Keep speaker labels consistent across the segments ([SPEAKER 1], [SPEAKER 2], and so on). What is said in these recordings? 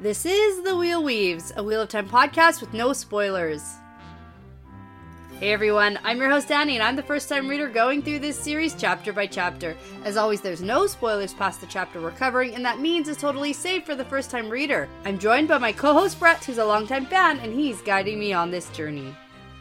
[SPEAKER 1] This is The Wheel Weaves, a Wheel of Time podcast with no spoilers. Hey everyone, I'm your host Annie, and I'm the first time reader going through this series chapter by chapter. As always, there's no spoilers past the chapter we're covering, and that means it's totally safe for the first time reader. I'm joined by my co host Brett, who's a longtime fan, and he's guiding me on this journey.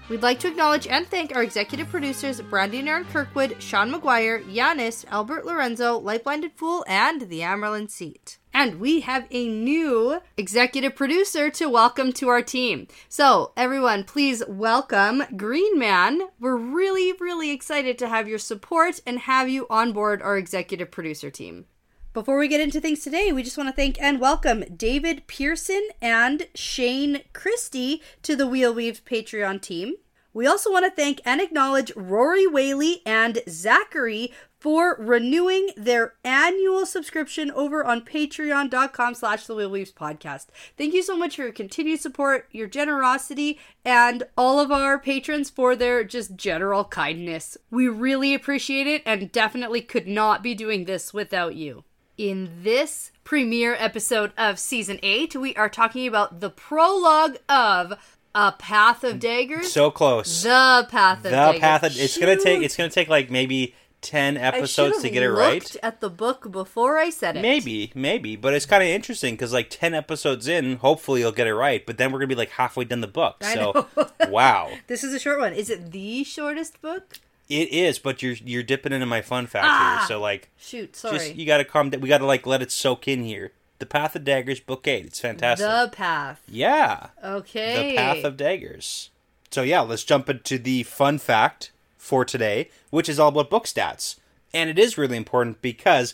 [SPEAKER 1] We'd like to acknowledge and thank our executive producers, Brandy and Aaron Kirkwood, Sean McGuire, Yanis, Albert Lorenzo, Light Blinded Fool, and the Amarlin Seat. And we have a new executive producer to welcome to our team. So, everyone, please welcome Green Man. We're really, really excited to have your support and have you on board our executive producer team. Before we get into things today, we just want to thank and welcome David Pearson and Shane Christie to the Wheel Weaves Patreon team. We also want to thank and acknowledge Rory Whaley and Zachary for renewing their annual subscription over on patreon.com slash the wheel weaves podcast thank you so much for your continued support your generosity and all of our patrons for their just general kindness we really appreciate it and definitely could not be doing this without you in this premiere episode of season 8 we are talking about the prologue of a path of daggers
[SPEAKER 2] So close.
[SPEAKER 1] the path of
[SPEAKER 2] The
[SPEAKER 1] daggers
[SPEAKER 2] path. Of, it's gonna take.
[SPEAKER 1] Shoot.
[SPEAKER 2] It's gonna take like maybe ten
[SPEAKER 1] I
[SPEAKER 2] episodes
[SPEAKER 1] should've
[SPEAKER 2] to get it
[SPEAKER 1] looked
[SPEAKER 2] right.
[SPEAKER 1] At the book before I said it.
[SPEAKER 2] Maybe, maybe, but it's kind of interesting because like ten episodes in, hopefully you'll get it right. But then we're gonna be like halfway done the book.
[SPEAKER 1] I
[SPEAKER 2] so
[SPEAKER 1] know.
[SPEAKER 2] wow,
[SPEAKER 1] This is a short one. Is it the shortest book?
[SPEAKER 2] it is. But you're you're dipping into my fun fact here. So like,
[SPEAKER 1] Shoot, Ah, sorry.
[SPEAKER 2] just you gotta calm. down. We gotta like let it soak in here. The Path of Daggers, book eight. It's fantastic.
[SPEAKER 1] the path.
[SPEAKER 2] yeah,
[SPEAKER 1] Okay.
[SPEAKER 2] the Path of Daggers. So yeah, let's jump into the fun fact for today, which is all about book stats, and it is really important because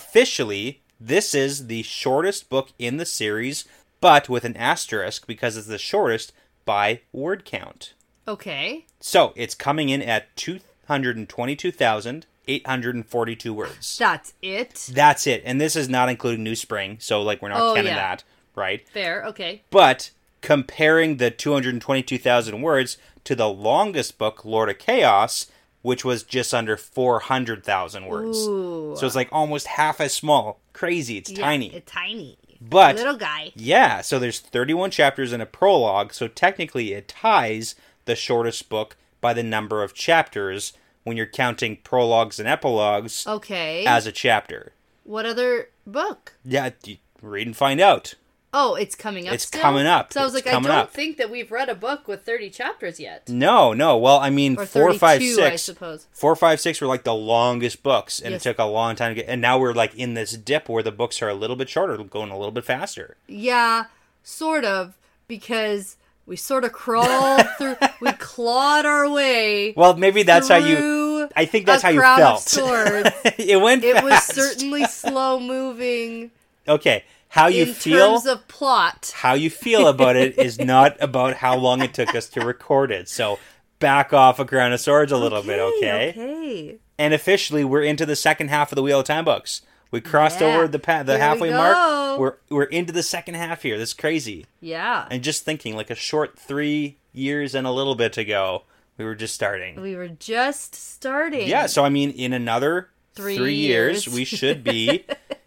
[SPEAKER 2] officially this is the shortest book in the series, but with an asterisk because it's the shortest by word count.
[SPEAKER 1] Okay.
[SPEAKER 2] So it's coming in at two hundred and twenty-two thousand eight hundred and forty-two words.
[SPEAKER 1] That's it.
[SPEAKER 2] That's it. And this is not including New Spring, so like we're not
[SPEAKER 1] Oh,
[SPEAKER 2] counting
[SPEAKER 1] yeah.
[SPEAKER 2] that, right?
[SPEAKER 1] Fair. Okay.
[SPEAKER 2] But comparing the 222,000 words to the longest book, Lord of Chaos, which was just under 400,000 words.
[SPEAKER 1] Ooh.
[SPEAKER 2] So it's like almost half as small. Crazy. It's
[SPEAKER 1] Yeah,
[SPEAKER 2] tiny.
[SPEAKER 1] it's tiny.
[SPEAKER 2] But-
[SPEAKER 1] little guy.
[SPEAKER 2] Yeah, so there's 31 chapters and a prologue, so technically it ties the shortest book by the number of chapters when you're counting prologues and epilogues
[SPEAKER 1] Oh, Okay.
[SPEAKER 2] as a chapter.
[SPEAKER 1] what other book?
[SPEAKER 2] Yeah, you read and find out.
[SPEAKER 1] Oh, it's coming up.
[SPEAKER 2] It's
[SPEAKER 1] still?
[SPEAKER 2] coming up.
[SPEAKER 1] So I was
[SPEAKER 2] It's
[SPEAKER 1] like, I
[SPEAKER 2] coming
[SPEAKER 1] don't
[SPEAKER 2] up.
[SPEAKER 1] think that we've read a book with thirty chapters yet.
[SPEAKER 2] No, no. Well, I mean,
[SPEAKER 1] Or
[SPEAKER 2] four, five,
[SPEAKER 1] 32,
[SPEAKER 2] six.
[SPEAKER 1] I suppose.
[SPEAKER 2] Four, five, six were like the longest books, and
[SPEAKER 1] Yes.
[SPEAKER 2] it took a long time to get. And now we're like in this dip where the books are a little bit shorter, going a little bit faster.
[SPEAKER 1] Yeah, sort of, because we sort of crawled through, we clawed our way.
[SPEAKER 2] Well, maybe that's how you.
[SPEAKER 1] through
[SPEAKER 2] I think that's
[SPEAKER 1] a
[SPEAKER 2] how you
[SPEAKER 1] crowd
[SPEAKER 2] felt.
[SPEAKER 1] Of swords.
[SPEAKER 2] it went.
[SPEAKER 1] It was
[SPEAKER 2] fast.
[SPEAKER 1] certainly slow moving
[SPEAKER 2] okay. How you
[SPEAKER 1] in
[SPEAKER 2] feel?
[SPEAKER 1] terms of plot.
[SPEAKER 2] how you feel about it is not about how long it took us to record it. So back off a crown of swords a little bit, okay?
[SPEAKER 1] Okay.
[SPEAKER 2] And officially, we're into the second half of the Wheel of Time books. We crossed
[SPEAKER 1] Yeah.
[SPEAKER 2] over the pa- the
[SPEAKER 1] Here we
[SPEAKER 2] halfway
[SPEAKER 1] go.
[SPEAKER 2] mark. We're we're into the second half here. That's crazy.
[SPEAKER 1] Yeah.
[SPEAKER 2] and just thinking like a short three years and a little bit ago we were just starting
[SPEAKER 1] we were just starting.
[SPEAKER 2] yeah so i mean in another
[SPEAKER 1] Three
[SPEAKER 2] three, years.
[SPEAKER 1] years.
[SPEAKER 2] we should be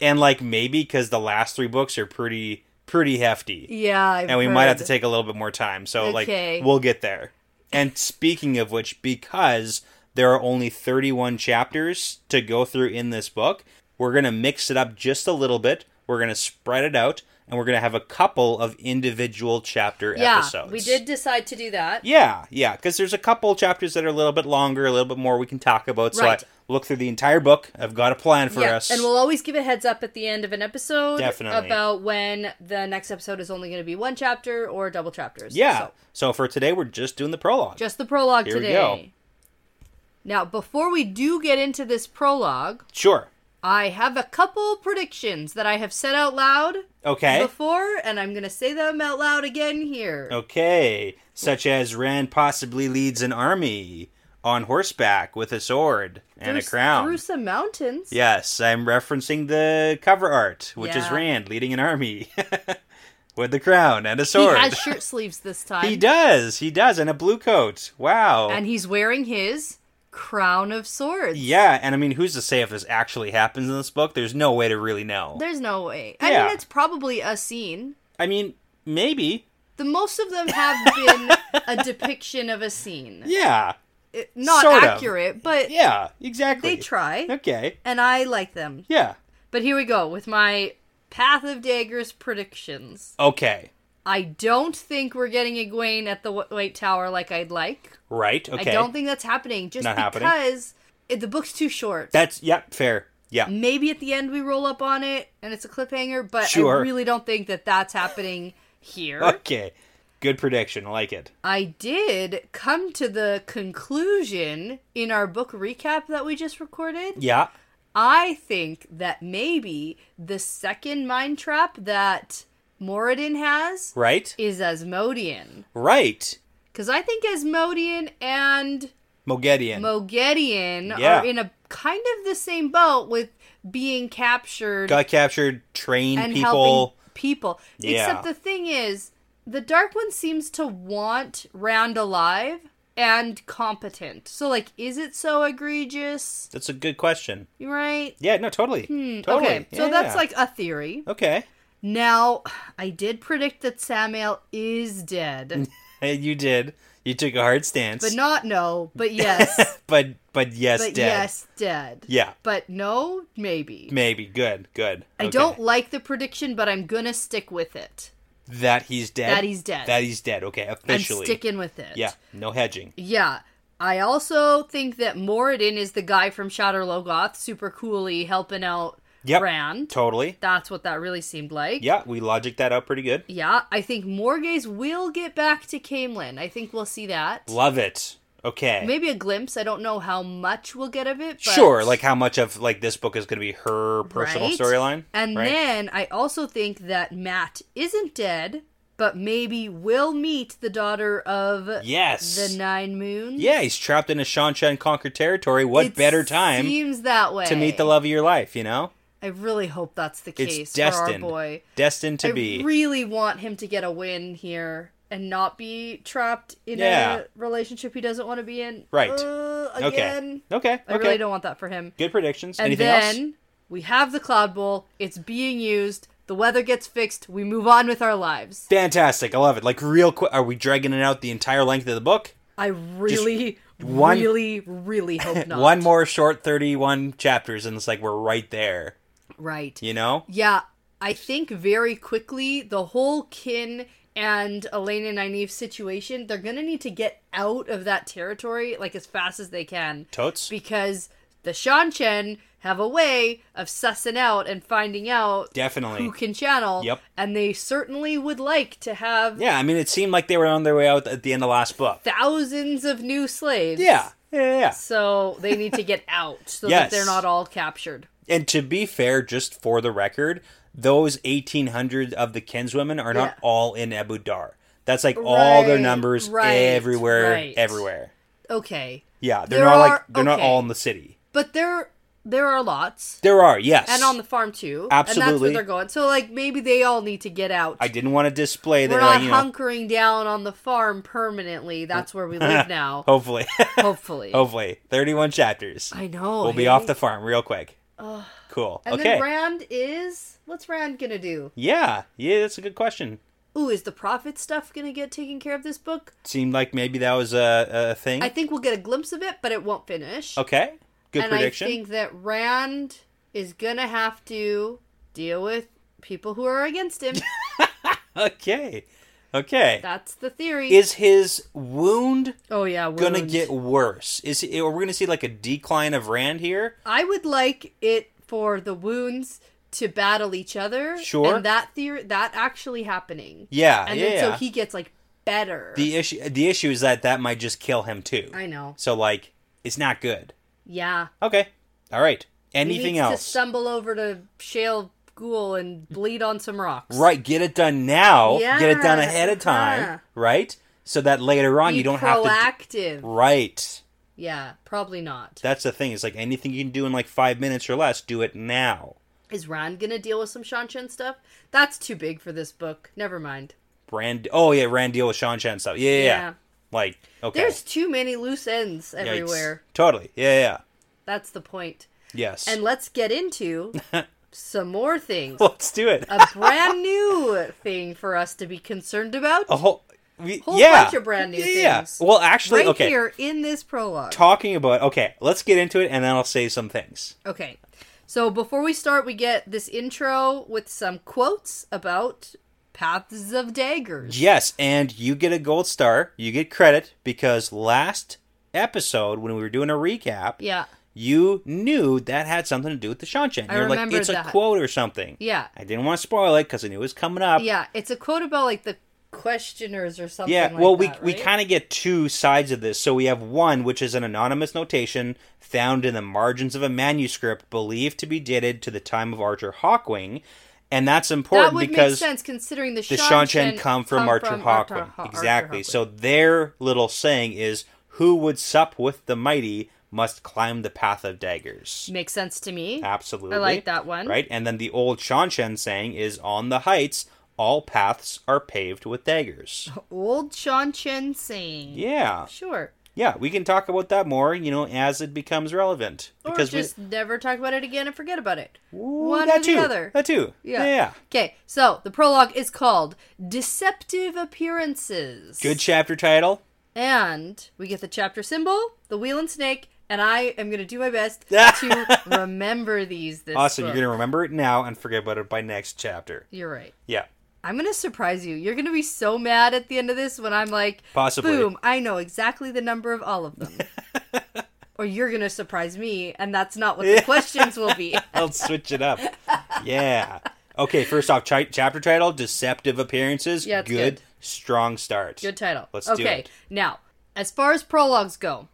[SPEAKER 2] and like maybe because the last three books are pretty pretty hefty
[SPEAKER 1] Yeah. I've
[SPEAKER 2] and we might have to
[SPEAKER 1] heard.
[SPEAKER 2] take a little bit more time so
[SPEAKER 1] Okay.
[SPEAKER 2] like we'll get there and speaking of which because there are only 31 chapters to go through in this book we're gonna mix it up just a little bit We're going to spread it out and we're going to have a couple of individual chapter
[SPEAKER 1] yeah,
[SPEAKER 2] episodes.
[SPEAKER 1] we did decide to do that.
[SPEAKER 2] Yeah, yeah, because there's a couple chapters that are a little bit longer, a little bit more we can talk about. So
[SPEAKER 1] Right.
[SPEAKER 2] I look through the entire book. I've got a plan for us.
[SPEAKER 1] And we'll always give a heads up at the end of an episode
[SPEAKER 2] Definitely.
[SPEAKER 1] about when the next episode is only going to be one chapter or double chapters.
[SPEAKER 2] yeah.
[SPEAKER 1] So,
[SPEAKER 2] so for today, we're just doing the prologue.
[SPEAKER 1] just the prologue
[SPEAKER 2] Here we
[SPEAKER 1] today.
[SPEAKER 2] go.
[SPEAKER 1] Now, before we do get into this prologue,
[SPEAKER 2] sure.
[SPEAKER 1] I have a couple predictions that I have said out loud
[SPEAKER 2] Okay.
[SPEAKER 1] before, and I'm going to say them out loud again here.
[SPEAKER 2] Okay, such as Rand possibly leads an army on horseback with a sword and
[SPEAKER 1] Through
[SPEAKER 2] a
[SPEAKER 1] s-
[SPEAKER 2] crown.
[SPEAKER 1] Through some mountains.
[SPEAKER 2] Yes, I'm referencing the cover art, which is
[SPEAKER 1] Yeah.
[SPEAKER 2] Rand leading an army with the crown and a
[SPEAKER 1] He
[SPEAKER 2] sword.
[SPEAKER 1] has shirt sleeves this time.
[SPEAKER 2] He does. He does, and a blue coat. Wow.
[SPEAKER 1] And he's wearing his crown of swords.
[SPEAKER 2] yeah, and I mean, who's to say if this actually happens in this book? There's no way to really know.
[SPEAKER 1] There's no way. I
[SPEAKER 2] Yeah.
[SPEAKER 1] mean, it's probably a scene.
[SPEAKER 2] I mean, maybe.
[SPEAKER 1] The most of them have been a depiction of a scene.
[SPEAKER 2] Yeah.
[SPEAKER 1] It- Not
[SPEAKER 2] Sort of.
[SPEAKER 1] accurate, but
[SPEAKER 2] Yeah,
[SPEAKER 1] they
[SPEAKER 2] exactly.
[SPEAKER 1] try.
[SPEAKER 2] Okay.
[SPEAKER 1] And I like them.
[SPEAKER 2] Yeah.
[SPEAKER 1] But here we go with my Path of Daggers predictions.
[SPEAKER 2] Okay.
[SPEAKER 1] I don't think we're getting Egwene at the Wh- White Tower like I'd like.
[SPEAKER 2] Right. Okay.
[SPEAKER 1] I don't think that's happening just
[SPEAKER 2] Not happening.
[SPEAKER 1] because it, the book's too short.
[SPEAKER 2] That's yeah, fair. Yeah.
[SPEAKER 1] Maybe at the end we roll up on it and it's a cliffhanger, but I
[SPEAKER 2] Sure.
[SPEAKER 1] really don't think that that's happening here.
[SPEAKER 2] Okay. Good prediction. I like it.
[SPEAKER 1] I did come to the conclusion in our book recap that we just recorded.
[SPEAKER 2] Yeah.
[SPEAKER 1] I think that maybe the second mind trap that Moradin has
[SPEAKER 2] Right?
[SPEAKER 1] is Asmodian.
[SPEAKER 2] Right.
[SPEAKER 1] Because I think Asmodian and
[SPEAKER 2] Mogedian.
[SPEAKER 1] Mogedion
[SPEAKER 2] Yeah.
[SPEAKER 1] are in a kind of the same boat with being captured
[SPEAKER 2] Got captured, trained
[SPEAKER 1] and
[SPEAKER 2] people.
[SPEAKER 1] helping people.
[SPEAKER 2] Yeah.
[SPEAKER 1] Except the thing is, the Dark One seems to want Rand alive and competent. So, like, is it so egregious?
[SPEAKER 2] That's a good question.
[SPEAKER 1] Right?
[SPEAKER 2] Yeah, no, totally. Totally.
[SPEAKER 1] Hmm, Okay, so
[SPEAKER 2] Yeah.
[SPEAKER 1] that's like a theory.
[SPEAKER 2] Okay.
[SPEAKER 1] Now, I did predict that Samael is dead,
[SPEAKER 2] Hey, you did. You took a hard stance.
[SPEAKER 1] but not no, but yes,
[SPEAKER 2] but but yes,
[SPEAKER 1] but
[SPEAKER 2] dead.
[SPEAKER 1] yes, dead.
[SPEAKER 2] Yeah.
[SPEAKER 1] But no, maybe.
[SPEAKER 2] Maybe. Good. Good.
[SPEAKER 1] I
[SPEAKER 2] Okay.
[SPEAKER 1] don't like the prediction, but I'm gonna stick with it.
[SPEAKER 2] that he's dead.
[SPEAKER 1] That he's dead.
[SPEAKER 2] That he's dead. Okay, officially.
[SPEAKER 1] I'm sticking with it.
[SPEAKER 2] Yeah, no hedging.
[SPEAKER 1] Yeah. I also think that Moradin is the guy from Shatter Logoth, super coolly helping out
[SPEAKER 2] Yep.
[SPEAKER 1] Rand.
[SPEAKER 2] Totally.
[SPEAKER 1] That's what that really seemed like.
[SPEAKER 2] Yeah, we logic that out pretty good.
[SPEAKER 1] Yeah, I think Morgaze will get back to Camelin. I think we'll see that.
[SPEAKER 2] Love it. Okay.
[SPEAKER 1] Maybe a glimpse. I don't know how much we'll get of it. But...
[SPEAKER 2] Sure, like how much of like this book is going to be her personal
[SPEAKER 1] Right?
[SPEAKER 2] storyline,
[SPEAKER 1] And
[SPEAKER 2] right?
[SPEAKER 1] then I also think that Matt isn't dead, but maybe will meet the daughter of
[SPEAKER 2] yes,
[SPEAKER 1] the Nine Moons.
[SPEAKER 2] yeah, he's trapped in a Shansha and conquered territory. What
[SPEAKER 1] It
[SPEAKER 2] better time
[SPEAKER 1] Seems that way
[SPEAKER 2] to meet the love of your life? You know,
[SPEAKER 1] I really hope that's the
[SPEAKER 2] it's
[SPEAKER 1] case
[SPEAKER 2] destined,
[SPEAKER 1] for our boy.
[SPEAKER 2] destined to
[SPEAKER 1] I
[SPEAKER 2] be.
[SPEAKER 1] really want him to get a win here and not be trapped in
[SPEAKER 2] Yeah.
[SPEAKER 1] a relationship he doesn't want to be in.
[SPEAKER 2] Right.
[SPEAKER 1] Uh,
[SPEAKER 2] okay,
[SPEAKER 1] again.
[SPEAKER 2] okay, okay.
[SPEAKER 1] I really don't want that for him.
[SPEAKER 2] Good predictions.
[SPEAKER 1] And
[SPEAKER 2] Anything
[SPEAKER 1] then
[SPEAKER 2] else?
[SPEAKER 1] we have the cloud bowl. It's being used. The weather gets fixed. We move on with our lives.
[SPEAKER 2] Fantastic. I love it. Like real quick, are we dragging it out the entire length of the book?
[SPEAKER 1] I really,
[SPEAKER 2] one-
[SPEAKER 1] really, really hope not.
[SPEAKER 2] One more short thirty-one chapters, and it's like we're right there.
[SPEAKER 1] Right.
[SPEAKER 2] You know?
[SPEAKER 1] Yeah, I think very quickly the whole Kin and Elaine and Nynaeve situation, they're going to need to get out of that territory like as fast as they can.
[SPEAKER 2] Totes.
[SPEAKER 1] Because the Shanchen have a way of sussing out and finding out
[SPEAKER 2] Definitely.
[SPEAKER 1] who can channel.
[SPEAKER 2] Yep.
[SPEAKER 1] And they certainly would like to have
[SPEAKER 2] yeah, I mean, it seemed like they were on their way out at the end of last book.
[SPEAKER 1] thousands of new slaves.
[SPEAKER 2] Yeah, yeah, yeah.
[SPEAKER 1] So they need to get out so
[SPEAKER 2] Yes.
[SPEAKER 1] that they're not all captured.
[SPEAKER 2] And to be fair, just for the record, those 1,800 of the kinswomen are not
[SPEAKER 1] Yeah.
[SPEAKER 2] all in Abu Dar. That's like all their
[SPEAKER 1] Right,
[SPEAKER 2] numbers
[SPEAKER 1] right,
[SPEAKER 2] everywhere,
[SPEAKER 1] right.
[SPEAKER 2] everywhere.
[SPEAKER 1] Okay.
[SPEAKER 2] Yeah, they're
[SPEAKER 1] There
[SPEAKER 2] not like
[SPEAKER 1] are-
[SPEAKER 2] they're not
[SPEAKER 1] okay.
[SPEAKER 2] all in the city.
[SPEAKER 1] But there there are lots.
[SPEAKER 2] There are yes,
[SPEAKER 1] and on the farm too. and that's where
[SPEAKER 2] Absolutely.
[SPEAKER 1] they're going. So like maybe they all need to get out.
[SPEAKER 2] I didn't want to display
[SPEAKER 1] We're
[SPEAKER 2] that.
[SPEAKER 1] not
[SPEAKER 2] like, you know,
[SPEAKER 1] hunkering down on the farm permanently. That's where we live now.
[SPEAKER 2] hopefully,
[SPEAKER 1] hopefully.
[SPEAKER 2] hopefully, 31 chapters.
[SPEAKER 1] I know.
[SPEAKER 2] Oh. We'll be
[SPEAKER 1] hey?
[SPEAKER 2] off the farm real quick. cool.
[SPEAKER 1] And
[SPEAKER 2] okay.
[SPEAKER 1] then Rand is what's Rand gonna do?
[SPEAKER 2] yeah, yeah, that's a good question.
[SPEAKER 1] Ooh, is the prophet stuff gonna get taken care of this book?
[SPEAKER 2] Seemed like maybe that was a, a thing.
[SPEAKER 1] I think we'll get a glimpse of it, but it won't finish.
[SPEAKER 2] Mm. okay, good
[SPEAKER 1] and
[SPEAKER 2] prediction.
[SPEAKER 1] I think that Rand is gonna have to deal with people who are against him.
[SPEAKER 2] Okay. Okay.
[SPEAKER 1] That's the theory.
[SPEAKER 2] Is his wound
[SPEAKER 1] oh yeah, we're
[SPEAKER 2] gonna get worse? Is he, are we gonna see like a decline of Rand here?
[SPEAKER 1] I would like it for the wounds to battle each other.
[SPEAKER 2] Sure.
[SPEAKER 1] And that theory that actually happening.
[SPEAKER 2] Yeah,
[SPEAKER 1] And
[SPEAKER 2] yeah,
[SPEAKER 1] then so
[SPEAKER 2] yeah.
[SPEAKER 1] he gets like better.
[SPEAKER 2] The issue the issue is that that might just kill him too.
[SPEAKER 1] I know.
[SPEAKER 2] So like it's not good.
[SPEAKER 1] yeah.
[SPEAKER 2] Okay. All right.
[SPEAKER 1] He
[SPEAKER 2] Anything
[SPEAKER 1] needs To
[SPEAKER 2] else?
[SPEAKER 1] stumble over to Shale Ghoul and bleed on some rocks.
[SPEAKER 2] Right, get it done now. Get it done
[SPEAKER 1] Yeah,
[SPEAKER 2] ahead of time,
[SPEAKER 1] uh-huh.
[SPEAKER 2] right? So that later on
[SPEAKER 1] Be
[SPEAKER 2] you don't have
[SPEAKER 1] proactive.
[SPEAKER 2] to Right.
[SPEAKER 1] Yeah, probably not.
[SPEAKER 2] That's the thing. It's like anything you can do in like 5 minutes or less, do it now.
[SPEAKER 1] Is Rand gonna deal with some Shanchen stuff? That's too big for this book. Never mind.
[SPEAKER 2] Rand Oh yeah, Rand deal with Sean Chen stuff. Yeah, yeah. yeah.
[SPEAKER 1] Yeah.
[SPEAKER 2] Like okay.
[SPEAKER 1] There's too many loose ends
[SPEAKER 2] Yikes.
[SPEAKER 1] everywhere.
[SPEAKER 2] Totally. Yeah, yeah.
[SPEAKER 1] That's the point.
[SPEAKER 2] Yes.
[SPEAKER 1] And let's get into some more things.
[SPEAKER 2] let's do it.
[SPEAKER 1] A brand new thing for us to be concerned about.
[SPEAKER 2] a whole, we,
[SPEAKER 1] whole
[SPEAKER 2] Oh, yeah.
[SPEAKER 1] bunch of brand new
[SPEAKER 2] yeah.
[SPEAKER 1] things.
[SPEAKER 2] Well, actually,
[SPEAKER 1] right
[SPEAKER 2] okay.
[SPEAKER 1] here in this prologue.
[SPEAKER 2] Talking about okay, let's get into it, and then I'll say some things.
[SPEAKER 1] Okay. So before we start, we get this intro with some quotes about paths of daggers.
[SPEAKER 2] Yes, and you get a gold star. You get credit because last episode when we were doing a recap,
[SPEAKER 1] Yeah.
[SPEAKER 2] you knew that had something to do with the Shanchen.
[SPEAKER 1] I
[SPEAKER 2] You're like,
[SPEAKER 1] remembered
[SPEAKER 2] it's
[SPEAKER 1] that.
[SPEAKER 2] a quote or something.
[SPEAKER 1] Yeah.
[SPEAKER 2] I didn't want to spoil it because I knew it was coming up.
[SPEAKER 1] Yeah. It's a quote about like the questioners or something.
[SPEAKER 2] Yeah,
[SPEAKER 1] like
[SPEAKER 2] well, we
[SPEAKER 1] that,
[SPEAKER 2] we
[SPEAKER 1] right?
[SPEAKER 2] kind of get two sides of this. So we have one, which is an anonymous notation found in the margins of a manuscript believed to be dated to the time of Archer Hawkwing, and that's important
[SPEAKER 1] that would
[SPEAKER 2] because
[SPEAKER 1] make sense considering the,
[SPEAKER 2] the
[SPEAKER 1] Shan
[SPEAKER 2] Shanchen come from Archer Hawkwing.
[SPEAKER 1] Haw- Archer
[SPEAKER 2] exactly.
[SPEAKER 1] Hawkwing.
[SPEAKER 2] So their little saying is, "Who would sup with the mighty must climb the path of daggers."
[SPEAKER 1] makes sense to me.
[SPEAKER 2] Absolutely.
[SPEAKER 1] I like that one.
[SPEAKER 2] Right? And then the old Shanchen saying is, "On the heights, all paths are paved with daggers."
[SPEAKER 1] Old Shan Chen saying.
[SPEAKER 2] Yeah.
[SPEAKER 1] Sure.
[SPEAKER 2] Yeah, we can talk about that more, you know, as it becomes relevant.
[SPEAKER 1] Or
[SPEAKER 2] Because
[SPEAKER 1] just never talk about it again and forget about it.
[SPEAKER 2] we, Ooh,
[SPEAKER 1] one or
[SPEAKER 2] that
[SPEAKER 1] the
[SPEAKER 2] too,
[SPEAKER 1] other.
[SPEAKER 2] That too. Yeah. yeah,
[SPEAKER 1] Okay, so the prologue is called Deceptive Appearances.
[SPEAKER 2] Good chapter title.
[SPEAKER 1] And we get the chapter symbol, the wheel and snake, and I am going to do my best to remember these this
[SPEAKER 2] Awesome. You're
[SPEAKER 1] book.
[SPEAKER 2] gonna remember it now and forget about it by next chapter.
[SPEAKER 1] You're right.
[SPEAKER 2] Yeah.
[SPEAKER 1] I'm going to surprise you. You're going to be so mad at the end of this when I'm like,
[SPEAKER 2] Possibly.
[SPEAKER 1] boom, I know exactly the number of all of them. or you're going to surprise me, and that's not what the questions will be.
[SPEAKER 2] I'll switch it up. Yeah. Okay. First off, chi- chapter title: Deceptive Appearances.
[SPEAKER 1] Yeah, it's good.
[SPEAKER 2] Strong start.
[SPEAKER 1] Good title.
[SPEAKER 2] Let's
[SPEAKER 1] okay,
[SPEAKER 2] do it.
[SPEAKER 1] now, as far as prologues go,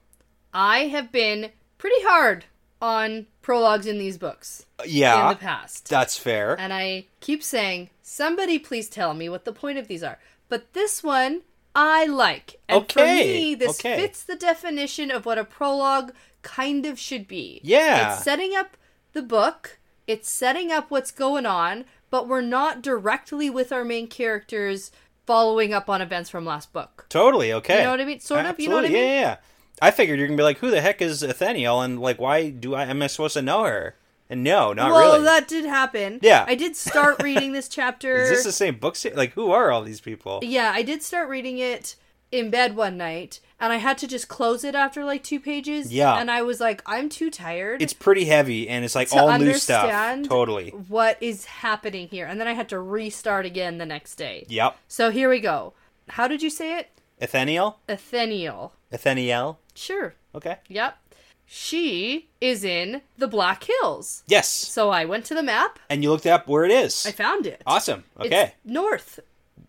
[SPEAKER 1] I have been pretty hard on prologues in these books
[SPEAKER 2] Uh, Yeah.
[SPEAKER 1] in the past.
[SPEAKER 2] That's fair.
[SPEAKER 1] And I keep saying, somebody please tell me what the point of these are. But this one I like. And for
[SPEAKER 2] Okay,
[SPEAKER 1] me, this
[SPEAKER 2] okay.
[SPEAKER 1] fits the definition of what a prologue kind of should be.
[SPEAKER 2] Yeah.
[SPEAKER 1] It's setting up the book, it's setting up what's going on, but we're not directly with our main characters following up on events from last book.
[SPEAKER 2] Totally okay.
[SPEAKER 1] You know what I mean? Sort of, you know what I
[SPEAKER 2] Absolutely,
[SPEAKER 1] mean?
[SPEAKER 2] Yeah, yeah. I figured you're gonna be like, "Who the heck is Atheniel?" And like, why do I am I supposed to know her? And no, not
[SPEAKER 1] well,
[SPEAKER 2] really.
[SPEAKER 1] that did happen.
[SPEAKER 2] Yeah.
[SPEAKER 1] I did start reading this chapter.
[SPEAKER 2] Is this the same book? se- Like, who are all these people?
[SPEAKER 1] Yeah, I did start reading it in bed one night, and I had to just close it after like two pages.
[SPEAKER 2] Yeah.
[SPEAKER 1] and I was like, I'm too tired.
[SPEAKER 2] It's pretty heavy, and it's like
[SPEAKER 1] to
[SPEAKER 2] all new
[SPEAKER 1] understand
[SPEAKER 2] stuff. Totally.
[SPEAKER 1] what is happening here, and then I had to restart again the next day.
[SPEAKER 2] Yep.
[SPEAKER 1] So here we go. How did you say it?
[SPEAKER 2] Atheniel.
[SPEAKER 1] Athenial.
[SPEAKER 2] Atheniel.
[SPEAKER 1] Sure.
[SPEAKER 2] Okay.
[SPEAKER 1] Yep. She is in the Black Hills.
[SPEAKER 2] Yes.
[SPEAKER 1] So I went to the map.
[SPEAKER 2] And you looked up where it is.
[SPEAKER 1] I found it.
[SPEAKER 2] awesome.
[SPEAKER 1] It's
[SPEAKER 2] Okay.
[SPEAKER 1] north.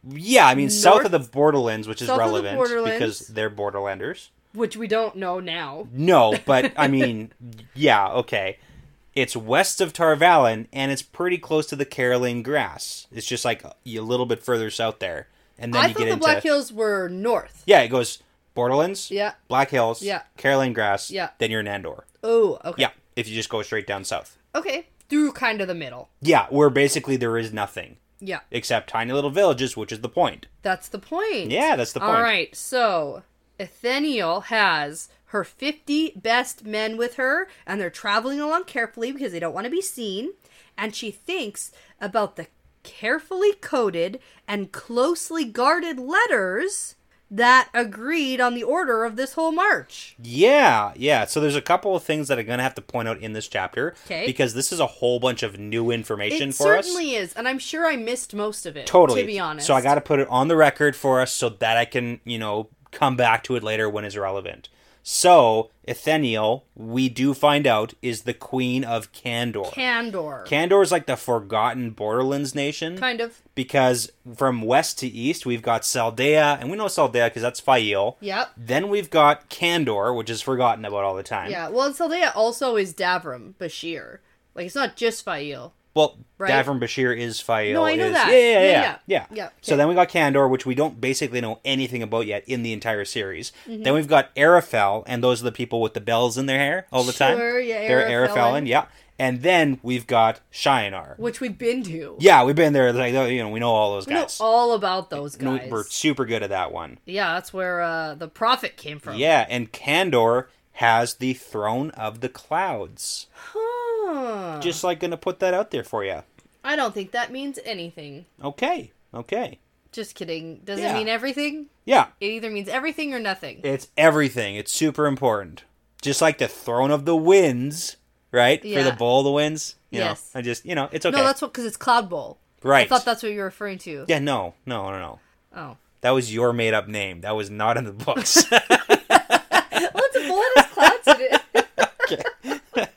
[SPEAKER 2] Yeah, I mean south
[SPEAKER 1] north-
[SPEAKER 2] of the borderlands, which is
[SPEAKER 1] south of the
[SPEAKER 2] relevant
[SPEAKER 1] borderlands.
[SPEAKER 2] because they're borderlanders.
[SPEAKER 1] Which we don't know now.
[SPEAKER 2] No, but I mean, yeah, okay. It's west of Tarvalen, and it's pretty close to the Caroline Grass. It's just like a little bit further south there, and then
[SPEAKER 1] I
[SPEAKER 2] you
[SPEAKER 1] thought
[SPEAKER 2] get
[SPEAKER 1] the
[SPEAKER 2] into
[SPEAKER 1] Black Hills were north.
[SPEAKER 2] yeah, it goes Borderlands,
[SPEAKER 1] Yeah.
[SPEAKER 2] Black Hills,
[SPEAKER 1] Yeah.
[SPEAKER 2] Caroline Grass,
[SPEAKER 1] Yeah.
[SPEAKER 2] Then you're in Andor,
[SPEAKER 1] Oh, okay.
[SPEAKER 2] yeah. If you just go straight down south,
[SPEAKER 1] Okay. Through kind of the middle.
[SPEAKER 2] yeah, where basically there is nothing
[SPEAKER 1] Yeah.
[SPEAKER 2] except tiny little villages, which is the point.
[SPEAKER 1] That's the point.
[SPEAKER 2] Yeah, that's the point.
[SPEAKER 1] All right. So, Atheniel has her 50 best men with her, and they're traveling along carefully because they don't want to be seen. And she thinks about the carefully coded and closely guarded letters that agreed on the order of this whole march.
[SPEAKER 2] Yeah, yeah. So there's a couple of things that I'm going to have to point out in this chapter
[SPEAKER 1] 'Kay.
[SPEAKER 2] because this is a whole bunch of new information
[SPEAKER 1] it
[SPEAKER 2] for us.
[SPEAKER 1] certainly is, and I'm sure I missed most of it.
[SPEAKER 2] Totally.
[SPEAKER 1] to be honest.
[SPEAKER 2] So I got to put it on the record for us so that I can, you know, come back to it later when it's relevant. So, Etheniel, we do find out, is the queen of Candor.
[SPEAKER 1] Candor,
[SPEAKER 2] Candor is like the forgotten Borderlands nation.
[SPEAKER 1] kind of.
[SPEAKER 2] Because from west to east, we've got Saldea, and we know Saldea because that's Fael.
[SPEAKER 1] Yep.
[SPEAKER 2] Then we've got Candor, which is forgotten about all the time.
[SPEAKER 1] Yeah. Well, and Saldea also is Davram Bashir. Like it's not just Fael.
[SPEAKER 2] Well,
[SPEAKER 1] Right?
[SPEAKER 2] Davram Bashir is Fael.
[SPEAKER 1] No, I know
[SPEAKER 2] is-
[SPEAKER 1] that.
[SPEAKER 2] Yeah, yeah, yeah.
[SPEAKER 1] Yeah,
[SPEAKER 2] yeah,
[SPEAKER 1] yeah. Yeah,
[SPEAKER 2] So
[SPEAKER 1] okay.
[SPEAKER 2] then we got Candor, which we don't basically know anything about yet in the entire series.
[SPEAKER 1] Mm-hmm.
[SPEAKER 2] Then we've got Arafel, and those are the people with the bells in their hair all the time.
[SPEAKER 1] Sure, yeah,
[SPEAKER 2] They're
[SPEAKER 1] Arafellan.
[SPEAKER 2] Arafellan, yeah. And then we've got Shinar.
[SPEAKER 1] which we've been to.
[SPEAKER 2] Yeah, we've been there. Like you know, we know all those
[SPEAKER 1] we know
[SPEAKER 2] guys.
[SPEAKER 1] all about those
[SPEAKER 2] And we-
[SPEAKER 1] guys.
[SPEAKER 2] We're super good at that one.
[SPEAKER 1] yeah, that's where uh, the prophet came from.
[SPEAKER 2] Yeah, and Candor has the throne of the clouds.
[SPEAKER 1] Huh.
[SPEAKER 2] Just like gonna put that out there for you.
[SPEAKER 1] Ah, I don't think that means anything.
[SPEAKER 2] Okay, okay.
[SPEAKER 1] Just kidding. Does it
[SPEAKER 2] Yeah.
[SPEAKER 1] mean everything?
[SPEAKER 2] Yeah,
[SPEAKER 1] It either means everything or nothing.
[SPEAKER 2] it's everything. It's super important. Just like the throne of the winds, right? For
[SPEAKER 1] Yeah.
[SPEAKER 2] the bowl of the winds. You
[SPEAKER 1] Yes.
[SPEAKER 2] Know, I just you know it's okay.
[SPEAKER 1] No, that's what because it's Cloud Bowl. I
[SPEAKER 2] right.
[SPEAKER 1] thought that's what you were referring to.
[SPEAKER 2] yeah, no, no, no, no.
[SPEAKER 1] Oh,
[SPEAKER 2] That was your made up name. That was not in the books.
[SPEAKER 1] well, it's a bowl and it's clouds in it.
[SPEAKER 2] Okay.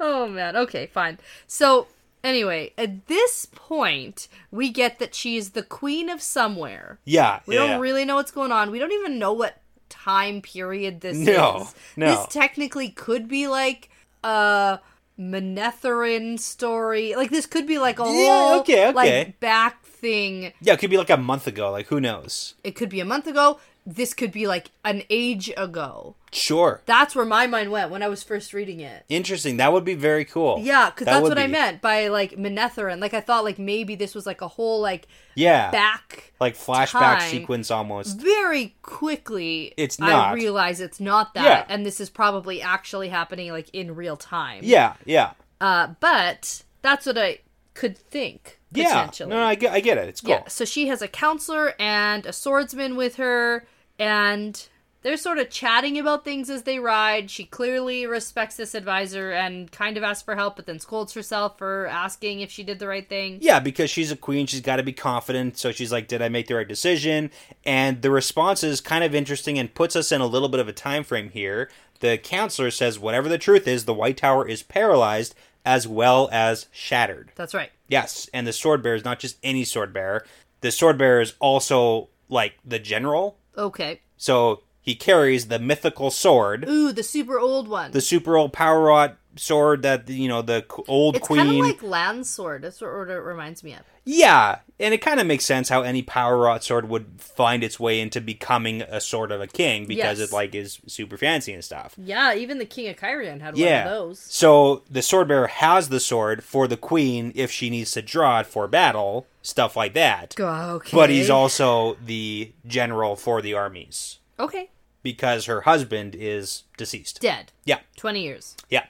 [SPEAKER 1] oh man. Okay, fine. So anyway, at this point, we get that she is the queen of somewhere.
[SPEAKER 2] yeah.
[SPEAKER 1] We
[SPEAKER 2] yeah.
[SPEAKER 1] don't really know what's going on. We don't even know what time period this
[SPEAKER 2] No,
[SPEAKER 1] is.
[SPEAKER 2] no.
[SPEAKER 1] This technically could be like a Manetherin story. Like this could be like a
[SPEAKER 2] Yeah,
[SPEAKER 1] whole
[SPEAKER 2] okay, okay.
[SPEAKER 1] like back thing.
[SPEAKER 2] yeah, it could be like a month ago. Like who knows?
[SPEAKER 1] It could be a month ago. This could be like an age ago.
[SPEAKER 2] Sure.
[SPEAKER 1] That's where my mind went when I was first reading it.
[SPEAKER 2] Interesting. That would be very cool.
[SPEAKER 1] Yeah, because
[SPEAKER 2] That
[SPEAKER 1] that's
[SPEAKER 2] would
[SPEAKER 1] what I
[SPEAKER 2] be-
[SPEAKER 1] meant by like Manetherin. Like I thought, like maybe this was like a whole like
[SPEAKER 2] Yeah.
[SPEAKER 1] back.
[SPEAKER 2] like flashback
[SPEAKER 1] time.
[SPEAKER 2] sequence almost.
[SPEAKER 1] Very quickly,
[SPEAKER 2] It's
[SPEAKER 1] I
[SPEAKER 2] not.
[SPEAKER 1] realize it's not that,
[SPEAKER 2] Yeah.
[SPEAKER 1] and this is probably actually happening like in real time.
[SPEAKER 2] Yeah, yeah,
[SPEAKER 1] Uh, but that's what I could think.
[SPEAKER 2] yeah. No,
[SPEAKER 1] Potentially.
[SPEAKER 2] no, I get, I get it. It's cool.
[SPEAKER 1] Yeah, so she has a counselor and a swordsman with her, and they're sort of chatting about things as they ride. She clearly respects this advisor and kind of asks for help, but then scolds herself for asking if she did the right thing.
[SPEAKER 2] Yeah, because she's a queen, she's got to be confident. So she's like, "Did I make the right decision?" And the response is kind of interesting and puts us in a little bit of a time frame here. The counselor says, "Whatever the truth is, the White Tower is paralyzed as well as shattered."
[SPEAKER 1] That's right.
[SPEAKER 2] Yes, and the sword bearer is not just any sword bearer. The sword bearer is also like the general,
[SPEAKER 1] Okay.
[SPEAKER 2] so he carries the mythical sword.
[SPEAKER 1] Ooh, the super old one.
[SPEAKER 2] the super old power rod sword that you know the qu- old
[SPEAKER 1] it's kind of
[SPEAKER 2] queen
[SPEAKER 1] like land sword. That's what it reminds me of.
[SPEAKER 2] yeah and it kind of makes sense how any power rod sword would find its way into becoming a sword of a king because
[SPEAKER 1] Yes.
[SPEAKER 2] it like is super fancy and stuff
[SPEAKER 1] Yeah, even the King of Kyrian had
[SPEAKER 2] yeah
[SPEAKER 1] one of those.
[SPEAKER 2] so the sword bearer has the sword for the queen if she needs to draw it for battle stuff like that
[SPEAKER 1] Okay.
[SPEAKER 2] but he's also the general for the armies
[SPEAKER 1] okay
[SPEAKER 2] because her husband is deceased
[SPEAKER 1] dead.
[SPEAKER 2] yeah
[SPEAKER 1] Twenty years.
[SPEAKER 2] yeah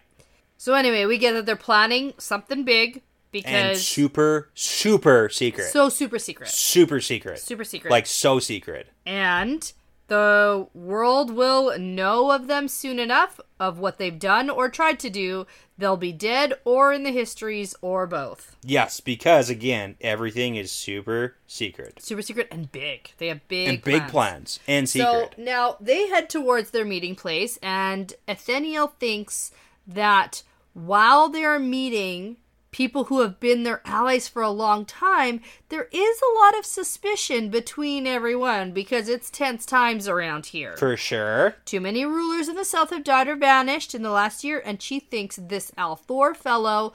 [SPEAKER 1] So anyway, we get that they're planning something big
[SPEAKER 2] and
[SPEAKER 1] because
[SPEAKER 2] super super secret
[SPEAKER 1] so super secret.
[SPEAKER 2] super secret
[SPEAKER 1] Super secret.
[SPEAKER 2] like so secret
[SPEAKER 1] and the world will know of them soon enough of what they've done or tried to do. They'll be dead or in the histories or both.
[SPEAKER 2] yes because again everything is super secret
[SPEAKER 1] Super secret and big. They have big
[SPEAKER 2] and big plans and
[SPEAKER 1] So
[SPEAKER 2] secret
[SPEAKER 1] now they head towards their meeting place, and Ethaniel thinks that while they are meeting people who have been their allies for a long time, there is a lot of suspicion between everyone because it's tense times around here.
[SPEAKER 2] for sure
[SPEAKER 1] Too many rulers in the south have died or vanished in the last year, and she thinks this Althor fellow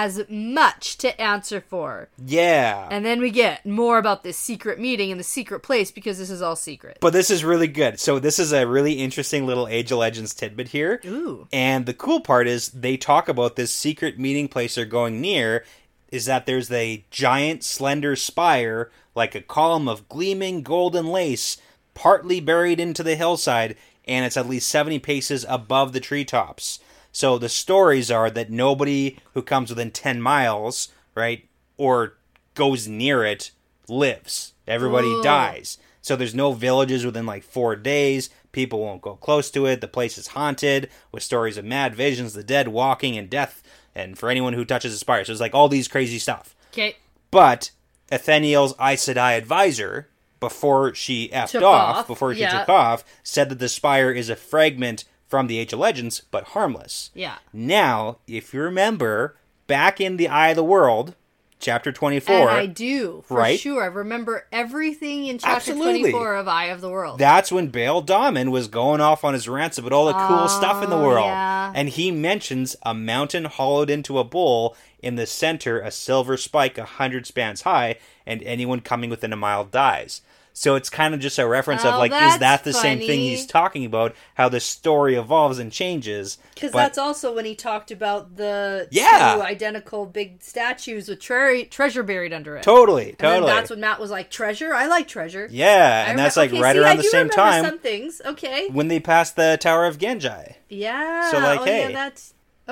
[SPEAKER 1] has much to answer for.
[SPEAKER 2] yeah
[SPEAKER 1] And then we get more about this secret meeting in the secret place because this is all secret.
[SPEAKER 2] but this is really good so this is a really interesting little age of legends tidbit here
[SPEAKER 1] Ooh.
[SPEAKER 2] and the cool part is they talk about this secret meeting place they're going near is that there's a giant slender spire like a column of gleaming golden lace partly buried into the hillside and it's at least 70 paces above the treetops so the stories are that nobody who comes within 10 miles right or goes near it lives everybody dies So there's no villages within like four days. People won't go close to it. The place is haunted with stories of mad visions, the dead walking, and death. And for anyone who touches the spire, so it's like all these crazy stuff.
[SPEAKER 1] Okay.
[SPEAKER 2] But Atheniel's Aes Sedai advisor, before she effed
[SPEAKER 1] Took
[SPEAKER 2] off,
[SPEAKER 1] off,
[SPEAKER 2] before she
[SPEAKER 1] yeah.
[SPEAKER 2] took off, said that the spire is a fragment from the Age of Legends, but harmless.
[SPEAKER 1] Yeah.
[SPEAKER 2] Now, if you remember, back in the Eye of the World, chapter 24,
[SPEAKER 1] And I do, for
[SPEAKER 2] right?
[SPEAKER 1] sure. I remember everything in chapter
[SPEAKER 2] Absolutely.
[SPEAKER 1] 24 of Eye of the World.
[SPEAKER 2] that's when Baal Damin was going off on his rants about all the cool stuff in the world.
[SPEAKER 1] Oh, yeah.
[SPEAKER 2] And he mentions a mountain hollowed into a bowl, in the center, a silver spike a hundred spans high, and anyone coming within a mile dies. So it's kind of just a reference
[SPEAKER 1] Oh,
[SPEAKER 2] of like, is
[SPEAKER 1] that's
[SPEAKER 2] that the same thing
[SPEAKER 1] funny.
[SPEAKER 2] he's talking about? How the story evolves and changes.
[SPEAKER 1] Because
[SPEAKER 2] But-
[SPEAKER 1] that's also when he talked about the
[SPEAKER 2] Yeah.
[SPEAKER 1] two identical big statues with tre- treasure buried under it.
[SPEAKER 2] totally,
[SPEAKER 1] And then
[SPEAKER 2] totally.
[SPEAKER 1] that's when Matt was like, treasure? I like treasure.
[SPEAKER 2] yeah, and
[SPEAKER 1] I
[SPEAKER 2] that's
[SPEAKER 1] remem-
[SPEAKER 2] like
[SPEAKER 1] okay,
[SPEAKER 2] right
[SPEAKER 1] see,
[SPEAKER 2] around
[SPEAKER 1] I
[SPEAKER 2] the
[SPEAKER 1] do
[SPEAKER 2] same
[SPEAKER 1] remember
[SPEAKER 2] time
[SPEAKER 1] Some things, okay.
[SPEAKER 2] when they passed the Tower of Genji.
[SPEAKER 1] Yeah.
[SPEAKER 2] So, like,
[SPEAKER 1] oh, yeah,
[SPEAKER 2] hey.
[SPEAKER 1] that's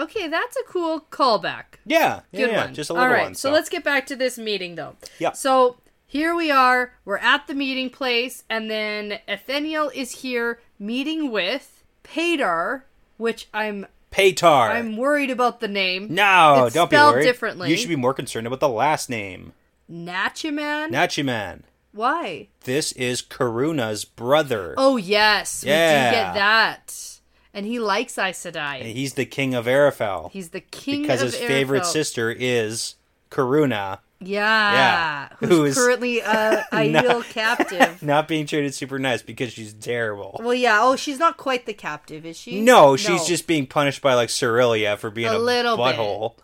[SPEAKER 1] okay. That's a cool callback.
[SPEAKER 2] Yeah, yeah,
[SPEAKER 1] Good
[SPEAKER 2] yeah,
[SPEAKER 1] one.
[SPEAKER 2] just a little
[SPEAKER 1] All right,
[SPEAKER 2] one.
[SPEAKER 1] so. let's get back to this meeting, though.
[SPEAKER 2] Yeah.
[SPEAKER 1] So here we are. We're at the meeting place, and then Atheniel is here meeting with Pater, which I'm
[SPEAKER 2] Paytar.
[SPEAKER 1] I'm worried about the name.
[SPEAKER 2] No,
[SPEAKER 1] It's
[SPEAKER 2] don't be
[SPEAKER 1] spelled
[SPEAKER 2] worried.
[SPEAKER 1] differently.
[SPEAKER 2] You should be more concerned about the last name.
[SPEAKER 1] Nachiman.
[SPEAKER 2] Nachiman.
[SPEAKER 1] Why?
[SPEAKER 2] This is Karuna's brother.
[SPEAKER 1] Oh yes, we
[SPEAKER 2] Yeah.
[SPEAKER 1] do get that. And he likes Aes Sedai.
[SPEAKER 2] And he's the king of Arafel.
[SPEAKER 1] He's the king
[SPEAKER 2] because
[SPEAKER 1] of
[SPEAKER 2] his favorite
[SPEAKER 1] Arafel.
[SPEAKER 2] sister is Karuna,
[SPEAKER 1] Yeah,
[SPEAKER 2] Yeah.
[SPEAKER 1] who's,
[SPEAKER 2] Who's-
[SPEAKER 1] currently a ideal captive.
[SPEAKER 2] not being treated super nice because she's terrible.
[SPEAKER 1] Well, yeah. Oh, she's not quite the captive, is she?
[SPEAKER 2] No, she's just being punished by like Cerelia for being
[SPEAKER 1] A
[SPEAKER 2] a,
[SPEAKER 1] little bit.
[SPEAKER 2] butthole.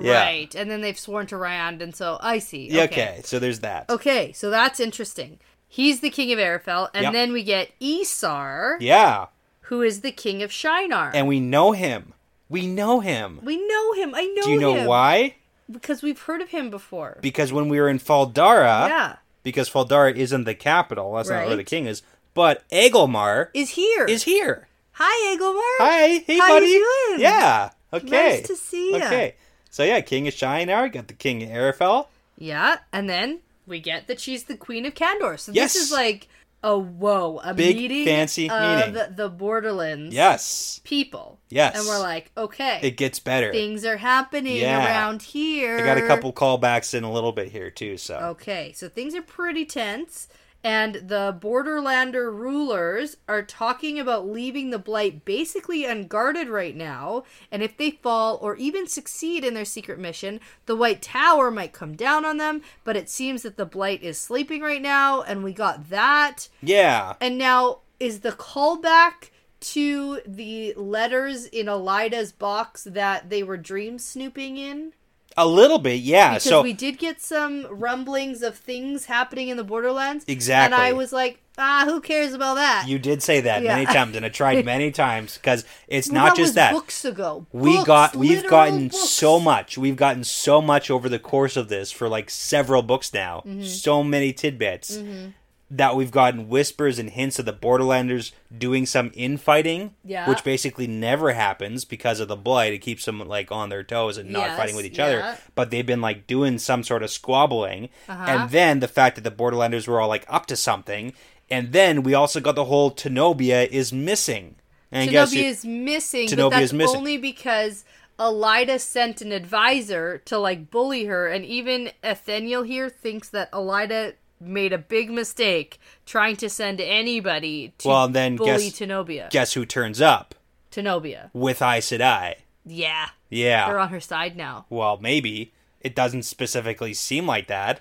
[SPEAKER 2] yeah.
[SPEAKER 1] right. And then they've sworn to Rand, and so I see.
[SPEAKER 2] Yeah,
[SPEAKER 1] Okay.
[SPEAKER 2] Okay. so there's that.
[SPEAKER 1] Okay, so that's interesting. He's the king of Arafel, and
[SPEAKER 2] Yep.
[SPEAKER 1] then we get Esar,
[SPEAKER 2] Yeah,
[SPEAKER 1] who is the king of Shinar.
[SPEAKER 2] and we know him. We know him.
[SPEAKER 1] we know him. I know.
[SPEAKER 2] Do you know
[SPEAKER 1] him.
[SPEAKER 2] why?
[SPEAKER 1] Because we've heard of him before.
[SPEAKER 2] Because when we were in Faldara,
[SPEAKER 1] yeah,
[SPEAKER 2] because Faldara isn't the capital. That's not where the
[SPEAKER 1] Right.
[SPEAKER 2] king is. But Egelmar
[SPEAKER 1] is here.
[SPEAKER 2] is here.
[SPEAKER 1] Hi, Egelmar.
[SPEAKER 2] Hi, hey,
[SPEAKER 1] How
[SPEAKER 2] buddy.
[SPEAKER 1] you doing?
[SPEAKER 2] Yeah. Okay.
[SPEAKER 1] Nice to see ya.
[SPEAKER 2] Okay. So yeah, King of Shinar got the King of Arafel.
[SPEAKER 1] Yeah, and then we get that she's the queen of Candor. So
[SPEAKER 2] Yes.
[SPEAKER 1] this is like a whoa, a
[SPEAKER 2] Big,
[SPEAKER 1] meeting
[SPEAKER 2] fancy
[SPEAKER 1] of
[SPEAKER 2] meeting.
[SPEAKER 1] the Borderlands
[SPEAKER 2] Yes.
[SPEAKER 1] people.
[SPEAKER 2] Yes.
[SPEAKER 1] and we're like, okay,
[SPEAKER 2] It gets better.
[SPEAKER 1] things are happening
[SPEAKER 2] Yeah.
[SPEAKER 1] around here.
[SPEAKER 2] I got a couple callbacks in a little bit here too. So
[SPEAKER 1] Okay, so things are pretty tense, and the Borderlander rulers are talking about leaving the Blight basically unguarded right now. And if they fall or even succeed in their secret mission, the White Tower might come down on them. But it seems that the Blight is sleeping right now, and we got that.
[SPEAKER 2] yeah,
[SPEAKER 1] And now is the callback to the letters in Elida's box that they were dream snooping in?
[SPEAKER 2] a little bit. Yeah.
[SPEAKER 1] because
[SPEAKER 2] so
[SPEAKER 1] we did get some rumblings of things happening in the Borderlands.
[SPEAKER 2] Exactly.
[SPEAKER 1] And I was like, ah, who cares about that?
[SPEAKER 2] you did say that
[SPEAKER 1] Yeah.
[SPEAKER 2] many times, and I tried many times because it's
[SPEAKER 1] Well,
[SPEAKER 2] not just
[SPEAKER 1] was
[SPEAKER 2] that.
[SPEAKER 1] Books ago,
[SPEAKER 2] we
[SPEAKER 1] Books,
[SPEAKER 2] got we've
[SPEAKER 1] literal
[SPEAKER 2] gotten
[SPEAKER 1] books.
[SPEAKER 2] so much we've gotten so much over the course of this for like several books now
[SPEAKER 1] Mm-hmm.
[SPEAKER 2] so many tidbits that we've gotten whispers and hints of the borderlanders doing some infighting
[SPEAKER 1] Yeah.
[SPEAKER 2] which basically never happens because of the blight it keeps them like on their toes and not
[SPEAKER 1] Yes,
[SPEAKER 2] fighting with each
[SPEAKER 1] yeah. Uh-huh.
[SPEAKER 2] other but they've been like doing some sort of squabbling and then the fact that the borderlanders were all like up to something and then we also got the whole tenobia is missing and
[SPEAKER 1] Tenobia
[SPEAKER 2] guess who-
[SPEAKER 1] is missing, but
[SPEAKER 2] Tenobia
[SPEAKER 1] that's
[SPEAKER 2] is missing.
[SPEAKER 1] only because Elida sent an advisor to like bully her, and even Atheniel here thinks that Elida made a big mistake trying to send anybody to
[SPEAKER 2] Well, then
[SPEAKER 1] bully
[SPEAKER 2] guess-
[SPEAKER 1] Tenobia.
[SPEAKER 2] guess who turns up
[SPEAKER 1] Tenobia,
[SPEAKER 2] with Aes Sedai.
[SPEAKER 1] yeah,
[SPEAKER 2] Yeah.
[SPEAKER 1] they're on her side now.
[SPEAKER 2] well, maybe. It doesn't specifically seem like that,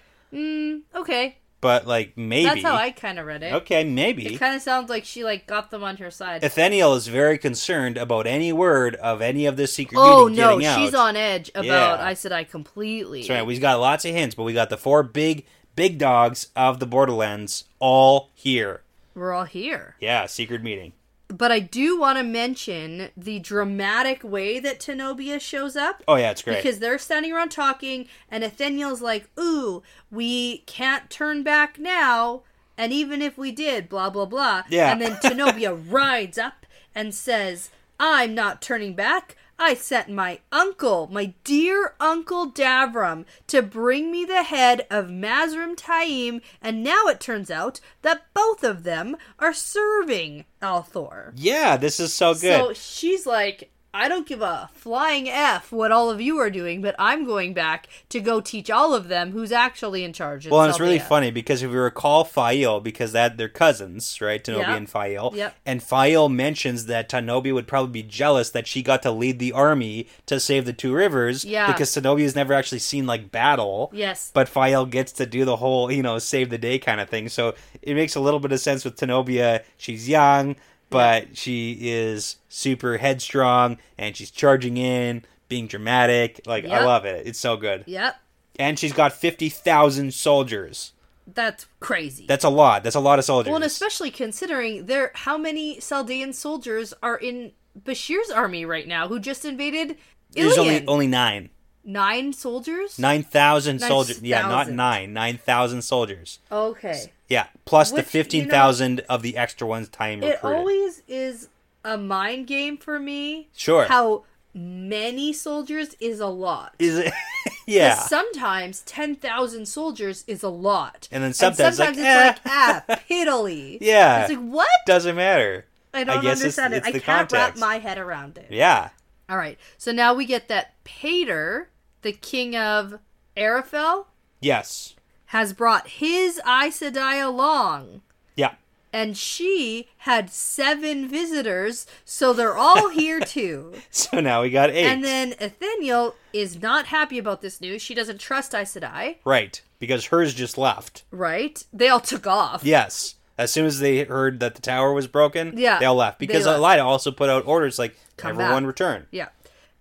[SPEAKER 1] Okay,
[SPEAKER 2] but like maybe.
[SPEAKER 1] That's how I kind of read it.
[SPEAKER 2] Okay, maybe.
[SPEAKER 1] It kind of sounds like she like got them on her side.
[SPEAKER 2] Ethaniel is very concerned about any word of any of this secret
[SPEAKER 1] oh
[SPEAKER 2] meeting
[SPEAKER 1] no,
[SPEAKER 2] getting out.
[SPEAKER 1] she's on edge about
[SPEAKER 2] Yeah.
[SPEAKER 1] I said I completely.
[SPEAKER 2] That's right. We've got lots of hints, but we got the four big big dogs of the Borderlands all here.
[SPEAKER 1] We're all here.
[SPEAKER 2] Yeah, secret meeting.
[SPEAKER 1] But I do want to mention the dramatic way that Tenobia shows up.
[SPEAKER 2] Oh yeah, it's great.
[SPEAKER 1] Because they're standing around talking, and Atheniel's like, Ooh, we can't turn back now. And even if we did, blah, blah, blah.
[SPEAKER 2] Yeah.
[SPEAKER 1] And then Tenobia rides up and says, I'm not turning back. I sent my uncle, my dear uncle Davram, to bring me the head of Mazrim Taim, and now it turns out that both of them are serving Althor.
[SPEAKER 2] Yeah, this is so good.
[SPEAKER 1] So she's like, I don't give a flying F what all of you are doing, but I'm going back to go teach all of them who's actually in charge. in
[SPEAKER 2] Well, and it's really
[SPEAKER 1] Salvia."
[SPEAKER 2] funny because if we recall Fael, because that they're cousins, right? Tanobi
[SPEAKER 1] Yeah.
[SPEAKER 2] and Fael.
[SPEAKER 1] Yep.
[SPEAKER 2] And Fael mentions that Tanobi would probably be jealous that she got to lead the army to save the two rivers.
[SPEAKER 1] Yeah.
[SPEAKER 2] Because Tanobi has never actually seen like battle.
[SPEAKER 1] Yes.
[SPEAKER 2] But Fael gets to do the whole, you know, save the day kind of thing. So it makes a little bit of sense with Tanobia. She's young, but she is super headstrong and she's charging in, being dramatic. Like I
[SPEAKER 1] Yep.
[SPEAKER 2] love it. It's so good.
[SPEAKER 1] Yep.
[SPEAKER 2] And she's got fifty thousand soldiers.
[SPEAKER 1] That's crazy.
[SPEAKER 2] That's a lot. That's a lot of soldiers.
[SPEAKER 1] well, and especially considering there how many Saldean soldiers are in Bashir's army right now who just invaded
[SPEAKER 2] there's only
[SPEAKER 1] Ilion.
[SPEAKER 2] only nine,
[SPEAKER 1] Nine soldiers?
[SPEAKER 2] nine thousand
[SPEAKER 1] Nine
[SPEAKER 2] soldiers. Yeah, not
[SPEAKER 1] thousand.
[SPEAKER 2] nine, nine thousand soldiers.
[SPEAKER 1] Okay.
[SPEAKER 2] Yeah, plus the
[SPEAKER 1] Which, you know-
[SPEAKER 2] fifteen thousand of the extra ones time
[SPEAKER 1] It
[SPEAKER 2] recruited.
[SPEAKER 1] always is a mind game for me.
[SPEAKER 2] Sure.
[SPEAKER 1] How many soldiers is a lot.
[SPEAKER 2] Is it? yeah.
[SPEAKER 1] Sometimes 10,000 soldiers is a lot.
[SPEAKER 2] And then sometimes, like, eh.
[SPEAKER 1] it's like, ah, piddly.
[SPEAKER 2] Yeah.
[SPEAKER 1] It's like, what?
[SPEAKER 2] Doesn't matter.
[SPEAKER 1] I don't
[SPEAKER 2] guess it's-
[SPEAKER 1] understand
[SPEAKER 2] it's
[SPEAKER 1] it.
[SPEAKER 2] the
[SPEAKER 1] I can't wrap
[SPEAKER 2] context.
[SPEAKER 1] my head around it.
[SPEAKER 2] Yeah.
[SPEAKER 1] All right. So now we get that Pater, the king of Arafel,
[SPEAKER 2] Yes.
[SPEAKER 1] has brought his Aes Sedai along.
[SPEAKER 2] Yeah.
[SPEAKER 1] And she had seven visitors, so they're all here too.
[SPEAKER 2] So now we got eight.
[SPEAKER 1] And then Atheniel is not happy about this news. She doesn't trust Aes Sedai,
[SPEAKER 2] right, because hers just left.
[SPEAKER 1] right? They all took off.
[SPEAKER 2] Yes. As soon as they heard that the tower was broken,
[SPEAKER 1] Yeah,
[SPEAKER 2] they all left
[SPEAKER 1] they
[SPEAKER 2] because
[SPEAKER 1] left.
[SPEAKER 2] Elida also put out orders like
[SPEAKER 1] Come
[SPEAKER 2] everyone
[SPEAKER 1] back.
[SPEAKER 2] return.
[SPEAKER 1] Yeah.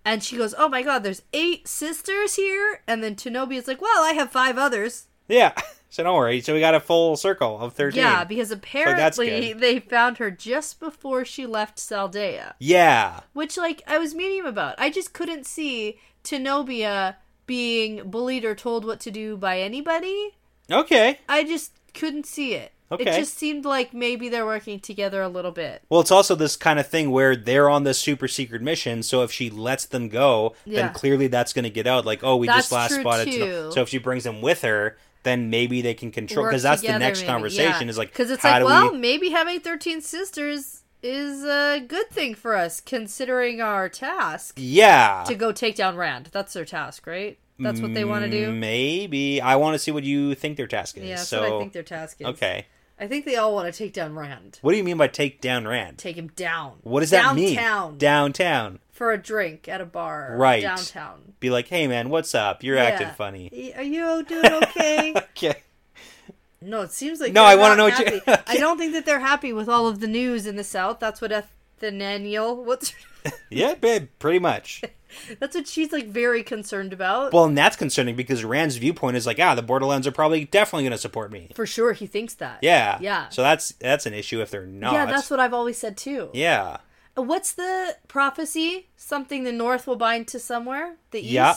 [SPEAKER 1] And she goes, Oh my god, there's eight sisters here. And then Tanobi is like, Well, I have five others.
[SPEAKER 2] Yeah. So don't worry. So we got a full circle of thirteen.
[SPEAKER 1] Yeah, because
[SPEAKER 2] that's
[SPEAKER 1] apparently
[SPEAKER 2] good.
[SPEAKER 1] they found her just before she left Saldea,
[SPEAKER 2] Yeah.
[SPEAKER 1] which, like, I was meaning about. I just couldn't see Tenobia being bullied or told what to do by anybody.
[SPEAKER 2] Okay.
[SPEAKER 1] I just couldn't see it. It
[SPEAKER 2] Okay.
[SPEAKER 1] just seemed like maybe they're working together a little bit.
[SPEAKER 2] Well, it's also this kind of thing where they're on this super secret mission. So if she lets them go,
[SPEAKER 1] Yeah.
[SPEAKER 2] then clearly that's going to get out. Like, oh, we
[SPEAKER 1] That's
[SPEAKER 2] just last
[SPEAKER 1] true,
[SPEAKER 2] spotted.
[SPEAKER 1] too.
[SPEAKER 2] So if she brings them with her, then maybe they can control.
[SPEAKER 1] Work
[SPEAKER 2] Because that's the
[SPEAKER 1] together,
[SPEAKER 2] next
[SPEAKER 1] maybe.
[SPEAKER 2] conversation
[SPEAKER 1] Yeah.
[SPEAKER 2] is like,
[SPEAKER 1] 'Cause it's
[SPEAKER 2] how
[SPEAKER 1] like,
[SPEAKER 2] do
[SPEAKER 1] well,
[SPEAKER 2] we?
[SPEAKER 1] maybe having 13 sisters is a good thing for us considering our task
[SPEAKER 2] Yeah.
[SPEAKER 1] to go take down Rand. That's their task, right? That's what they want to do.
[SPEAKER 2] Mm, Maybe I want to see what you think their task is.
[SPEAKER 1] Yeah, that's
[SPEAKER 2] so
[SPEAKER 1] what I think their task is.
[SPEAKER 2] okay.
[SPEAKER 1] I think they all want to take down Rand.
[SPEAKER 2] What do you mean by take down Rand?
[SPEAKER 1] Take him down.
[SPEAKER 2] What does that
[SPEAKER 1] downtown
[SPEAKER 2] mean?
[SPEAKER 1] Downtown.
[SPEAKER 2] Downtown.
[SPEAKER 1] for a drink at a bar.
[SPEAKER 2] Right.
[SPEAKER 1] Downtown.
[SPEAKER 2] Be like, hey man, what's up? You're acting
[SPEAKER 1] Yeah.
[SPEAKER 2] funny.
[SPEAKER 1] Y- Are you doing okay?
[SPEAKER 2] Okay.
[SPEAKER 1] no, it seems like
[SPEAKER 2] No,
[SPEAKER 1] they're
[SPEAKER 2] I wanna
[SPEAKER 1] not
[SPEAKER 2] know what
[SPEAKER 1] happy.
[SPEAKER 2] you-
[SPEAKER 1] I don't think that they're happy with all of the news in the South. That's what Nathaniel. What's
[SPEAKER 2] Yeah, babe. Pretty much.
[SPEAKER 1] that's what she's like very concerned about.
[SPEAKER 2] Well, and that's concerning because Rand's viewpoint is like, ah, the Borderlands are probably definitely going to support me.
[SPEAKER 1] for sure, he thinks that.
[SPEAKER 2] Yeah.
[SPEAKER 1] Yeah.
[SPEAKER 2] So that's that's an issue if they're not.
[SPEAKER 1] yeah, that's what I've always said too. Uh,
[SPEAKER 2] Yeah.
[SPEAKER 1] What's the prophecy? Something the North will bind to somewhere? The East?
[SPEAKER 2] Yeah.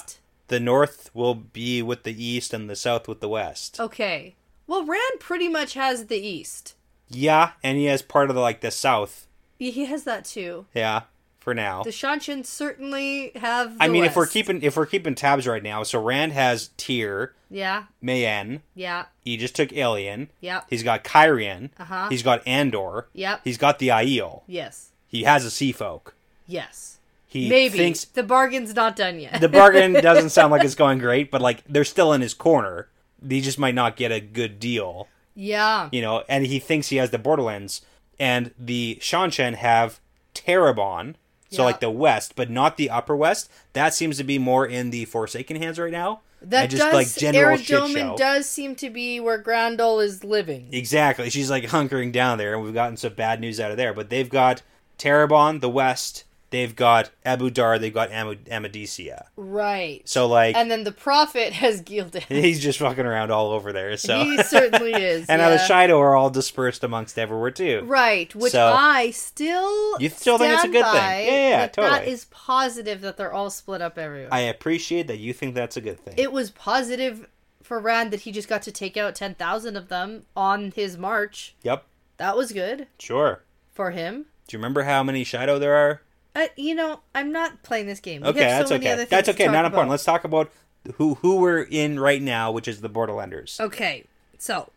[SPEAKER 2] The North will be with the East and the South with the West.
[SPEAKER 1] Oh. Okay. Well, Rand pretty much has the East.
[SPEAKER 2] Yeah, and he has part of the like the South.
[SPEAKER 1] Yeah, He has that too.
[SPEAKER 2] Yeah, for now.
[SPEAKER 1] The Shanshan certainly have. The
[SPEAKER 2] Oh. I mean, if we're
[SPEAKER 1] West.
[SPEAKER 2] keeping if we're keeping tabs right now, so Rand has Tyr,
[SPEAKER 1] Yeah,
[SPEAKER 2] Mayen.
[SPEAKER 1] yeah,
[SPEAKER 2] He just took Alien.
[SPEAKER 1] Yep.
[SPEAKER 2] He's got Kyrian.
[SPEAKER 1] Uh-huh.
[SPEAKER 2] He's got Andor.
[SPEAKER 1] Yep.
[SPEAKER 2] He's got the Aiel.
[SPEAKER 1] yes,
[SPEAKER 2] He has a Sea Folk.
[SPEAKER 1] yes.
[SPEAKER 2] He
[SPEAKER 1] Maybe
[SPEAKER 2] thinks
[SPEAKER 1] the bargain's not done yet.
[SPEAKER 2] the bargain doesn't sound like it's going great, but like they're still in his corner. He just might not get a good deal,
[SPEAKER 1] yeah,
[SPEAKER 2] you know. And he thinks he has the Borderlands, and the Shanshan have Terabon, so
[SPEAKER 1] Yeah.
[SPEAKER 2] like the West, but not the Upper West. That seems to be more in the Forsaken hands right now.
[SPEAKER 1] that
[SPEAKER 2] And
[SPEAKER 1] does.
[SPEAKER 2] shit
[SPEAKER 1] Eridoman
[SPEAKER 2] show.
[SPEAKER 1] does seem to be where Grandol is living.
[SPEAKER 2] Exactly. She's like hunkering down there, and we've gotten some bad news out of there. But they've got Terabon, the West. They've got Abu Dar. They've got Am- Amadicia.
[SPEAKER 1] right.
[SPEAKER 2] So like,
[SPEAKER 1] and then the prophet has Gildan.
[SPEAKER 2] he's just fucking around all over there. So
[SPEAKER 1] He certainly is.
[SPEAKER 2] and
[SPEAKER 1] yeah.
[SPEAKER 2] now the Shido are all dispersed amongst everywhere too.
[SPEAKER 1] Right, which
[SPEAKER 2] So-
[SPEAKER 1] I still
[SPEAKER 2] You still think it's a
[SPEAKER 1] stand
[SPEAKER 2] good thing.
[SPEAKER 1] by
[SPEAKER 2] Yeah, yeah, yeah,
[SPEAKER 1] that That
[SPEAKER 2] totally.
[SPEAKER 1] is positive that they're all split up everywhere.
[SPEAKER 2] I appreciate that you think that's a good thing.
[SPEAKER 1] it was positive for Rand that he just got to take out 10,000 of them on his march.
[SPEAKER 2] yep,
[SPEAKER 1] That was good
[SPEAKER 2] sure.
[SPEAKER 1] for him.
[SPEAKER 2] Do you remember how many Shido there are?
[SPEAKER 1] Uh, you know, I'm not playing this game. We
[SPEAKER 2] Okay,
[SPEAKER 1] have so
[SPEAKER 2] that's
[SPEAKER 1] many other
[SPEAKER 2] okay. That's
[SPEAKER 1] things to
[SPEAKER 2] okay.
[SPEAKER 1] talk
[SPEAKER 2] Not important.
[SPEAKER 1] about.
[SPEAKER 2] Let's talk about who who we're in right now, which is the Borderlanders.
[SPEAKER 1] Okay, so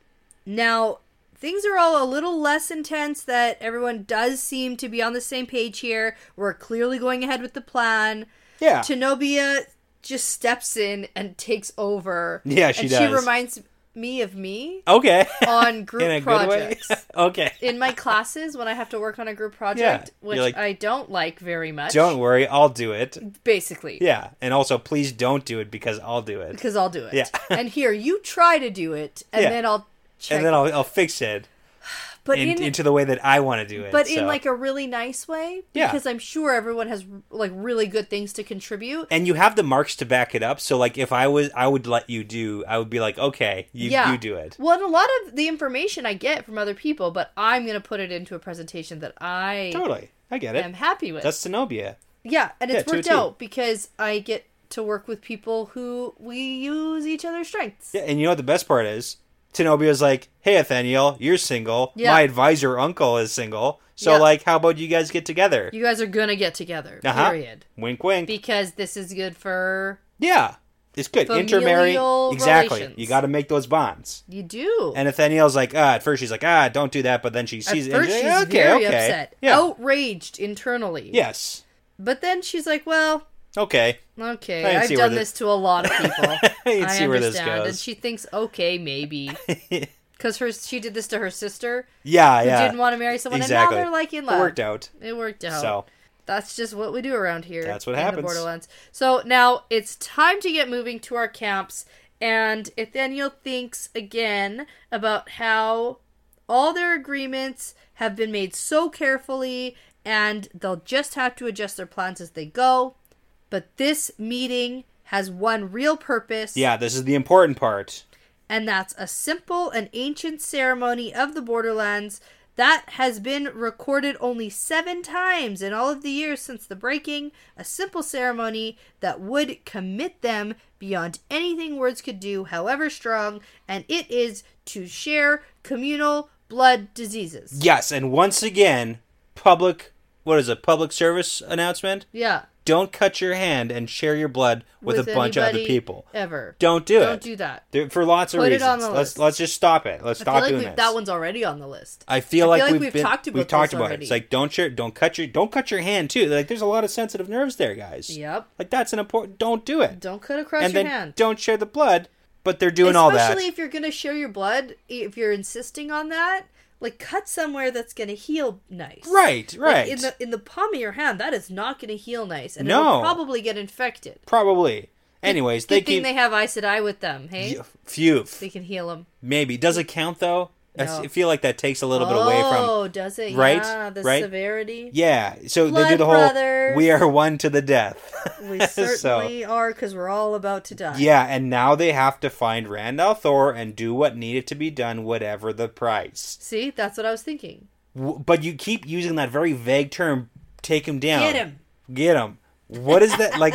[SPEAKER 1] now things are all a little less intense that everyone does seem to be on the same page here. We're clearly going ahead with the plan.
[SPEAKER 2] Yeah.
[SPEAKER 1] Tenobia just steps in and takes over.
[SPEAKER 2] Yeah, she
[SPEAKER 1] and
[SPEAKER 2] does.
[SPEAKER 1] She reminds me of me
[SPEAKER 2] okay.
[SPEAKER 1] on group
[SPEAKER 2] in a good way.
[SPEAKER 1] projects.
[SPEAKER 2] okay.
[SPEAKER 1] In my classes, when I have to work on a group project,
[SPEAKER 2] You're
[SPEAKER 1] which
[SPEAKER 2] like,
[SPEAKER 1] I don't like very much,
[SPEAKER 2] Don't worry, I'll do it.
[SPEAKER 1] basically,
[SPEAKER 2] Yeah, and also please don't do it because I'll do it,
[SPEAKER 1] because I'll do it.
[SPEAKER 2] Yeah.
[SPEAKER 1] and here you try to do it, and
[SPEAKER 2] Yeah.
[SPEAKER 1] then I'll check.
[SPEAKER 2] and then I'll, I'll fix it
[SPEAKER 1] but
[SPEAKER 2] in,
[SPEAKER 1] in,
[SPEAKER 2] into the way that I want to do it.
[SPEAKER 1] but
[SPEAKER 2] so.
[SPEAKER 1] in like a really nice way
[SPEAKER 2] Yeah.
[SPEAKER 1] because i'm sure everyone has like really good things to contribute
[SPEAKER 2] and you have the marks to back it up. So like if I was, I would let you do. I would be like, okay, you you do it.
[SPEAKER 1] well and a lot of the information i get from other people but i'm gonna put it into a presentation that i
[SPEAKER 2] Totally, I get
[SPEAKER 1] am
[SPEAKER 2] it.
[SPEAKER 1] happy with
[SPEAKER 2] That's Zenobia.
[SPEAKER 1] yeah and it's
[SPEAKER 2] yeah, two
[SPEAKER 1] worked
[SPEAKER 2] or two.
[SPEAKER 1] out because i get to work with people who we use each other's strengths
[SPEAKER 2] Yeah, and you know what the best part is? Tenobia's like, hey, Nathaniel, you're single.
[SPEAKER 1] Yeah.
[SPEAKER 2] My advisor uncle is single. So,
[SPEAKER 1] Yeah.
[SPEAKER 2] like, how about you guys get together?
[SPEAKER 1] you guys are gonna get together
[SPEAKER 2] Uh-huh.
[SPEAKER 1] period
[SPEAKER 2] Wink, wink.
[SPEAKER 1] because this is good for
[SPEAKER 2] yeah, it's good.
[SPEAKER 1] Familial
[SPEAKER 2] Intermarry. Exactly.
[SPEAKER 1] relations.
[SPEAKER 2] You got to make those bonds.
[SPEAKER 1] you do
[SPEAKER 2] And Nathaniel's like, ah, at first she's like, ah, don't do that. But then she sees
[SPEAKER 1] at
[SPEAKER 2] it.
[SPEAKER 1] first she's
[SPEAKER 2] and like, okay,
[SPEAKER 1] very
[SPEAKER 2] okay.
[SPEAKER 1] upset Oh.
[SPEAKER 2] Yeah.
[SPEAKER 1] outraged internally
[SPEAKER 2] Yes.
[SPEAKER 1] but then she's like well
[SPEAKER 2] Okay.
[SPEAKER 1] Okay,
[SPEAKER 2] I can
[SPEAKER 1] I've
[SPEAKER 2] see where
[SPEAKER 1] done
[SPEAKER 2] thi-
[SPEAKER 1] this to a lot of people. I,
[SPEAKER 2] can see
[SPEAKER 1] understand,
[SPEAKER 2] where this
[SPEAKER 1] and
[SPEAKER 2] goes.
[SPEAKER 1] she thinks, okay, maybe, because her she did this to her sister
[SPEAKER 2] Yeah,
[SPEAKER 1] who
[SPEAKER 2] yeah.
[SPEAKER 1] didn't want to marry someone,
[SPEAKER 2] exactly.
[SPEAKER 1] and now they're like in
[SPEAKER 2] It
[SPEAKER 1] love.
[SPEAKER 2] worked out.
[SPEAKER 1] It worked out.
[SPEAKER 2] So,
[SPEAKER 1] that's just what we do around here.
[SPEAKER 2] That's what
[SPEAKER 1] in the
[SPEAKER 2] happens.
[SPEAKER 1] Borderlands. So now it's time to get moving to our camps, and Ethaniel thinks again about how all their agreements have been made so carefully, and they'll just have to adjust their plans as they go. But this meeting has one real purpose,
[SPEAKER 2] yeah, this is the important part.
[SPEAKER 1] and that's a simple and ancient ceremony of the Borderlands that has been recorded only seven times in all of the years since the breaking, a simple ceremony that would commit them beyond anything words could do, however strong, and it is to share communal blood diseases.
[SPEAKER 2] Yes, and once again, public what is a public service announcement?
[SPEAKER 1] Yeah.
[SPEAKER 2] Don't cut your hand and share your blood with, a bunch of other
[SPEAKER 1] anybody
[SPEAKER 2] people.
[SPEAKER 1] Ever.
[SPEAKER 2] Don't do
[SPEAKER 1] Don't
[SPEAKER 2] it.
[SPEAKER 1] do that.
[SPEAKER 2] There- for lots of
[SPEAKER 1] Put it
[SPEAKER 2] reasons.
[SPEAKER 1] on the
[SPEAKER 2] let's
[SPEAKER 1] list.
[SPEAKER 2] let's just stop it. Let's
[SPEAKER 1] I
[SPEAKER 2] stop
[SPEAKER 1] feel like
[SPEAKER 2] doing
[SPEAKER 1] we've,
[SPEAKER 2] this.
[SPEAKER 1] that one's already on the list.
[SPEAKER 2] I feel, like, we've, been,
[SPEAKER 1] talked about
[SPEAKER 2] we've talked
[SPEAKER 1] this
[SPEAKER 2] about it.
[SPEAKER 1] already.
[SPEAKER 2] It's like don't share, don't cut your, don't cut your hand too. Like there's a lot of sensitive nerves there, guys.
[SPEAKER 1] Yep.
[SPEAKER 2] Like that's an important. Don't do it.
[SPEAKER 1] Don't cut across
[SPEAKER 2] and
[SPEAKER 1] your
[SPEAKER 2] then
[SPEAKER 1] hand.
[SPEAKER 2] don't share the blood. But they're doing all that.
[SPEAKER 1] Especially if you're going to share your blood, if you're insisting on that, like cut somewhere that's going to heal nice.
[SPEAKER 2] Right,
[SPEAKER 1] Like,
[SPEAKER 2] right.
[SPEAKER 1] in the in the palm of your hand, that is not going to heal nice, and
[SPEAKER 2] No.
[SPEAKER 1] it'll probably get infected.
[SPEAKER 2] Probably. Anyways,
[SPEAKER 1] Good
[SPEAKER 2] they
[SPEAKER 1] thing
[SPEAKER 2] keep
[SPEAKER 1] they have Aes Sedai with them. Hey,
[SPEAKER 2] Y- phew.
[SPEAKER 1] they can heal them.
[SPEAKER 2] Maybe does it count though? I s-
[SPEAKER 1] No.
[SPEAKER 2] feel like that takes a little bit away from.
[SPEAKER 1] oh, does it?
[SPEAKER 2] right,
[SPEAKER 1] Yeah, the
[SPEAKER 2] right.
[SPEAKER 1] severity.
[SPEAKER 2] Yeah, so they do
[SPEAKER 1] Blood
[SPEAKER 2] the whole
[SPEAKER 1] brothers.
[SPEAKER 2] "we are one to the death."
[SPEAKER 1] We
[SPEAKER 2] So-
[SPEAKER 1] certainly are, because we're all about to die.
[SPEAKER 2] yeah, and now they have to find Randall Thor and do what needed to be done, whatever the price.
[SPEAKER 1] See, that's what I was thinking.
[SPEAKER 2] W- But you keep using that very vague term. Take him down.
[SPEAKER 1] Get him.
[SPEAKER 2] Get him. What is that like?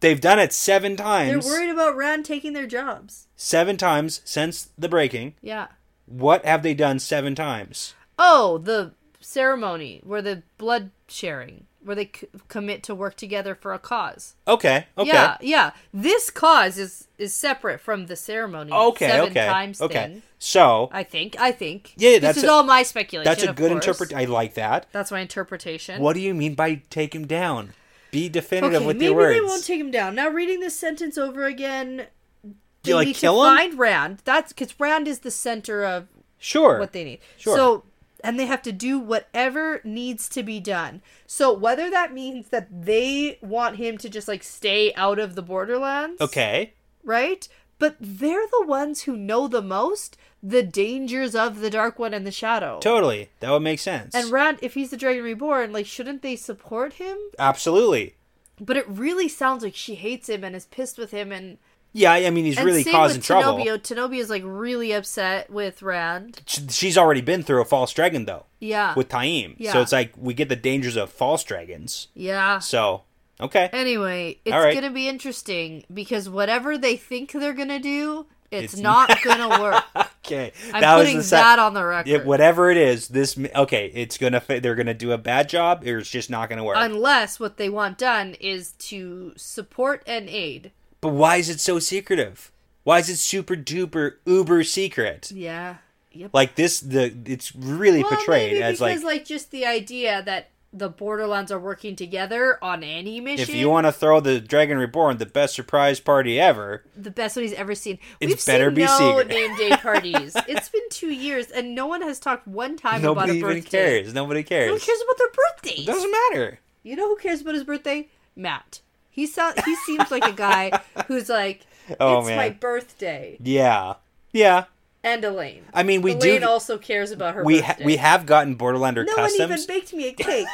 [SPEAKER 2] They've done it seven
[SPEAKER 1] They're
[SPEAKER 2] times.
[SPEAKER 1] worried about Rand taking their jobs.
[SPEAKER 2] Seven times since the breaking.
[SPEAKER 1] Yeah.
[SPEAKER 2] What have they done seven times?
[SPEAKER 1] Oh, the ceremony where the blood sharing, where they c- commit to work together for a cause.
[SPEAKER 2] Okay. Okay.
[SPEAKER 1] Yeah, yeah. This cause is is separate from the ceremony.
[SPEAKER 2] Okay.
[SPEAKER 1] seven
[SPEAKER 2] okay.
[SPEAKER 1] times
[SPEAKER 2] okay.
[SPEAKER 1] thing.
[SPEAKER 2] So
[SPEAKER 1] I think. I think.
[SPEAKER 2] Yeah,
[SPEAKER 1] this
[SPEAKER 2] that's
[SPEAKER 1] is
[SPEAKER 2] a-
[SPEAKER 1] all my speculation.
[SPEAKER 2] That's a
[SPEAKER 1] of
[SPEAKER 2] good
[SPEAKER 1] course.
[SPEAKER 2] interpret. I like that.
[SPEAKER 1] That's my interpretation.
[SPEAKER 2] What do you mean by take him down? Be definitive
[SPEAKER 1] Okay,
[SPEAKER 2] with
[SPEAKER 1] maybe
[SPEAKER 2] your words.
[SPEAKER 1] they won't take him down. Now, reading this sentence over again,
[SPEAKER 2] Do you
[SPEAKER 1] they
[SPEAKER 2] like
[SPEAKER 1] need
[SPEAKER 2] kill
[SPEAKER 1] to
[SPEAKER 2] him?
[SPEAKER 1] find Rand. That's because Rand is the center of
[SPEAKER 2] Sure.
[SPEAKER 1] what they need.
[SPEAKER 2] Sure.
[SPEAKER 1] So and they have to do whatever needs to be done. So whether that means that they want him to just like stay out of the borderlands,
[SPEAKER 2] Okay.
[SPEAKER 1] right? But they're the ones who know the most the dangers of the Dark One and the Shadow.
[SPEAKER 2] Totally. That would make sense.
[SPEAKER 1] and Rand, if he's the Dragon Reborn, like shouldn't they support him?
[SPEAKER 2] Absolutely.
[SPEAKER 1] But it really sounds like she hates him and is pissed with him, and
[SPEAKER 2] Yeah. I mean, he's
[SPEAKER 1] and
[SPEAKER 2] really
[SPEAKER 1] same
[SPEAKER 2] causing
[SPEAKER 1] with
[SPEAKER 2] trouble.
[SPEAKER 1] Tenobio. Tenobio is like really upset with Rand.
[SPEAKER 2] Sh- She's already been through a false dragon though.
[SPEAKER 1] Yeah.
[SPEAKER 2] With Taim.
[SPEAKER 1] Yeah.
[SPEAKER 2] So it's like we get the dangers of false dragons.
[SPEAKER 1] yeah.
[SPEAKER 2] So okay.
[SPEAKER 1] Anyway, it's
[SPEAKER 2] All right.
[SPEAKER 1] gonna be interesting because whatever they think they're gonna do, it's, not gonna work.
[SPEAKER 2] okay.
[SPEAKER 1] I'm
[SPEAKER 2] that was
[SPEAKER 1] putting
[SPEAKER 2] the sec-
[SPEAKER 1] that on the record.
[SPEAKER 2] Yeah, whatever it is, this m- okay. It's gonna fa- they're gonna do a bad job, or it's just not gonna work.
[SPEAKER 1] Unless what they want done is to support and aid.
[SPEAKER 2] but why is it so secretive? Why is it super duper uber secret?
[SPEAKER 1] Yeah. Yep.
[SPEAKER 2] Like this, the it's really
[SPEAKER 1] well,
[SPEAKER 2] portrayed
[SPEAKER 1] maybe
[SPEAKER 2] as like,
[SPEAKER 1] because, like just the idea that the borderlands are working together on any mission.
[SPEAKER 2] if you want to throw the Dragon Reborn the best surprise party ever,
[SPEAKER 1] the best one he's ever seen.
[SPEAKER 2] It's
[SPEAKER 1] We've
[SPEAKER 2] better
[SPEAKER 1] seen
[SPEAKER 2] be
[SPEAKER 1] no
[SPEAKER 2] secret.
[SPEAKER 1] name day parties. it's been two years and no one has talked one time
[SPEAKER 2] nobody
[SPEAKER 1] about a
[SPEAKER 2] even
[SPEAKER 1] birthday.
[SPEAKER 2] cares. Nobody cares.
[SPEAKER 1] Who cares about their birthdays?
[SPEAKER 2] It doesn't matter.
[SPEAKER 1] You know who cares about his birthday? Matt. He sound, he seems like a guy who's like, it's
[SPEAKER 2] Oh, man.
[SPEAKER 1] my birthday.
[SPEAKER 2] Yeah, yeah.
[SPEAKER 1] And Elaine.
[SPEAKER 2] I mean, we
[SPEAKER 1] Elaine
[SPEAKER 2] do.
[SPEAKER 1] also cares about her
[SPEAKER 2] we ha-
[SPEAKER 1] birthday.
[SPEAKER 2] we have gotten Borderlander
[SPEAKER 1] no
[SPEAKER 2] customs.
[SPEAKER 1] one even baked me a cake.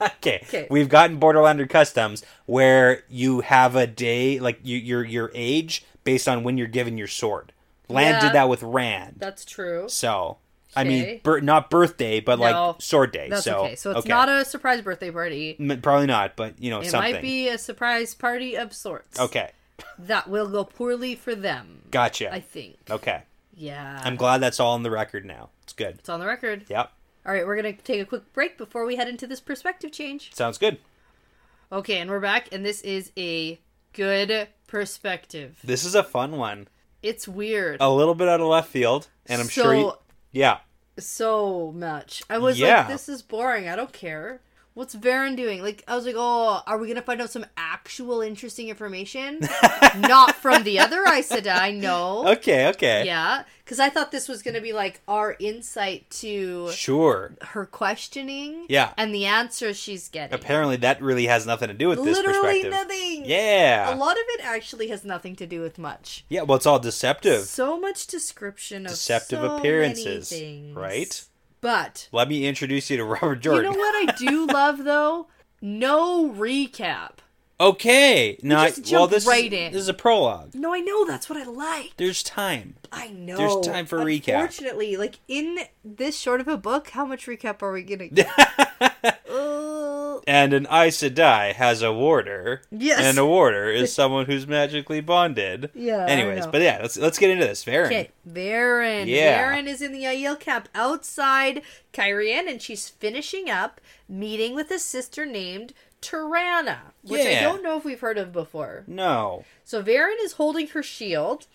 [SPEAKER 2] Okay.
[SPEAKER 1] Okay.
[SPEAKER 2] We've gotten Borderlander customs where you have a day like you, your your age based on when you're given your sword. Land
[SPEAKER 1] Yeah.
[SPEAKER 2] did that with Rand.
[SPEAKER 1] That's true.
[SPEAKER 2] so I
[SPEAKER 1] Okay.
[SPEAKER 2] mean, bir- not birthday, but
[SPEAKER 1] No.
[SPEAKER 2] like sword day.
[SPEAKER 1] That's
[SPEAKER 2] so
[SPEAKER 1] okay. So it's not a surprise birthday party.
[SPEAKER 2] M- probably not, but you know
[SPEAKER 1] It
[SPEAKER 2] something.
[SPEAKER 1] might be a surprise party of sorts.
[SPEAKER 2] Okay,
[SPEAKER 1] That will go poorly for them.
[SPEAKER 2] gotcha.
[SPEAKER 1] I think.
[SPEAKER 2] Okay,
[SPEAKER 1] Yeah.
[SPEAKER 2] I'm glad that's all on the record now. It's good.
[SPEAKER 1] it's on the record.
[SPEAKER 2] Yep,
[SPEAKER 1] All right, we're going to take a quick break before we head into this perspective change.
[SPEAKER 2] sounds good.
[SPEAKER 1] Okay, and we're back, and this is a good perspective.
[SPEAKER 2] This is a fun one.
[SPEAKER 1] It's weird.
[SPEAKER 2] A little bit out of left field, Oh, and I'm sure. You-
[SPEAKER 1] So-
[SPEAKER 2] yeah,
[SPEAKER 1] So much. I was
[SPEAKER 2] Yeah.
[SPEAKER 1] like, this is boring. I don't care. What's Varen doing? Like, I was like, oh, are we going to find out some actual interesting information? Not from the other Aes Sedai, no.
[SPEAKER 2] okay, okay,
[SPEAKER 1] Yeah, because I thought this was going to be like our insight to
[SPEAKER 2] sure.
[SPEAKER 1] her questioning
[SPEAKER 2] Yeah.
[SPEAKER 1] and the answers she's getting.
[SPEAKER 2] Apparently, that really has nothing to do with this
[SPEAKER 1] Literally
[SPEAKER 2] perspective.
[SPEAKER 1] nothing. A
[SPEAKER 2] Yeah.
[SPEAKER 1] lot of it actually has nothing to do with much.
[SPEAKER 2] Yeah, well, it's all deceptive.
[SPEAKER 1] So much description of
[SPEAKER 2] deceptive
[SPEAKER 1] so many
[SPEAKER 2] appearances.
[SPEAKER 1] things.
[SPEAKER 2] Right?
[SPEAKER 1] But
[SPEAKER 2] Let me introduce you to Robert Jordan.
[SPEAKER 1] you know what I do love though? No recap.
[SPEAKER 2] Okay. Now,
[SPEAKER 1] just
[SPEAKER 2] well,
[SPEAKER 1] jumped
[SPEAKER 2] this,
[SPEAKER 1] right
[SPEAKER 2] is,
[SPEAKER 1] in.
[SPEAKER 2] this is a prologue.
[SPEAKER 1] No, I know that's what I like.
[SPEAKER 2] There's time.
[SPEAKER 1] I know.
[SPEAKER 2] There's time for recap.
[SPEAKER 1] Unfortunately, like in this short of a book, how much recap are we gonna get? Uh,
[SPEAKER 2] And an Aes Sedai has a warder.
[SPEAKER 1] Yes.
[SPEAKER 2] And a warder is someone who's magically bonded.
[SPEAKER 1] Yeah, I
[SPEAKER 2] Anyways,
[SPEAKER 1] know.
[SPEAKER 2] but yeah, let's let's get into this. Varen.
[SPEAKER 1] Okay, Varen.
[SPEAKER 2] Yeah.
[SPEAKER 1] Varen is in the Aiel camp outside Kyrian, and she's finishing up meeting with a sister named Tirana, which I
[SPEAKER 2] Yeah.
[SPEAKER 1] don't know if we've heard of before.
[SPEAKER 2] No.
[SPEAKER 1] So Varen is holding her shield,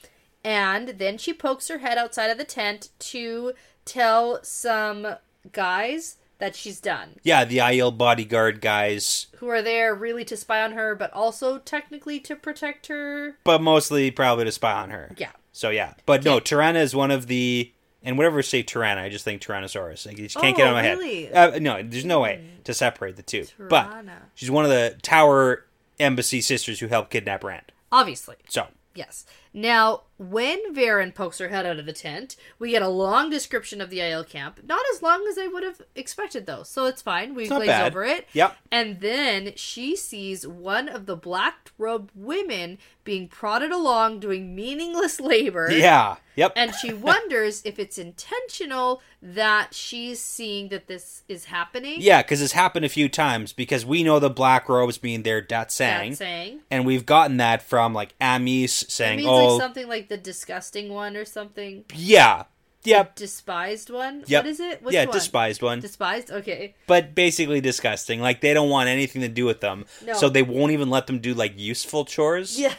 [SPEAKER 1] and then she pokes her head outside of the tent to tell some guys that she's done,
[SPEAKER 2] Yeah, the IL bodyguard guys,
[SPEAKER 1] who are there really to spy on her, but also technically to protect her.
[SPEAKER 2] but mostly probably to spy on her.
[SPEAKER 1] Yeah.
[SPEAKER 2] So yeah, but no, Tyranna is one of the and whenever I say Tyranna, I just think Tyrannosaurus. I just can't get
[SPEAKER 1] Oh,
[SPEAKER 2] out of my
[SPEAKER 1] really?
[SPEAKER 2] head. Uh, no, there's no way to separate the two. But
[SPEAKER 1] Tyranna.
[SPEAKER 2] she's one of the Tower Embassy sisters who helped kidnap Rand.
[SPEAKER 1] Obviously.
[SPEAKER 2] So
[SPEAKER 1] Yes. Now, when Varen pokes her head out of the tent, we get a long description of the IL camp. Not as long as I would have expected, though, so it's fine. We
[SPEAKER 2] not
[SPEAKER 1] glaze
[SPEAKER 2] bad.
[SPEAKER 1] over it.
[SPEAKER 2] Yep.
[SPEAKER 1] And then she sees one of the black robed women being prodded along doing meaningless labor.
[SPEAKER 2] yeah, yep,
[SPEAKER 1] And she wonders if it's intentional that she's seeing that this is happening.
[SPEAKER 2] yeah, because it's happened a few times because we know the black robes being there, Datsang,
[SPEAKER 1] That's saying.
[SPEAKER 2] and we've gotten that from like Amis saying,
[SPEAKER 1] It means
[SPEAKER 2] "Oh,
[SPEAKER 1] like something like the disgusting one or something.
[SPEAKER 2] yeah, yep,
[SPEAKER 1] Despised one?
[SPEAKER 2] yep."
[SPEAKER 1] What is it? What's
[SPEAKER 2] yeah,
[SPEAKER 1] the one?
[SPEAKER 2] despised one.
[SPEAKER 1] Despised? Okay.
[SPEAKER 2] but basically disgusting. Like they don't want anything to do with them,
[SPEAKER 1] No.
[SPEAKER 2] so they won't even let them do like useful chores.
[SPEAKER 1] Yeah.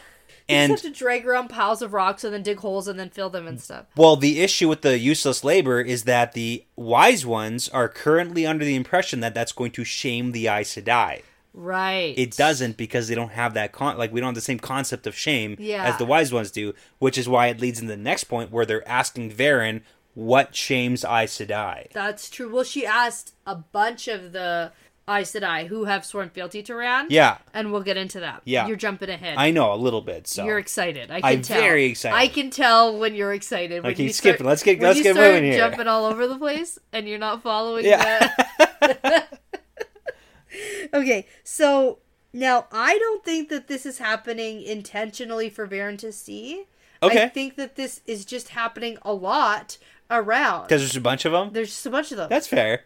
[SPEAKER 2] And
[SPEAKER 1] you just have to drag around piles of rocks and then dig holes and then fill them and stuff.
[SPEAKER 2] well, the issue with the useless labor is that the wise ones are currently under the impression that that's going to shame the Aes Sedai.
[SPEAKER 1] Right.
[SPEAKER 2] It doesn't because they don't have that con like we don't have the same concept of shame
[SPEAKER 1] Yeah.
[SPEAKER 2] as the wise ones do, which is why it leads into the next point where they're asking Varen what shames Aes Sedai.
[SPEAKER 1] That's true. Well, she asked a bunch of the Aes Sedai who have sworn fealty to Ran.
[SPEAKER 2] Yeah.
[SPEAKER 1] And we'll get into that.
[SPEAKER 2] Yeah.
[SPEAKER 1] You're jumping ahead.
[SPEAKER 2] I know a little bit, so
[SPEAKER 1] You're excited. I can
[SPEAKER 2] I'm
[SPEAKER 1] tell.
[SPEAKER 2] very excited.
[SPEAKER 1] I can tell when you're excited. When
[SPEAKER 2] Okay,
[SPEAKER 1] you
[SPEAKER 2] skip
[SPEAKER 1] start-
[SPEAKER 2] it. Let's get-
[SPEAKER 1] when
[SPEAKER 2] let's
[SPEAKER 1] you
[SPEAKER 2] get
[SPEAKER 1] start
[SPEAKER 2] moving here.
[SPEAKER 1] Jumping all over the place, and you're not following.
[SPEAKER 2] Yeah.
[SPEAKER 1] the- okay, so now I don't think that this is happening intentionally for Varen to see. I
[SPEAKER 2] Okay.
[SPEAKER 1] think that this is just happening a lot around.
[SPEAKER 2] because there's a bunch of them.
[SPEAKER 1] There's just a bunch of them.
[SPEAKER 2] That's fair.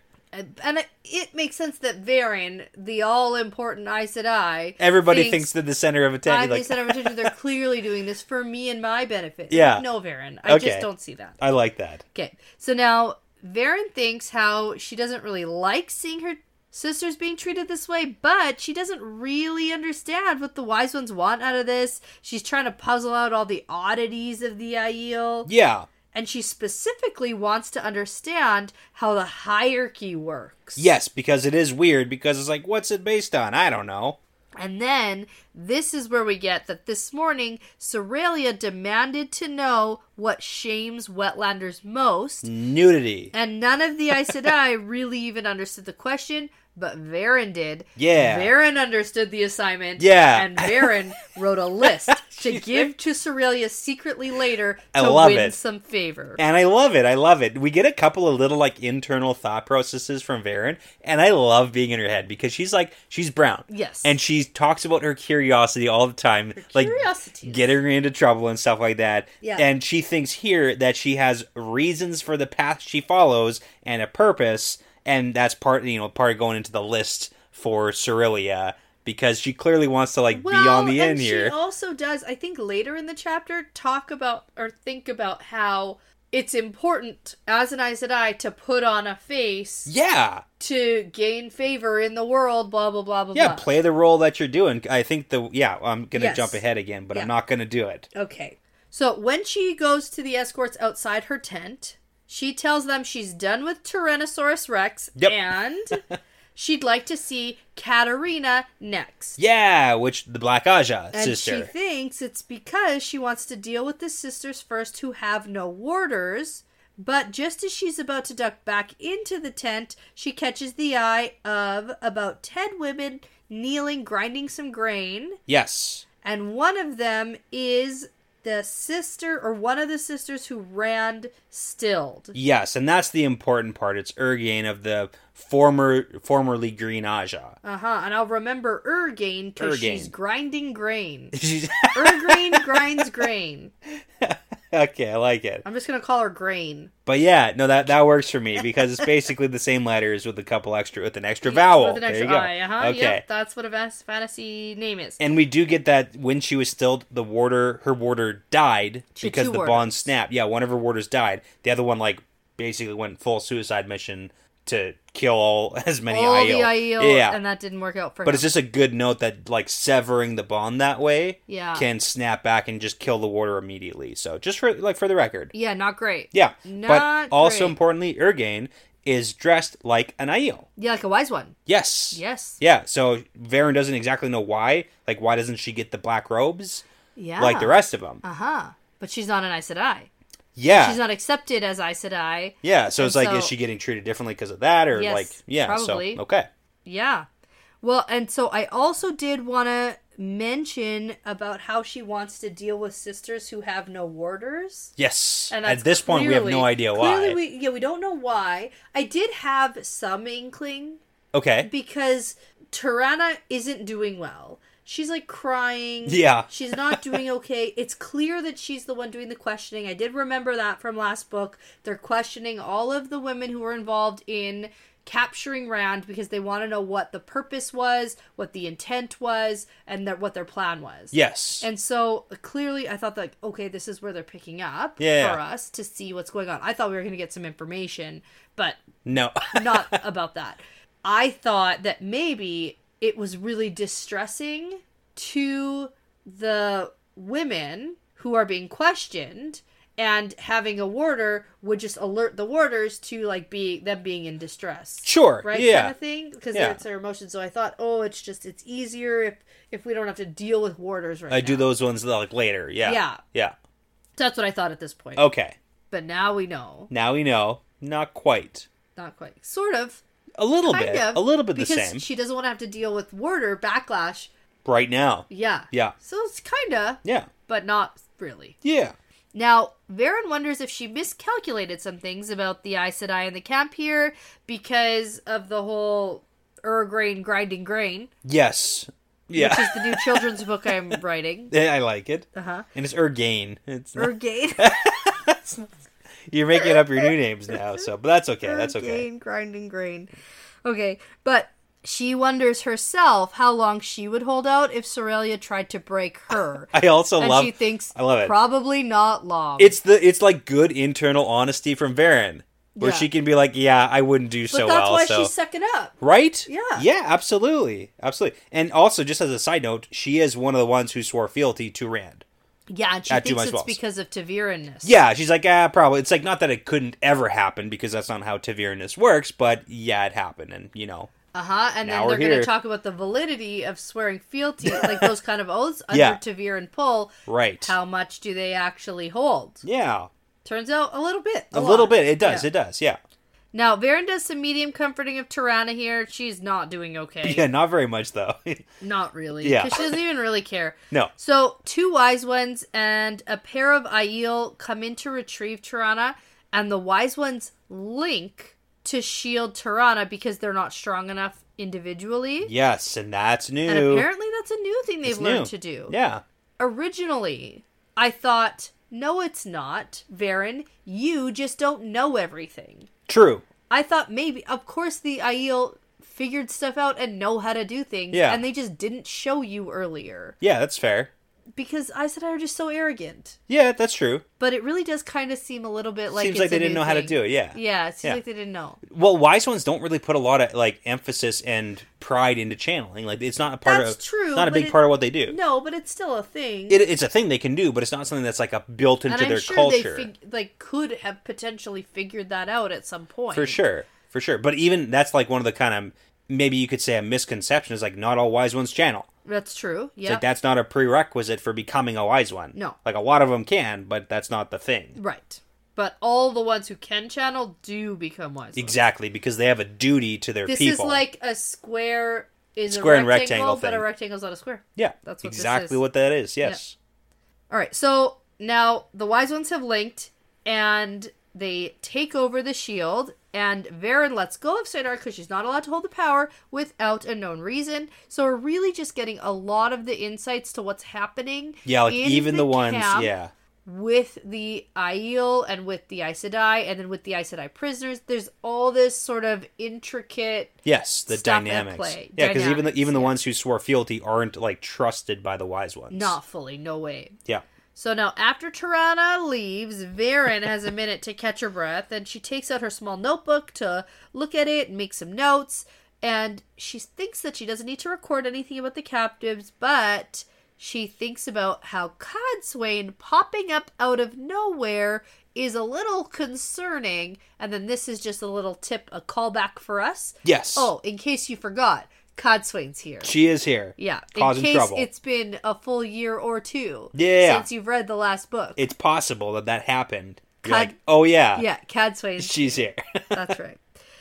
[SPEAKER 1] And it- it makes sense that Varen, the all important Aes Sedai,
[SPEAKER 2] Everybody thinks, they're the center of
[SPEAKER 1] I
[SPEAKER 2] attention. Like,
[SPEAKER 1] said attention. They're clearly doing this for me and my benefit.
[SPEAKER 2] Yeah.
[SPEAKER 1] No, Varen. I
[SPEAKER 2] Okay.
[SPEAKER 1] just don't see that.
[SPEAKER 2] I like that.
[SPEAKER 1] Okay. So now Varen thinks how she doesn't really like seeing her sisters being treated this way, but she doesn't really understand what the wise ones want out of this. She's trying to puzzle out all the oddities of the Aiel.
[SPEAKER 2] Yeah.
[SPEAKER 1] And she specifically wants to understand how the hierarchy works.
[SPEAKER 2] Yes, because it is weird because it's like, what's it based on? I don't know.
[SPEAKER 1] And then this is where we get that this morning, Sorelia demanded to know what shames wetlanders most,
[SPEAKER 2] Mm. Nudity.
[SPEAKER 1] and none of the Aes Sedai really even understood the question, but Varen did.
[SPEAKER 2] Yeah.
[SPEAKER 1] Varen understood the assignment.
[SPEAKER 2] Yeah.
[SPEAKER 1] And Varen wrote a list to give to Sorelia secretly later
[SPEAKER 2] I
[SPEAKER 1] to
[SPEAKER 2] love
[SPEAKER 1] win
[SPEAKER 2] it.
[SPEAKER 1] some favor.
[SPEAKER 2] And I love it. I love it. We get a couple of little like internal thought processes from Varen, and I love being in her head because she's like she's brown.
[SPEAKER 1] Yes.
[SPEAKER 2] And she talks about her curiosity all the time. like
[SPEAKER 1] curiosities.
[SPEAKER 2] getting her into trouble and stuff like that.
[SPEAKER 1] Yeah.
[SPEAKER 2] And she thinks here that she has reasons for the path she follows and a purpose, and that's part you know, part of going into the list for Cerilia because she clearly wants to like be on the
[SPEAKER 1] and
[SPEAKER 2] end here.
[SPEAKER 1] She also does, I think later in the chapter, talk about or think about how it's important as an Aes Sedai to put on a face
[SPEAKER 2] yeah.
[SPEAKER 1] to gain favor in the world, blah blah blah blah
[SPEAKER 2] Yeah,
[SPEAKER 1] blah.
[SPEAKER 2] play the role that you're doing. I think the yeah, I'm gonna
[SPEAKER 1] Yes.
[SPEAKER 2] jump ahead again, but
[SPEAKER 1] Yeah.
[SPEAKER 2] I'm not gonna do it.
[SPEAKER 1] Okay. So when she goes to the escorts outside her tent, she tells them she's done with Tyrannosaurus Rex
[SPEAKER 2] Yep.
[SPEAKER 1] and she'd like to see Katarina next.
[SPEAKER 2] Yeah, which the Black Aja
[SPEAKER 1] And she
[SPEAKER 2] sister.
[SPEAKER 1] thinks it's because she wants to deal with the sisters first who have no warders. But just as she's about to duck back into the tent, she catches the eye of about 10 women kneeling, grinding some grain.
[SPEAKER 2] yes.
[SPEAKER 1] And one of them is the sister or one of the sisters who Rand stilled.
[SPEAKER 2] Yes, and that's the important part. It's Ergain of the former formerly Green Aja.
[SPEAKER 1] Uh huh. And I'll remember Ergain because she's
[SPEAKER 2] Ergain.
[SPEAKER 1] grinding grain.
[SPEAKER 2] She's-
[SPEAKER 1] Ergrain grinds grain.
[SPEAKER 2] okay, I like it.
[SPEAKER 1] I'm just going to call her Grain.
[SPEAKER 2] But yeah, no that that works for me because it's basically the same letters with a couple extra with an extra vowel.
[SPEAKER 1] With an
[SPEAKER 2] there
[SPEAKER 1] extra
[SPEAKER 2] you go.
[SPEAKER 1] I, uh-huh,
[SPEAKER 2] okay.
[SPEAKER 1] Yep, that's what a vas- fantasy name is.
[SPEAKER 2] And we do get that when she was stilled, the warder, her warder died
[SPEAKER 1] She had
[SPEAKER 2] because
[SPEAKER 1] two
[SPEAKER 2] the bond
[SPEAKER 1] warders.
[SPEAKER 2] snapped. Yeah, one of her warders died. The other one, like, basically went full suicide mission to kill all as many
[SPEAKER 1] All
[SPEAKER 2] Aiel.
[SPEAKER 1] the Aiel,
[SPEAKER 2] yeah.
[SPEAKER 1] and that didn't work out for
[SPEAKER 2] but
[SPEAKER 1] him.
[SPEAKER 2] it's just a good note that like severing the bond that way
[SPEAKER 1] Yeah.
[SPEAKER 2] can snap back and just kill the warder immediately. So just for like for the record,
[SPEAKER 1] yeah, not great.
[SPEAKER 2] yeah.
[SPEAKER 1] Not
[SPEAKER 2] but also
[SPEAKER 1] great.
[SPEAKER 2] importantly, Ergain is dressed like an Aiel.
[SPEAKER 1] Yeah, like a wise one.
[SPEAKER 2] Yes.
[SPEAKER 1] Yes.
[SPEAKER 2] Yeah, so Varen doesn't exactly know why. Like, why doesn't she get the black robes
[SPEAKER 1] Yeah.
[SPEAKER 2] like the rest of them?
[SPEAKER 1] Uh huh. But she's not an Aes Sedai.
[SPEAKER 2] yeah,
[SPEAKER 1] She's not accepted as Aes Sedai.
[SPEAKER 2] yeah. So it's
[SPEAKER 1] and
[SPEAKER 2] like, is
[SPEAKER 1] so-
[SPEAKER 2] she getting treated differently because of that, or
[SPEAKER 1] Yes,
[SPEAKER 2] like, yeah?
[SPEAKER 1] probably.
[SPEAKER 2] So okay,
[SPEAKER 1] Yeah. Well, and so I also did want to mention about how she wants to deal with sisters who have no warders.
[SPEAKER 2] yes.
[SPEAKER 1] And that's
[SPEAKER 2] At this point, we have no
[SPEAKER 1] clearly-
[SPEAKER 2] idea
[SPEAKER 1] clearly
[SPEAKER 2] why.
[SPEAKER 1] We, yeah, we don't know why. I did have some inkling
[SPEAKER 2] okay,
[SPEAKER 1] because Tirana isn't doing well. She's like crying.
[SPEAKER 2] Yeah.
[SPEAKER 1] She's not doing okay. It's clear that she's the one doing the questioning. I did remember that from last book. They're questioning all of the women who were involved in capturing Rand because they want to know what the purpose was, what the intent was, and their, what their plan was.
[SPEAKER 2] yes,
[SPEAKER 1] And so clearly, I thought that okay, this is where they're picking up
[SPEAKER 2] Yeah.
[SPEAKER 1] for us to see what's going on. I thought we were going to get some information, but
[SPEAKER 2] no,
[SPEAKER 1] not about that. I thought that maybe it was really distressing to the women who are being questioned and having a warder would just alert the warders to like be them being in distress
[SPEAKER 2] sure,
[SPEAKER 1] right
[SPEAKER 2] yeah,
[SPEAKER 1] kind of thing because
[SPEAKER 2] Yeah.
[SPEAKER 1] it's their emotions so i thought oh it's just it's easier if if we don't have to deal with warders right
[SPEAKER 2] I do
[SPEAKER 1] now.
[SPEAKER 2] those ones like later. Yeah,
[SPEAKER 1] Yeah.
[SPEAKER 2] yeah.
[SPEAKER 1] that's what i thought at this point
[SPEAKER 2] Okay,
[SPEAKER 1] but now we know
[SPEAKER 2] now we know. Not quite.
[SPEAKER 1] not quite sort of
[SPEAKER 2] A little
[SPEAKER 1] kind
[SPEAKER 2] bit.
[SPEAKER 1] of
[SPEAKER 2] a little bit the
[SPEAKER 1] because
[SPEAKER 2] same.
[SPEAKER 1] she doesn't want to have to deal with warder backlash
[SPEAKER 2] Right now.
[SPEAKER 1] Yeah.
[SPEAKER 2] Yeah.
[SPEAKER 1] So it's kinda,
[SPEAKER 2] Yeah.
[SPEAKER 1] but not really.
[SPEAKER 2] Yeah.
[SPEAKER 1] Now, Varen wonders if she miscalculated some things about the Aes Sedai in the camp here because of the whole Urgrain grinding grain,
[SPEAKER 2] Yes. Yeah.
[SPEAKER 1] which is the new children's book I'm writing.
[SPEAKER 2] I like it.
[SPEAKER 1] Uh huh.
[SPEAKER 2] And it's Ergain. It's not-
[SPEAKER 1] Urgain.
[SPEAKER 2] You're making up your new names now, so but that's okay. That's okay.
[SPEAKER 1] Gain, grinding grain. Okay, but she wonders herself how long she would hold out if Sorelia tried to break her.
[SPEAKER 2] I also
[SPEAKER 1] and
[SPEAKER 2] love.
[SPEAKER 1] she thinks
[SPEAKER 2] I love it.
[SPEAKER 1] probably not long.
[SPEAKER 2] It's the it's like good internal honesty from Varen, where
[SPEAKER 1] Yeah.
[SPEAKER 2] she can be like, "Yeah, I wouldn't do
[SPEAKER 1] but
[SPEAKER 2] so
[SPEAKER 1] that's
[SPEAKER 2] well."
[SPEAKER 1] why
[SPEAKER 2] so
[SPEAKER 1] she's sucking up.
[SPEAKER 2] right?
[SPEAKER 1] Yeah.
[SPEAKER 2] yeah, absolutely, absolutely. And also, just as a side note, she is one of the ones who swore fealty to Rand.
[SPEAKER 1] Yeah, and she
[SPEAKER 2] At two
[SPEAKER 1] thinks
[SPEAKER 2] months
[SPEAKER 1] it's
[SPEAKER 2] wells.
[SPEAKER 1] because of Taviranness.
[SPEAKER 2] Yeah, she's like, ah, probably. It's like not that it couldn't ever happen because that's not how Tavernus works, but yeah, it happened, and you know,
[SPEAKER 1] Uh huh. And
[SPEAKER 2] Now
[SPEAKER 1] then
[SPEAKER 2] we're
[SPEAKER 1] they're going
[SPEAKER 2] here.
[SPEAKER 1] to talk about the validity of swearing fealty, like those kind of oaths under
[SPEAKER 2] Yeah.
[SPEAKER 1] Tavir and Pull.
[SPEAKER 2] right?
[SPEAKER 1] How much do they actually hold?
[SPEAKER 2] yeah,
[SPEAKER 1] Turns out a little bit.
[SPEAKER 2] a, little
[SPEAKER 1] lot.
[SPEAKER 2] bit. It does.
[SPEAKER 1] Yeah.
[SPEAKER 2] It does. Yeah,
[SPEAKER 1] Now, Varen does some medium comforting of Tirana here. She's not doing okay.
[SPEAKER 2] yeah. Not very much though.
[SPEAKER 1] Not really.
[SPEAKER 2] Yeah.
[SPEAKER 1] 'cause she doesn't even really care.
[SPEAKER 2] no.
[SPEAKER 1] So, two wise ones and a pair of Aiel come in to retrieve Tirana, and the wise ones link to shield Tirana because they're not strong enough individually.
[SPEAKER 2] Yes, and that's new.
[SPEAKER 1] And apparently, that's a new thing they've
[SPEAKER 2] It's
[SPEAKER 1] learned to
[SPEAKER 2] new.
[SPEAKER 1] do.
[SPEAKER 2] Yeah.
[SPEAKER 1] Originally, I thought, no, it's not, Varen. You just don't know everything.
[SPEAKER 2] True.
[SPEAKER 1] I thought maybe, of course, the Aiel figured stuff out and know how to do things,
[SPEAKER 2] Yeah.
[SPEAKER 1] and they just didn't show you earlier
[SPEAKER 2] Yeah, that's fair.
[SPEAKER 1] because I said I were just so arrogant.
[SPEAKER 2] Yeah, that's true.
[SPEAKER 1] But it really does kind of seem a little bit like
[SPEAKER 2] Seems
[SPEAKER 1] it's
[SPEAKER 2] like they
[SPEAKER 1] a
[SPEAKER 2] didn't
[SPEAKER 1] new
[SPEAKER 2] know how to
[SPEAKER 1] thing.
[SPEAKER 2] do it, yeah.
[SPEAKER 1] yeah, it seems
[SPEAKER 2] Yeah.
[SPEAKER 1] like they didn't know.
[SPEAKER 2] Well, wise ones don't really put a lot of like emphasis and pride into channeling. Like it's not a part
[SPEAKER 1] That's
[SPEAKER 2] of
[SPEAKER 1] true,
[SPEAKER 2] it's not a
[SPEAKER 1] but
[SPEAKER 2] big
[SPEAKER 1] it-
[SPEAKER 2] part of what they do.
[SPEAKER 1] No, but it's still a thing.
[SPEAKER 2] It, it's a thing they can do, but it's not something that's like a built into
[SPEAKER 1] and I'm
[SPEAKER 2] their
[SPEAKER 1] sure
[SPEAKER 2] culture.
[SPEAKER 1] they fig- like could have potentially figured that out at some point.
[SPEAKER 2] for sure. For sure. But even that's like one of the kind of maybe you could say a misconception is like not all wise ones channel.
[SPEAKER 1] That's true.
[SPEAKER 2] It's
[SPEAKER 1] Yeah.
[SPEAKER 2] like that's not a prerequisite for becoming a wise one.
[SPEAKER 1] No.
[SPEAKER 2] Like a lot of them can, but that's not the thing.
[SPEAKER 1] Right. But all the ones who can channel do become wise. ones.
[SPEAKER 2] Exactly, because they have a duty to their
[SPEAKER 1] This
[SPEAKER 2] people.
[SPEAKER 1] is like a square is
[SPEAKER 2] Square
[SPEAKER 1] a
[SPEAKER 2] and
[SPEAKER 1] rectangle,
[SPEAKER 2] rectangle
[SPEAKER 1] but a
[SPEAKER 2] thing.
[SPEAKER 1] rectangle's not a square.
[SPEAKER 2] Yeah.
[SPEAKER 1] That's what this
[SPEAKER 2] exactly
[SPEAKER 1] is.
[SPEAKER 2] what that is. Yes.
[SPEAKER 1] All right. So now the wise ones have linked and they take over the shield. And Varen lets go of Sidar because she's not allowed to hold the power without a known reason. So we're really just getting a lot of the insights to what's happening.
[SPEAKER 2] Yeah, like
[SPEAKER 1] in
[SPEAKER 2] even the, ones,
[SPEAKER 1] camp
[SPEAKER 2] yeah.
[SPEAKER 1] with the Aiel and with the Aes Sedai and then with the Aes Sedai prisoners. There's all this sort of intricate
[SPEAKER 2] Yes, the
[SPEAKER 1] stuff at
[SPEAKER 2] dynamics.
[SPEAKER 1] play.
[SPEAKER 2] Yeah, because even the
[SPEAKER 1] Dynamics,
[SPEAKER 2] even the
[SPEAKER 1] yeah.
[SPEAKER 2] ones who swore fealty aren't like trusted by the wise ones.
[SPEAKER 1] Not fully, no way.
[SPEAKER 2] Yeah.
[SPEAKER 1] So now, after Tirana leaves, Varen has a minute to catch her breath, and she takes out her small notebook to look at it and make some notes. And she thinks that she doesn't need to record anything about the captives, but she thinks about how Codswain popping up out of nowhere is a little concerning. And then this is just a little tip, a callback for us.
[SPEAKER 2] Yes.
[SPEAKER 1] Oh, in case you forgot, Codswain's here.
[SPEAKER 2] She is here.
[SPEAKER 1] Yeah,
[SPEAKER 2] Causing
[SPEAKER 1] in case
[SPEAKER 2] trouble.
[SPEAKER 1] it's been a full year or two
[SPEAKER 2] Yeah.
[SPEAKER 1] since you've read the last book.
[SPEAKER 2] It's possible that that happened. You're
[SPEAKER 1] Cod-
[SPEAKER 2] like, oh yeah,
[SPEAKER 1] yeah, Cadswain.
[SPEAKER 2] she's here.
[SPEAKER 1] That's right.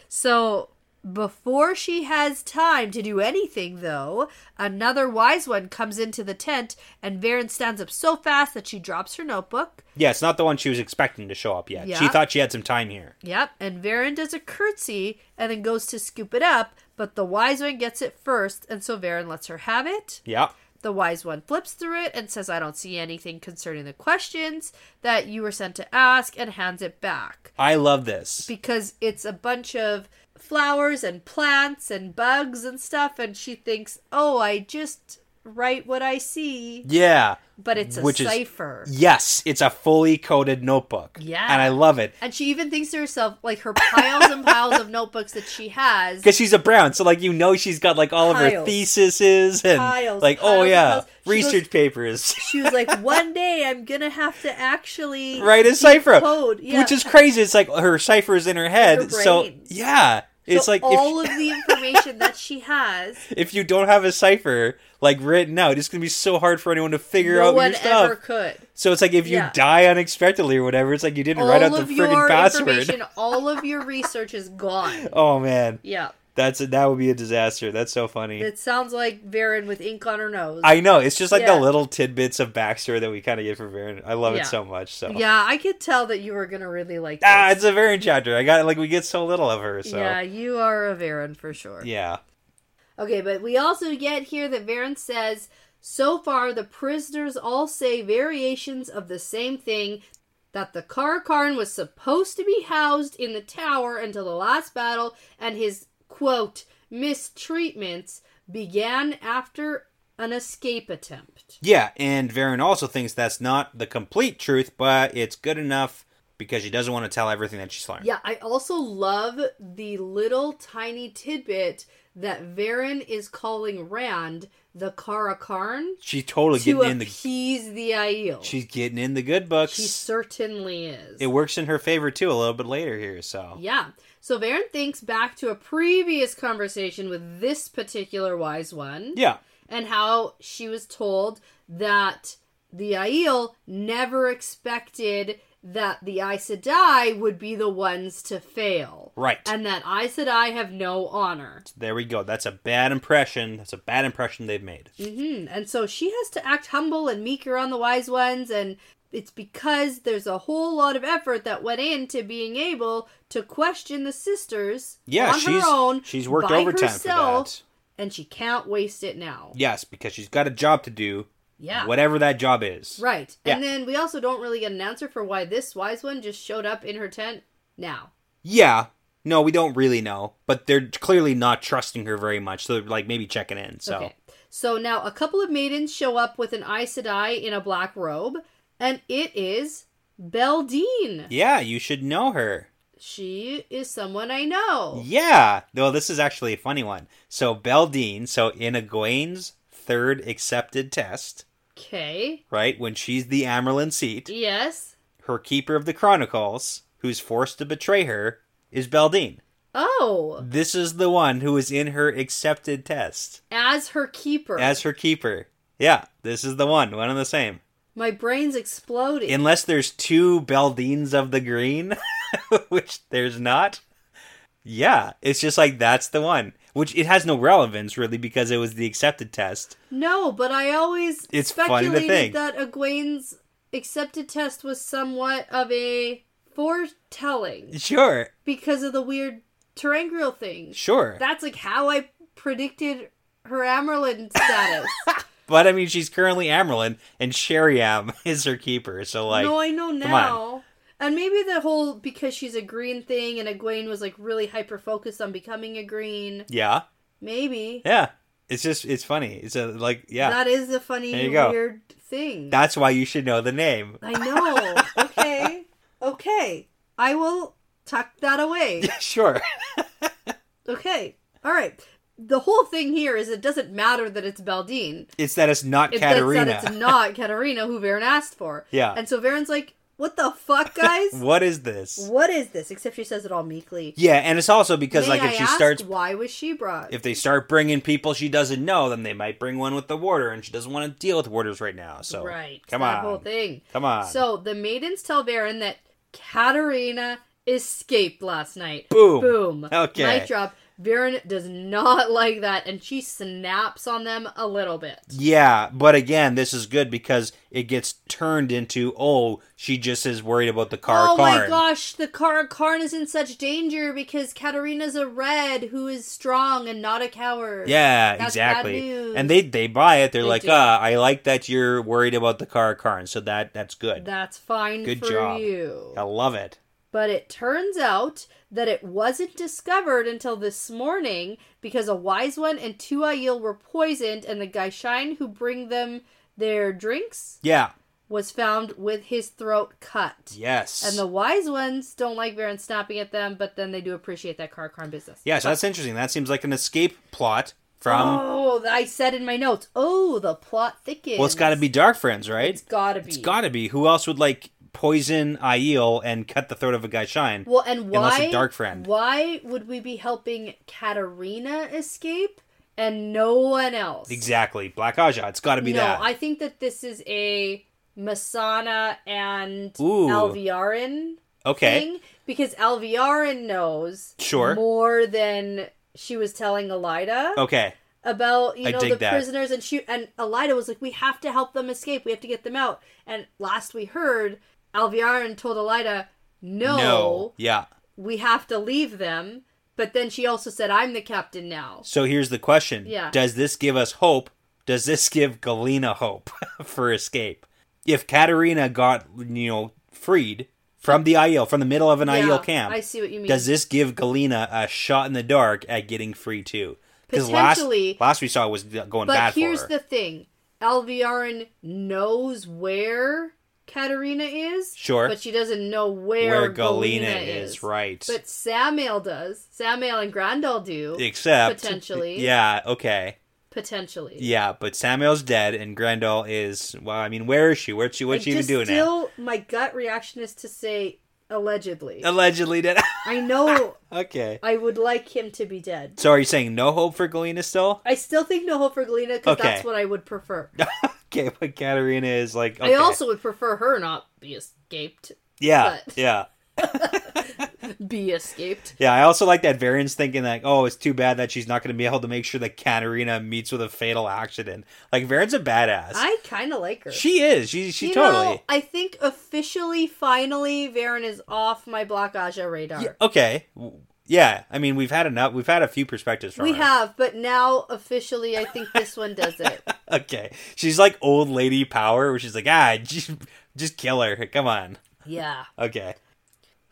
[SPEAKER 1] So before she has time to do anything, though, another wise one comes into the tent, and Varen stands up so fast that she drops her notebook.
[SPEAKER 2] yeah, it's not the one she was expecting to show up yet. She
[SPEAKER 1] Yeah.
[SPEAKER 2] thought she had some time here.
[SPEAKER 1] Yep, and Varen does a curtsy and then goes to scoop it up, but the wise one gets it first, and so Varen lets her have it.
[SPEAKER 2] Yeah.
[SPEAKER 1] The wise one flips through it and says, I don't see anything concerning the questions that you were sent to ask, and hands it back.
[SPEAKER 2] I love this.
[SPEAKER 1] Because it's a bunch of flowers and plants and bugs and stuff, and she thinks, Oh, I just write what I see.
[SPEAKER 2] yeah.
[SPEAKER 1] But it's a
[SPEAKER 2] Which is-
[SPEAKER 1] cipher.
[SPEAKER 2] Yes, it's a fully coded notebook.
[SPEAKER 1] Yeah.
[SPEAKER 2] And I love it.
[SPEAKER 1] And she even thinks to herself, like her piles and piles of notebooks that she has.
[SPEAKER 2] Because she's a Brown, so like you know she's got like all of her
[SPEAKER 1] Piles.
[SPEAKER 2] theses and
[SPEAKER 1] Piles,
[SPEAKER 2] like oh
[SPEAKER 1] piles,
[SPEAKER 2] yeah
[SPEAKER 1] piles. She goes-
[SPEAKER 2] research papers.
[SPEAKER 1] She was like, One day I'm going to have to actually
[SPEAKER 2] right a cipher
[SPEAKER 1] decode." Yeah.
[SPEAKER 2] which is crazy it's like her cipher is in her head
[SPEAKER 1] her
[SPEAKER 2] so
[SPEAKER 1] brain.
[SPEAKER 2] yeah it's
[SPEAKER 1] So
[SPEAKER 2] like
[SPEAKER 1] all
[SPEAKER 2] if,
[SPEAKER 1] of the information that she has
[SPEAKER 2] if you don't have a cipher like written out it's gonna be so hard for anyone to figure
[SPEAKER 1] no
[SPEAKER 2] out
[SPEAKER 1] one
[SPEAKER 2] your stuff
[SPEAKER 1] ever could.
[SPEAKER 2] so it's like if you
[SPEAKER 1] Yeah.
[SPEAKER 2] die unexpectedly or whatever it's like you didn't
[SPEAKER 1] All
[SPEAKER 2] write out the
[SPEAKER 1] of your
[SPEAKER 2] friggin' password
[SPEAKER 1] information, all of your research is gone.
[SPEAKER 2] oh man
[SPEAKER 1] Yeah,
[SPEAKER 2] that's that would be a disaster that's so funny
[SPEAKER 1] it sounds like Varen with ink on her nose.
[SPEAKER 2] i know it's just like
[SPEAKER 1] Yeah.
[SPEAKER 2] the little tidbits of backstory that we kind of get from Varen. i love
[SPEAKER 1] Yeah.
[SPEAKER 2] it so much so
[SPEAKER 1] yeah, I could tell that you were gonna really like this.
[SPEAKER 2] ah it's a Varen chapter i got like we get so little of her so
[SPEAKER 1] Yeah, you are a Varen for sure.
[SPEAKER 2] yeah.
[SPEAKER 1] Okay, but we also get here that Varen says, so far the prisoners all say variations of the same thing. that the Karakarn was supposed to be housed in the tower until the last battle, and his quote mistreatments began after an escape attempt.
[SPEAKER 2] Yeah, and Varen also thinks that's not the complete truth, but it's good enough because she doesn't want to tell everything that she's learned.
[SPEAKER 1] Yeah, I also love the little tiny tidbit that Varen is calling Rand the Karakarn
[SPEAKER 2] She's totally
[SPEAKER 1] to
[SPEAKER 2] getting in the
[SPEAKER 1] appease the Aiel.
[SPEAKER 2] she's getting in the good books.
[SPEAKER 1] She certainly is.
[SPEAKER 2] it works in her favor too a little bit later here, so
[SPEAKER 1] Yeah. So Varen thinks back to a previous conversation with this particular wise one
[SPEAKER 2] yeah.
[SPEAKER 1] and how she was told that the Aiel never expected that the Aes Sedai would be the ones to fail.
[SPEAKER 2] Right.
[SPEAKER 1] And that Aes Sedai have no honor.
[SPEAKER 2] There we go. That's a bad impression. That's a bad impression they've made.
[SPEAKER 1] hmm And so she has to act humble and meek around the wise ones and it's because there's a whole lot of effort that went into being able to question the sisters
[SPEAKER 2] Yeah,
[SPEAKER 1] on
[SPEAKER 2] she's
[SPEAKER 1] her own.
[SPEAKER 2] she's worked
[SPEAKER 1] by
[SPEAKER 2] overtime
[SPEAKER 1] herself,
[SPEAKER 2] for
[SPEAKER 1] and she can't waste it now.
[SPEAKER 2] that. Yes, because she's got a job to do.
[SPEAKER 1] Yeah.
[SPEAKER 2] Whatever that job is.
[SPEAKER 1] Right. And
[SPEAKER 2] Yeah.
[SPEAKER 1] then we also don't really get an answer for why this wise one just showed up in her tent now.
[SPEAKER 2] Yeah. No, we don't really know, but they're clearly not trusting her very much. So they're like maybe checking in. So
[SPEAKER 1] Okay. So now a couple of maidens show up with an Aes Sedai in a black robe, and it is Beldine.
[SPEAKER 2] yeah, you should know her.
[SPEAKER 1] She is someone I know.
[SPEAKER 2] Yeah. No, this is actually a funny one. So Beldine, so in Egwene's third accepted test,
[SPEAKER 1] Okay.
[SPEAKER 2] right when she's the Amerlin seat,
[SPEAKER 1] Yes.
[SPEAKER 2] her keeper of the chronicles, who's forced to betray her, is Beldine.
[SPEAKER 1] Oh,
[SPEAKER 2] This is the one who is in her accepted test
[SPEAKER 1] as her keeper.
[SPEAKER 2] as her keeper. Yeah, this is the one, one and the same.
[SPEAKER 1] My brain's exploding.
[SPEAKER 2] Unless there's two Beldines of the Green, which there's not. Yeah, it's just like that's the one. Which it has no relevance really because it was the accepted test.
[SPEAKER 1] No, but I always
[SPEAKER 2] It's funny to
[SPEAKER 1] speculated
[SPEAKER 2] think.
[SPEAKER 1] that Egwene's accepted test was somewhat of a foretelling
[SPEAKER 2] Sure,
[SPEAKER 1] because of the weird Terangriel thing.
[SPEAKER 2] sure.
[SPEAKER 1] That's like how I predicted her Amerlin status.
[SPEAKER 2] But I mean, she's currently Amerlin, and Sheriam is her keeper. So like,
[SPEAKER 1] no, I know
[SPEAKER 2] come on.
[SPEAKER 1] now. And maybe the whole because she's a green thing and Egwene was like really hyper focused on becoming a green.
[SPEAKER 2] yeah,
[SPEAKER 1] Maybe.
[SPEAKER 2] yeah. It's just it's funny. It's a like yeah.
[SPEAKER 1] That is a funny
[SPEAKER 2] There you go.
[SPEAKER 1] weird thing.
[SPEAKER 2] That's why you should know the name.
[SPEAKER 1] I know. okay. Okay. I will tuck that away.
[SPEAKER 2] sure.
[SPEAKER 1] Okay. All right. The whole thing here is it doesn't matter that it's Baldine.
[SPEAKER 2] It's that it's not
[SPEAKER 1] It
[SPEAKER 2] Katarina.
[SPEAKER 1] That it's not Katarina who Varen asked for.
[SPEAKER 2] Yeah.
[SPEAKER 1] And so Varen's like, what the fuck, guys?
[SPEAKER 2] what is this?
[SPEAKER 1] what is this? Except she says it all meekly.
[SPEAKER 2] Yeah, and it's also because
[SPEAKER 1] May
[SPEAKER 2] like if
[SPEAKER 1] I
[SPEAKER 2] she
[SPEAKER 1] ask,
[SPEAKER 2] starts
[SPEAKER 1] Why was she brought?
[SPEAKER 2] if they start bringing people she doesn't know, then they might bring one with the warder, and she doesn't want to deal with warders right now. So
[SPEAKER 1] right.
[SPEAKER 2] come
[SPEAKER 1] that
[SPEAKER 2] on,
[SPEAKER 1] whole thing.
[SPEAKER 2] come on.
[SPEAKER 1] So the maidens tell Varen that Katarina escaped last night.
[SPEAKER 2] Boom.
[SPEAKER 1] Boom.
[SPEAKER 2] Okay.
[SPEAKER 1] Night drop. Varen does not like that, and she snaps on them a little bit.
[SPEAKER 2] yeah, but again, this is good because it gets turned into oh, she just is worried about the car.
[SPEAKER 1] oh my gosh, the Karakarn is in such danger because Katarina's a red who is strong and not a coward.
[SPEAKER 2] Yeah,
[SPEAKER 1] That's bad
[SPEAKER 2] exactly.
[SPEAKER 1] news.
[SPEAKER 2] And they they buy it. They're
[SPEAKER 1] They
[SPEAKER 2] like,
[SPEAKER 1] do.
[SPEAKER 2] ah, I like that you're worried about the car, Karn. So that that's good.
[SPEAKER 1] That's fine
[SPEAKER 2] Good
[SPEAKER 1] for
[SPEAKER 2] job.
[SPEAKER 1] you.
[SPEAKER 2] I love it.
[SPEAKER 1] But it turns out that it wasn't discovered until this morning because a wise one and two Aiel were poisoned, and the Gaishain who bring them their drinks
[SPEAKER 2] Yeah.
[SPEAKER 1] was found with his throat cut.
[SPEAKER 2] Yes.
[SPEAKER 1] And the wise ones don't like Varen snapping at them, but then they do appreciate that Karakarn business.
[SPEAKER 2] yeah, so that's interesting. That seems like an escape plot from.
[SPEAKER 1] Oh, I said in my notes. Oh, the plot thickens.
[SPEAKER 2] well, it's got to be Dark Friends, right?
[SPEAKER 1] It's gotta be.
[SPEAKER 2] It's got to be. Who else would like poison Aiel and cut the throat of a guy shine?
[SPEAKER 1] Well, and why?
[SPEAKER 2] Unless a dark friend.
[SPEAKER 1] Why would we be helping Katarina escape and no one else?
[SPEAKER 2] exactly, Black Aja. It's got to be
[SPEAKER 1] no,
[SPEAKER 2] that.
[SPEAKER 1] I think that this is a Masana and
[SPEAKER 2] Ooh.
[SPEAKER 1] Alviarin
[SPEAKER 2] okay,
[SPEAKER 1] thing because Alviarin knows
[SPEAKER 2] Sure.
[SPEAKER 1] more than she was telling Elida
[SPEAKER 2] okay,
[SPEAKER 1] about you
[SPEAKER 2] I
[SPEAKER 1] know
[SPEAKER 2] dig
[SPEAKER 1] the
[SPEAKER 2] that.
[SPEAKER 1] prisoners and she and Elida was like we have to help them escape we have to get them out and last we heard Alviarin told Elida no,
[SPEAKER 2] yeah.
[SPEAKER 1] we have to leave them but then she also said I'm the captain now
[SPEAKER 2] So here's the question:
[SPEAKER 1] Yeah.
[SPEAKER 2] Does this give us hope? Does this give Galena hope for escape? If Katerina got you know freed from the IEL, from the middle of an
[SPEAKER 1] Yeah,
[SPEAKER 2] IEL camp.
[SPEAKER 1] I see what you mean.
[SPEAKER 2] Does this give Galena a shot in the dark at getting free too? Because last
[SPEAKER 1] Potentially.
[SPEAKER 2] last we saw was going bad
[SPEAKER 1] But here's
[SPEAKER 2] for her.
[SPEAKER 1] the thing Alviarin knows where Katarina is.
[SPEAKER 2] Sure.
[SPEAKER 1] But she doesn't know where,
[SPEAKER 2] Where
[SPEAKER 1] Galena,
[SPEAKER 2] Galena
[SPEAKER 1] is.
[SPEAKER 2] is, right.
[SPEAKER 1] But Samael does. Samael and Grandal do.
[SPEAKER 2] Except
[SPEAKER 1] Potentially.
[SPEAKER 2] yeah, okay,
[SPEAKER 1] Potentially.
[SPEAKER 2] yeah. But Samuel's dead, and Grendel is. Well, I mean, where is she? What's she? What's
[SPEAKER 1] I
[SPEAKER 2] she even
[SPEAKER 1] just
[SPEAKER 2] doing now?
[SPEAKER 1] still, my gut reaction is to say allegedly.
[SPEAKER 2] Allegedly dead.
[SPEAKER 1] I know
[SPEAKER 2] okay.
[SPEAKER 1] I would like him to be dead.
[SPEAKER 2] So are you saying no hope for Galena still?
[SPEAKER 1] I still think no hope for Galena because
[SPEAKER 2] Okay.
[SPEAKER 1] that's what I would prefer.
[SPEAKER 2] Okay, but Katarina is like. Okay.
[SPEAKER 1] I also would prefer her not be escaped.
[SPEAKER 2] Yeah,
[SPEAKER 1] but-
[SPEAKER 2] yeah.
[SPEAKER 1] Be escaped.
[SPEAKER 2] Yeah, I also like that variance thinking that, oh, it's too bad that she's not going to be able to make sure that Katarina meets with a fatal accident. Like, Varian's a badass.
[SPEAKER 1] I kind of like her.
[SPEAKER 2] she is. She, she
[SPEAKER 1] You
[SPEAKER 2] totally.
[SPEAKER 1] Know, I think officially, finally, Varen is off my Black Aja radar.
[SPEAKER 2] Yeah, okay. W- Yeah, I mean, we've had enough. We've had a few perspectives from
[SPEAKER 1] we
[SPEAKER 2] her.
[SPEAKER 1] have, but now officially, I think this one does it.
[SPEAKER 2] Okay. She's like old lady power, where she's like, ah, just, just kill her. Come on.
[SPEAKER 1] yeah.
[SPEAKER 2] Okay.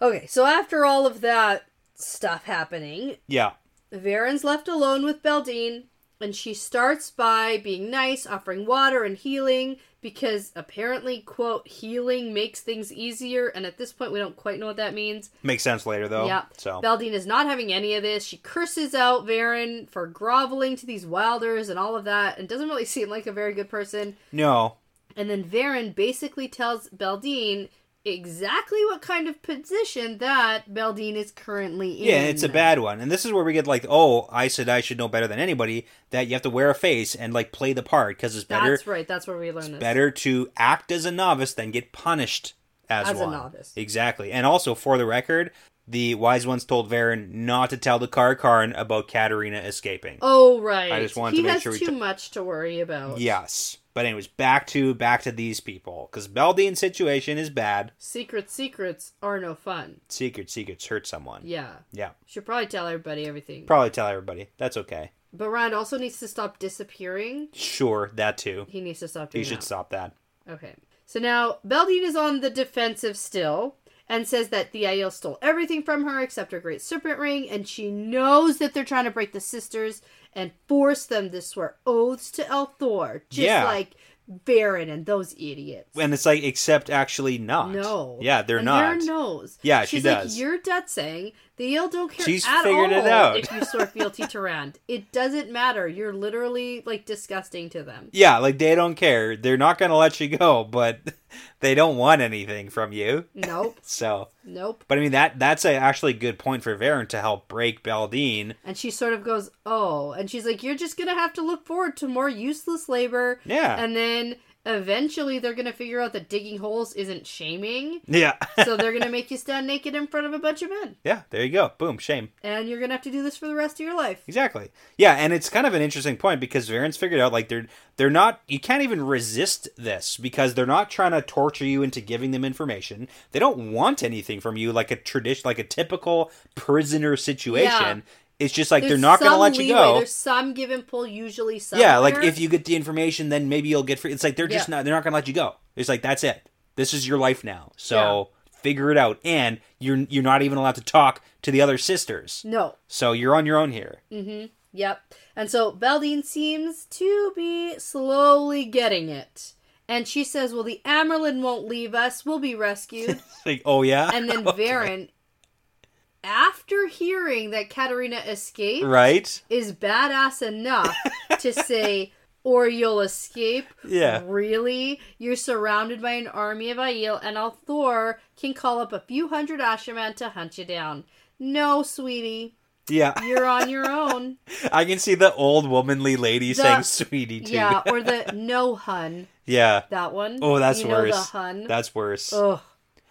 [SPEAKER 1] Okay, so after all of that stuff happening,
[SPEAKER 2] Yeah.
[SPEAKER 1] Varen's left alone with Beldine, and she starts by being nice, offering water and healing, because apparently, quote, healing makes things easier, and at this point, we don't quite know what that means.
[SPEAKER 2] Makes sense later, though.
[SPEAKER 1] Yeah.
[SPEAKER 2] So,
[SPEAKER 1] Beldine is not having any of this. She curses out Varen for groveling to these wilders and all of that, and doesn't really seem like a very good person.
[SPEAKER 2] no.
[SPEAKER 1] And then Varen basically tells Beldine exactly what kind of position that Beldine is currently in.
[SPEAKER 2] Yeah, it's a bad one. And this is where we get like, oh, I said I should know better than anybody that you have to wear a face and like play the part because it's better
[SPEAKER 1] That's right. That's where we learn this.
[SPEAKER 2] better to act as a novice than get punished as,
[SPEAKER 1] As a
[SPEAKER 2] one.
[SPEAKER 1] novice.
[SPEAKER 2] Exactly. And also for the record, the wise ones told Varen not to tell the Car Karn about Katarina escaping.
[SPEAKER 1] Oh right.
[SPEAKER 2] I just wanted
[SPEAKER 1] he
[SPEAKER 2] to make
[SPEAKER 1] has
[SPEAKER 2] sure we
[SPEAKER 1] too
[SPEAKER 2] t-
[SPEAKER 1] much to worry about.
[SPEAKER 2] Yes. But anyways, back to back to these people because Beldine's situation is bad.
[SPEAKER 1] Secret secrets are no fun.
[SPEAKER 2] Secret secrets hurt someone.
[SPEAKER 1] Yeah.
[SPEAKER 2] Yeah.
[SPEAKER 1] Should probably tell everybody everything.
[SPEAKER 2] Probably tell everybody. That's okay.
[SPEAKER 1] but Rand also needs to stop disappearing.
[SPEAKER 2] Sure, that too.
[SPEAKER 1] He needs to stop doing
[SPEAKER 2] You should
[SPEAKER 1] that.
[SPEAKER 2] stop that.
[SPEAKER 1] Okay. So now Beldine is on the defensive still and says that the Aiel stole everything from her except her great serpent ring, and she knows that they're trying to break the sisters and force them to swear oaths to El Thor, just
[SPEAKER 2] Yeah.
[SPEAKER 1] like Varen and those idiots.
[SPEAKER 2] And it's like, except actually not.
[SPEAKER 1] No.
[SPEAKER 2] Yeah, they're
[SPEAKER 1] and
[SPEAKER 2] not.
[SPEAKER 1] Varen knows.
[SPEAKER 2] Yeah, she
[SPEAKER 1] She's
[SPEAKER 2] does.
[SPEAKER 1] like, you're Dutsing. The Yale don't care
[SPEAKER 2] She's
[SPEAKER 1] at
[SPEAKER 2] figured
[SPEAKER 1] all
[SPEAKER 2] it out."
[SPEAKER 1] if you swear fealty to Rand. It doesn't matter. You're literally, like, disgusting to them.
[SPEAKER 2] yeah, like they don't care. They're not going to let you go, but they don't want anything from you.
[SPEAKER 1] Nope.
[SPEAKER 2] So,
[SPEAKER 1] nope.
[SPEAKER 2] but I mean, that that's a actually good point for Varen to help break Baldine.
[SPEAKER 1] And she sort of goes, oh. And she's like, you're just going to have to look forward to more useless labor.
[SPEAKER 2] Yeah.
[SPEAKER 1] And then eventually they're going to figure out that digging holes isn't shaming.
[SPEAKER 2] yeah.
[SPEAKER 1] so they're going to make you stand naked in front of a bunch of men.
[SPEAKER 2] yeah, there you go. Boom, shame.
[SPEAKER 1] And you're going to have to do this for the rest of your life.
[SPEAKER 2] Exactly. Yeah, and it's kind of an interesting point because Varen's figured out like they're they're not you can't even resist this because they're not trying to torture you into giving them information. They don't want anything from you like a tradition like a typical prisoner situation.
[SPEAKER 1] Yeah.
[SPEAKER 2] It's just like they're not going to
[SPEAKER 1] some
[SPEAKER 2] let you
[SPEAKER 1] leeway.
[SPEAKER 2] go.
[SPEAKER 1] There's some give and pull, usually some.
[SPEAKER 2] Yeah, like if you get the information, then maybe you'll get free. It's like they're just
[SPEAKER 1] Yeah.
[SPEAKER 2] not. They're not gonna let you go. It's like that's it. This is your life now. So figure it out. And you're you're not even allowed to talk to the other sisters.
[SPEAKER 1] No.
[SPEAKER 2] So you're on your own here.
[SPEAKER 1] Mm. Yep. And so Beldine seems to be slowly getting it. And she says, Well, the Amerlin won't leave us. We'll be rescued.
[SPEAKER 2] It's like oh yeah,
[SPEAKER 1] And then Varen, after hearing that Katarina escaped,
[SPEAKER 2] right?
[SPEAKER 1] is badass enough to say, or you'll escape.
[SPEAKER 2] Yeah.
[SPEAKER 1] Really? You're surrounded by an army of Aiel, and Althor can call up a few hundred Asherman to hunt you down. No, sweetie.
[SPEAKER 2] Yeah,
[SPEAKER 1] You're on your own.
[SPEAKER 2] I can see the old womanly lady saying "sweetie" too.
[SPEAKER 1] yeah, or the no hun.
[SPEAKER 2] Yeah.
[SPEAKER 1] That one.
[SPEAKER 2] Oh, that's
[SPEAKER 1] you
[SPEAKER 2] worse.
[SPEAKER 1] Know the hun.
[SPEAKER 2] That's worse.
[SPEAKER 1] Ugh.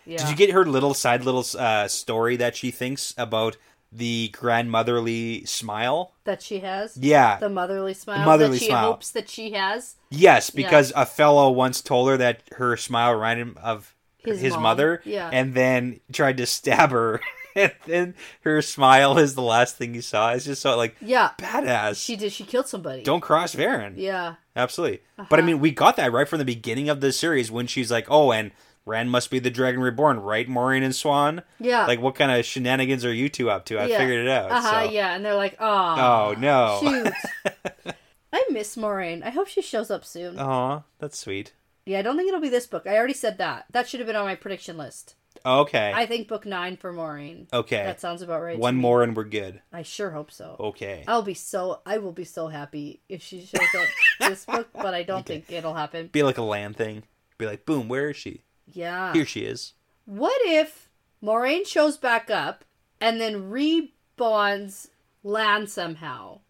[SPEAKER 1] Yeah.
[SPEAKER 2] Did you get her little side little uh, story that she thinks about the grandmotherly smile?
[SPEAKER 1] that she has?
[SPEAKER 2] Yeah,
[SPEAKER 1] The motherly smile
[SPEAKER 2] motherly
[SPEAKER 1] that she
[SPEAKER 2] smile.
[SPEAKER 1] hopes that she has.
[SPEAKER 2] Yes, because a fellow once told her that her smile reminded him of
[SPEAKER 1] His
[SPEAKER 2] his,
[SPEAKER 1] mom,
[SPEAKER 2] mother,
[SPEAKER 1] yeah.
[SPEAKER 2] and then tried to stab her, and then her smile is the last thing you saw. It's just so like
[SPEAKER 1] Yeah.
[SPEAKER 2] badass.
[SPEAKER 1] She did she killed somebody.
[SPEAKER 2] Don't cross Varen.
[SPEAKER 1] Yeah. Uh-huh.
[SPEAKER 2] absolutely. But I mean, we got that right from the beginning of the series when she's like, "Oh, and Rand must be the Dragon Reborn, right, Maureen and Swan?
[SPEAKER 1] Yeah.
[SPEAKER 2] Like, what kind of shenanigans are you two up to? I
[SPEAKER 1] Yeah.
[SPEAKER 2] figured it out.
[SPEAKER 1] Uh-huh,
[SPEAKER 2] so.
[SPEAKER 1] yeah, and they're like, oh,
[SPEAKER 2] Oh, no.
[SPEAKER 1] shoot. I miss Moraine. I hope she shows up soon.
[SPEAKER 2] Aw, that's sweet.
[SPEAKER 1] Yeah, I don't think it'll be this book. I already said that. That should have been on my prediction list.
[SPEAKER 2] Okay.
[SPEAKER 1] I think book nine for Maureen.
[SPEAKER 2] okay.
[SPEAKER 1] That sounds about right. to
[SPEAKER 2] One Oh.
[SPEAKER 1] me.
[SPEAKER 2] more and we're good.
[SPEAKER 1] I sure hope so.
[SPEAKER 2] Okay.
[SPEAKER 1] I'll be so I will be so happy if she shows up this book, but I don't think it'll happen.
[SPEAKER 2] Be like a land thing. Be like, boom, where is she?
[SPEAKER 1] Yeah.
[SPEAKER 2] Here she is.
[SPEAKER 1] What if Moraine shows back up and then rebonds Lan somehow?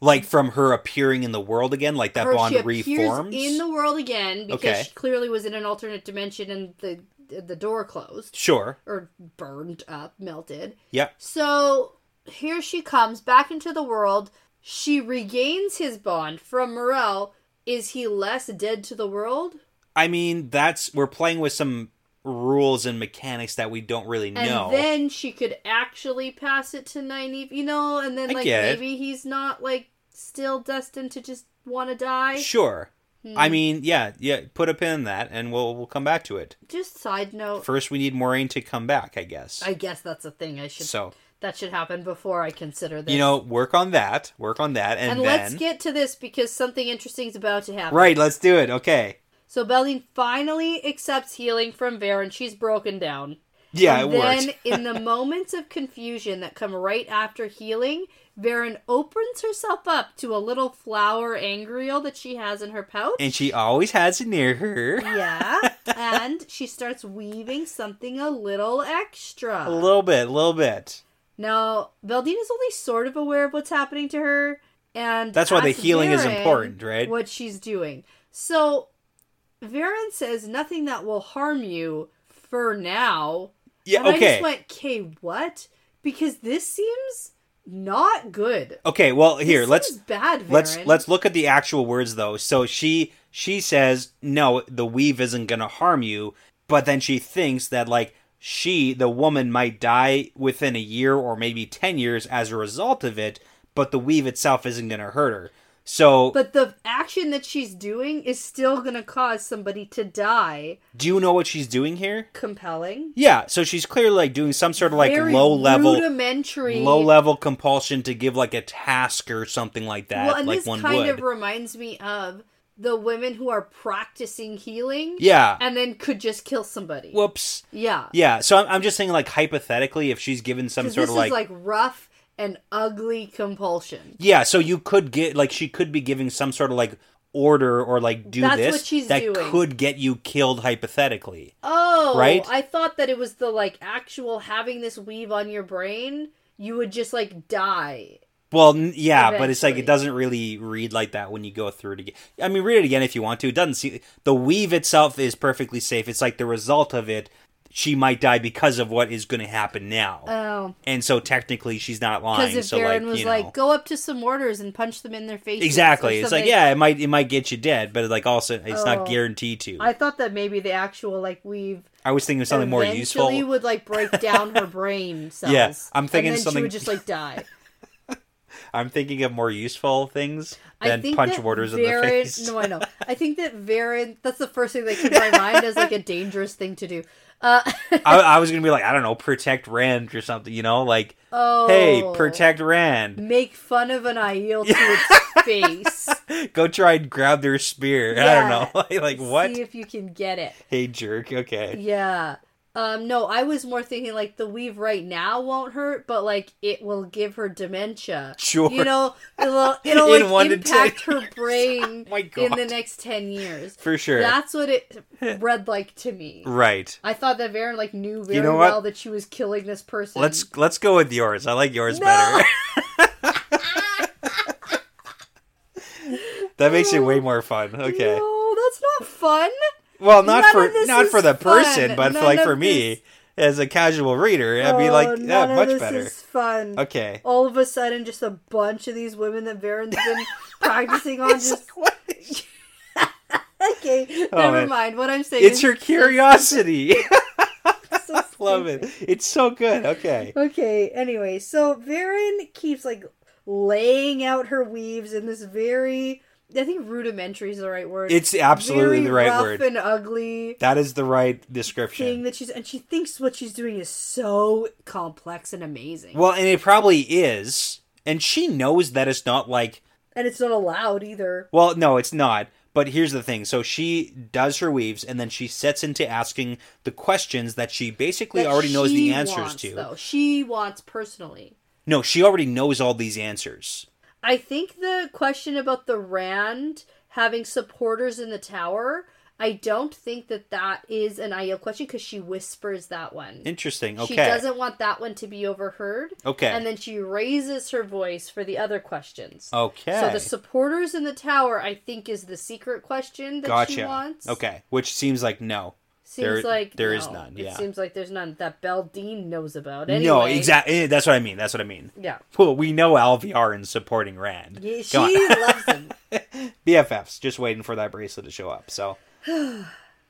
[SPEAKER 2] Like from her appearing in the world again, like that
[SPEAKER 1] Or
[SPEAKER 2] bond
[SPEAKER 1] she appears
[SPEAKER 2] reforms.
[SPEAKER 1] in the world again because
[SPEAKER 2] Okay.
[SPEAKER 1] she clearly was in an alternate dimension and the the door closed
[SPEAKER 2] Sure.
[SPEAKER 1] or burned up, melted.
[SPEAKER 2] Yep.
[SPEAKER 1] So here she comes back into the world. She regains his bond from Morel. Is he less dead to the world?
[SPEAKER 2] I mean, that's we're playing with some rules and mechanics that we don't really
[SPEAKER 1] And
[SPEAKER 2] know.
[SPEAKER 1] then she could actually pass it to Nynaeve, you know, and then
[SPEAKER 2] I
[SPEAKER 1] like
[SPEAKER 2] get it.
[SPEAKER 1] maybe he's not like still destined to just want to die.
[SPEAKER 2] Sure.
[SPEAKER 1] Hmm.
[SPEAKER 2] I mean, yeah, yeah. Put a pin in that, and we'll we'll come back to it.
[SPEAKER 1] Just side note.
[SPEAKER 2] First, we need Maureen to come back, I guess.
[SPEAKER 1] I guess that's a thing I should
[SPEAKER 2] so
[SPEAKER 1] that should happen before I consider this.
[SPEAKER 2] you know, work on that, work on that, and,
[SPEAKER 1] and
[SPEAKER 2] then
[SPEAKER 1] let's get to this because something interesting is about to happen.
[SPEAKER 2] right. Let's do it. Okay.
[SPEAKER 1] So Belline finally accepts healing from Varen. She's broken down.
[SPEAKER 2] Yeah,
[SPEAKER 1] and
[SPEAKER 2] it
[SPEAKER 1] then
[SPEAKER 2] worked.
[SPEAKER 1] in the moments of confusion that come right after healing, Varen opens herself up to a little flower angriel that she has in her pouch.
[SPEAKER 2] And she always has it near her.
[SPEAKER 1] yeah, and she starts weaving something a little extra.
[SPEAKER 2] A little bit, a little bit.
[SPEAKER 1] now, Veldine is only sort of aware of what's happening to her, and
[SPEAKER 2] That's why the
[SPEAKER 1] asks
[SPEAKER 2] healing is
[SPEAKER 1] Varen
[SPEAKER 2] important, right?
[SPEAKER 1] What she's doing. So, Varen says nothing that will harm you for now.
[SPEAKER 2] Yeah,
[SPEAKER 1] and I
[SPEAKER 2] okay.
[SPEAKER 1] just went, "K, what?" Because this seems not good.
[SPEAKER 2] okay, well, here,
[SPEAKER 1] This
[SPEAKER 2] let's
[SPEAKER 1] seems bad. Varen.
[SPEAKER 2] let's let's look at the actual words though. So she she says, "No, the weave isn't going to harm you," but then she thinks that like she the woman might die within a year or maybe 10 years as a result of it, but the weave itself isn't going to hurt her. So
[SPEAKER 1] But the action that she's doing is still gonna cause somebody to die.
[SPEAKER 2] do you know what she's doing here?
[SPEAKER 1] Compelling,
[SPEAKER 2] Yeah, so she's clearly like doing some sort of like
[SPEAKER 1] Very
[SPEAKER 2] low level
[SPEAKER 1] rudimentary,
[SPEAKER 2] low level compulsion to give like a task or something like that,
[SPEAKER 1] Well, and
[SPEAKER 2] like
[SPEAKER 1] this
[SPEAKER 2] one
[SPEAKER 1] kind
[SPEAKER 2] would.
[SPEAKER 1] of reminds me of the women who are practicing healing,
[SPEAKER 2] yeah.
[SPEAKER 1] and then could just kill somebody.
[SPEAKER 2] Whoops.
[SPEAKER 1] yeah,
[SPEAKER 2] Yeah, so I'm, I'm just saying, like hypothetically, if she's given some
[SPEAKER 1] 'Cause
[SPEAKER 2] sort
[SPEAKER 1] this
[SPEAKER 2] of
[SPEAKER 1] is like rough and ugly compulsion.
[SPEAKER 2] yeah, so you could get like she could be giving some sort of like order or like do
[SPEAKER 1] That's
[SPEAKER 2] this
[SPEAKER 1] what she's
[SPEAKER 2] that
[SPEAKER 1] doing.
[SPEAKER 2] could get you killed hypothetically.
[SPEAKER 1] Oh,
[SPEAKER 2] Right?
[SPEAKER 1] I thought that it was the like actual having this weave on your brain, you would just like die.
[SPEAKER 2] Well, n- yeah, but it's like
[SPEAKER 1] Eventually.
[SPEAKER 2] it doesn't really read like that when you go through it again. I mean, read it again if you want to. It doesn't see the weave itself is perfectly safe. It's like the result of it, she might die because of what is going to happen now.
[SPEAKER 1] Oh,
[SPEAKER 2] and so technically, she's not
[SPEAKER 1] because
[SPEAKER 2] lying.
[SPEAKER 1] if
[SPEAKER 2] So
[SPEAKER 1] Baron
[SPEAKER 2] like,
[SPEAKER 1] was
[SPEAKER 2] you know.
[SPEAKER 1] like, go up to some mortars and punch them in their faces.
[SPEAKER 2] Exactly.
[SPEAKER 1] or
[SPEAKER 2] It's like
[SPEAKER 1] something.
[SPEAKER 2] yeah, it might it might get you dead, but like also it's
[SPEAKER 1] Oh.
[SPEAKER 2] not guaranteed to.
[SPEAKER 1] I thought that maybe the actual like weave
[SPEAKER 2] I was thinking of something more
[SPEAKER 1] eventually
[SPEAKER 2] useful.
[SPEAKER 1] would like break down her brain cells.
[SPEAKER 2] Yeah, I'm thinking
[SPEAKER 1] and then
[SPEAKER 2] something-
[SPEAKER 1] She would just like die.
[SPEAKER 2] I'm thinking of more useful things
[SPEAKER 1] I
[SPEAKER 2] than
[SPEAKER 1] think
[SPEAKER 2] punch
[SPEAKER 1] that
[SPEAKER 2] warders in
[SPEAKER 1] Varen-
[SPEAKER 2] the face.
[SPEAKER 1] No, I know. I think that Varen. That's the first thing that came to my mind as like a dangerous thing to do. Uh,
[SPEAKER 2] I, I was gonna be like, I don't know, protect Rand or something. You know, like
[SPEAKER 1] oh,
[SPEAKER 2] hey, protect Rand.
[SPEAKER 1] make fun of an Aiel to its face.
[SPEAKER 2] Go try and grab their spear.
[SPEAKER 1] Yeah.
[SPEAKER 2] I don't know, like what?
[SPEAKER 1] See if you can get it.
[SPEAKER 2] hey, jerk. Okay.
[SPEAKER 1] Yeah. Um, no, I was more thinking like the weave right now won't hurt, but like it will give her dementia.
[SPEAKER 2] Sure.
[SPEAKER 1] You know, it'll it'll
[SPEAKER 2] In
[SPEAKER 1] like,
[SPEAKER 2] one to ten
[SPEAKER 1] impact her brain
[SPEAKER 2] my
[SPEAKER 1] in the
[SPEAKER 2] God.
[SPEAKER 1] next ten years.
[SPEAKER 2] For sure.
[SPEAKER 1] That's what it read like to me.
[SPEAKER 2] right.
[SPEAKER 1] I thought that Varen like knew very
[SPEAKER 2] know what?
[SPEAKER 1] well that she was killing this person.
[SPEAKER 2] Let's let's go with yours. I like yours
[SPEAKER 1] No!
[SPEAKER 2] better. that makes it way more fun. Okay.
[SPEAKER 1] No, that's not fun.
[SPEAKER 2] Well, not
[SPEAKER 1] None
[SPEAKER 2] for
[SPEAKER 1] of this
[SPEAKER 2] not
[SPEAKER 1] is
[SPEAKER 2] for the person,
[SPEAKER 1] fun.
[SPEAKER 2] but for,
[SPEAKER 1] None
[SPEAKER 2] like
[SPEAKER 1] of
[SPEAKER 2] for me as a casual reader, I'd be
[SPEAKER 1] Oh,
[SPEAKER 2] like, yeah,
[SPEAKER 1] none of
[SPEAKER 2] much
[SPEAKER 1] this
[SPEAKER 2] better.
[SPEAKER 1] is fun.
[SPEAKER 2] Okay.
[SPEAKER 1] All of a sudden, just a bunch of these women that Varen's been practicing on
[SPEAKER 2] It's
[SPEAKER 1] just
[SPEAKER 2] like, what is-
[SPEAKER 1] Okay,
[SPEAKER 2] Oh,
[SPEAKER 1] never
[SPEAKER 2] man.
[SPEAKER 1] mind. What I'm saying
[SPEAKER 2] It's
[SPEAKER 1] is
[SPEAKER 2] your curiosity.
[SPEAKER 1] so
[SPEAKER 2] Love it. It's so good. Okay.
[SPEAKER 1] Okay, anyway, so Varen keeps like laying out her weaves in this very I think rudimentary is the right word.
[SPEAKER 2] It's absolutely
[SPEAKER 1] Very
[SPEAKER 2] the right
[SPEAKER 1] rough
[SPEAKER 2] word.
[SPEAKER 1] and ugly
[SPEAKER 2] That is the right
[SPEAKER 1] thing
[SPEAKER 2] description.
[SPEAKER 1] that she's and she thinks what she's doing is so complex and amazing.
[SPEAKER 2] Well, and it probably is. And she knows that it's not like
[SPEAKER 1] and it's not allowed either.
[SPEAKER 2] Well, no, it's not. But here's the thing. So she does her weaves and then she sets into asking the questions that she basically
[SPEAKER 1] That
[SPEAKER 2] already knows
[SPEAKER 1] she
[SPEAKER 2] the answers
[SPEAKER 1] wants,
[SPEAKER 2] to.
[SPEAKER 1] Though. She wants personally.
[SPEAKER 2] No, she already knows all these answers.
[SPEAKER 1] I think the question about the Rand having supporters in the tower, I don't think that that is an IEL question because she whispers that one.
[SPEAKER 2] Interesting. Okay.
[SPEAKER 1] She doesn't want that one to be overheard.
[SPEAKER 2] Okay.
[SPEAKER 1] And then she raises her voice for the other questions.
[SPEAKER 2] Okay.
[SPEAKER 1] So the supporters in the tower, I think, is the secret question that
[SPEAKER 2] gotcha.
[SPEAKER 1] she wants.
[SPEAKER 2] Okay. Which seems like no.
[SPEAKER 1] Seems
[SPEAKER 2] There-
[SPEAKER 1] like
[SPEAKER 2] there
[SPEAKER 1] there
[SPEAKER 2] is
[SPEAKER 1] is
[SPEAKER 2] none, yeah.
[SPEAKER 1] It seems like there's none that Belle Dean knows about. Anyway,
[SPEAKER 2] No, exactly. That's what I mean. That's what I mean.
[SPEAKER 1] Yeah.
[SPEAKER 2] Well, we know Alviarin's supporting Rand.
[SPEAKER 1] Yeah, she
[SPEAKER 2] Come on.
[SPEAKER 1] loves him.
[SPEAKER 2] BFFs just waiting for that bracelet to show up. So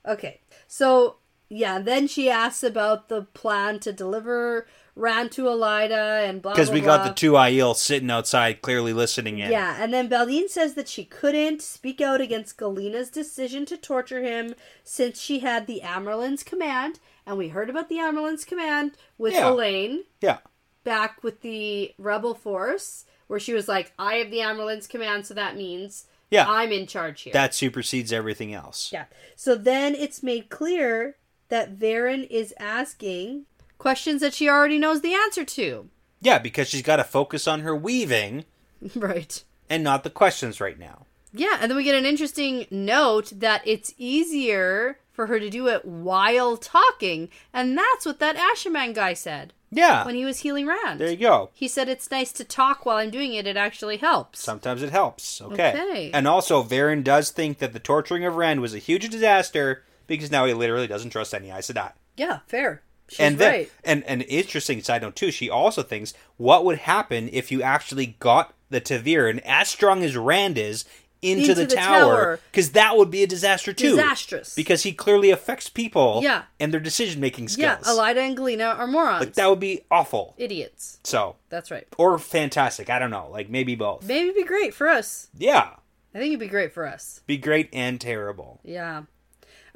[SPEAKER 1] Okay. So, yeah, then she asks about the plan to deliver Rand to Elida and blah
[SPEAKER 2] because
[SPEAKER 1] blah,
[SPEAKER 2] we got
[SPEAKER 1] blah.
[SPEAKER 2] the two Aiel sitting outside, clearly listening in.
[SPEAKER 1] Yeah, and then Beldine says that she couldn't speak out against Galena's decision to torture him since she had the Amerlin's command, and we heard about the Amerlin's command with
[SPEAKER 2] Yeah.
[SPEAKER 1] Elaine
[SPEAKER 2] Yeah.
[SPEAKER 1] back with the rebel force, where she was like, "I have the Amerlin's command, so that means
[SPEAKER 2] Yeah.
[SPEAKER 1] I'm in charge here."
[SPEAKER 2] That supersedes everything else.
[SPEAKER 1] Yeah. So then it's made clear that Varen is asking questions that she already knows the answer to.
[SPEAKER 2] Yeah, because she's got to focus on her weaving
[SPEAKER 1] right.
[SPEAKER 2] and not the questions right now.
[SPEAKER 1] Yeah, and then we get an interesting note that it's easier for her to do it while talking, and that's what that Asherman guy said
[SPEAKER 2] Yeah.
[SPEAKER 1] when he was healing Rand.
[SPEAKER 2] Ah. there you go.
[SPEAKER 1] He said it's nice to talk while I'm doing it; it actually helps.
[SPEAKER 2] Sometimes it helps. Okay.
[SPEAKER 1] Okay.
[SPEAKER 2] And also, Varen does think that the torturing of Rand was a huge disaster because now he literally doesn't trust any Aes Sedai.
[SPEAKER 1] yeah, fair. She's
[SPEAKER 2] and then, and an interesting side note too, she also thinks what would happen if you actually got the Taviran as strong as Rand is into,
[SPEAKER 1] Into
[SPEAKER 2] the,
[SPEAKER 1] the
[SPEAKER 2] tower
[SPEAKER 1] tower.
[SPEAKER 2] because that would be a disaster too.
[SPEAKER 1] Disastrous.
[SPEAKER 2] because he clearly affects people
[SPEAKER 1] Yeah.
[SPEAKER 2] and their decision making skills.
[SPEAKER 1] yeah, Elida and Galena are morons.
[SPEAKER 2] Like that would be awful.
[SPEAKER 1] Idiots.
[SPEAKER 2] So
[SPEAKER 1] That's right.
[SPEAKER 2] or fantastic, I don't know, like maybe both.
[SPEAKER 1] Maybe it'd be great for us.
[SPEAKER 2] Yeah.
[SPEAKER 1] I think it'd be great for us.
[SPEAKER 2] Be great and terrible.
[SPEAKER 1] Yeah.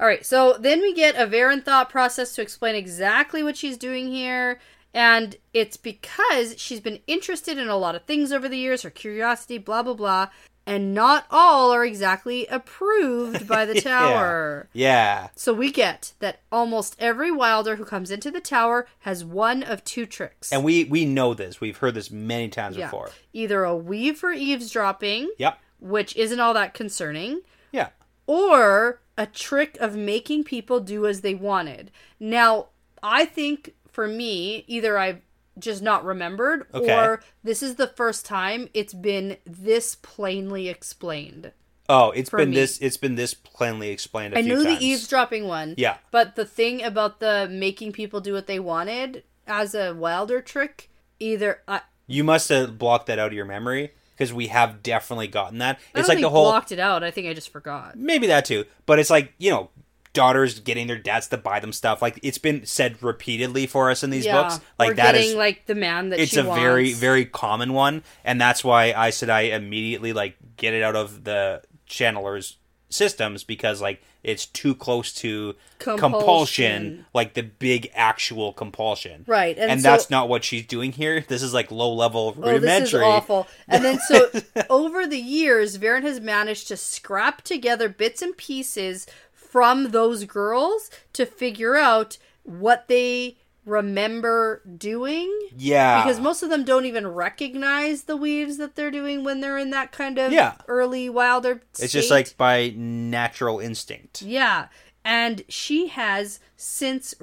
[SPEAKER 1] All right. So then we get a Varen thought process to explain exactly what she's doing here. And it's because she's been interested in a lot of things over the years, her curiosity, blah, blah, blah. And not all are exactly approved by the tower.
[SPEAKER 2] Yeah.
[SPEAKER 1] So we get that almost every wilder who comes into the tower has one of two tricks.
[SPEAKER 2] And we we know this. We've heard this many times before.
[SPEAKER 1] Either a weave for eavesdropping,
[SPEAKER 2] Yep.
[SPEAKER 1] which isn't all that concerning,
[SPEAKER 2] Yeah.
[SPEAKER 1] or a trick of making people do as they wanted. Now, I think for me, either I've just not remembered
[SPEAKER 2] Okay.
[SPEAKER 1] or this is the first time it's been this plainly explained.
[SPEAKER 2] Oh, it's
[SPEAKER 1] For
[SPEAKER 2] been
[SPEAKER 1] me.
[SPEAKER 2] this it's been this plainly explained a
[SPEAKER 1] I
[SPEAKER 2] few
[SPEAKER 1] knew
[SPEAKER 2] times.
[SPEAKER 1] the eavesdropping one.
[SPEAKER 2] Yeah.
[SPEAKER 1] But the thing about the making people do what they wanted as a wilder trick, either I,
[SPEAKER 2] You must have blocked that out of your memory because we have definitely gotten
[SPEAKER 1] I
[SPEAKER 2] that.
[SPEAKER 1] don't
[SPEAKER 2] It's like
[SPEAKER 1] think
[SPEAKER 2] the whole
[SPEAKER 1] blocked it out. I think I just forgot.
[SPEAKER 2] maybe that too, but it's like you know daughters getting their dads to buy them stuff. Like it's been said repeatedly for us in these books. Like
[SPEAKER 1] or
[SPEAKER 2] that
[SPEAKER 1] getting
[SPEAKER 2] is
[SPEAKER 1] like the man that
[SPEAKER 2] it's
[SPEAKER 1] she
[SPEAKER 2] a very
[SPEAKER 1] wants.
[SPEAKER 2] very common one and that's why i said i immediately like get it out of the channelers systems because like it's too close to compulsion,
[SPEAKER 1] Compulsion.
[SPEAKER 2] like the big actual compulsion
[SPEAKER 1] Right,
[SPEAKER 2] and,
[SPEAKER 1] and so-
[SPEAKER 2] that's not what she's doing here this is like low level
[SPEAKER 1] Oh, this is
[SPEAKER 2] rudimentary
[SPEAKER 1] awful. And then so over the years, Varen has managed to scrap together bits and pieces from those girls to figure out what they remember doing.
[SPEAKER 2] yeah
[SPEAKER 1] Because most of them don't even recognize the weaves that they're doing when they're in that kind of
[SPEAKER 2] Yeah.
[SPEAKER 1] early wilder.
[SPEAKER 2] it's just
[SPEAKER 1] state.
[SPEAKER 2] like by natural instinct
[SPEAKER 1] Yeah. And she has since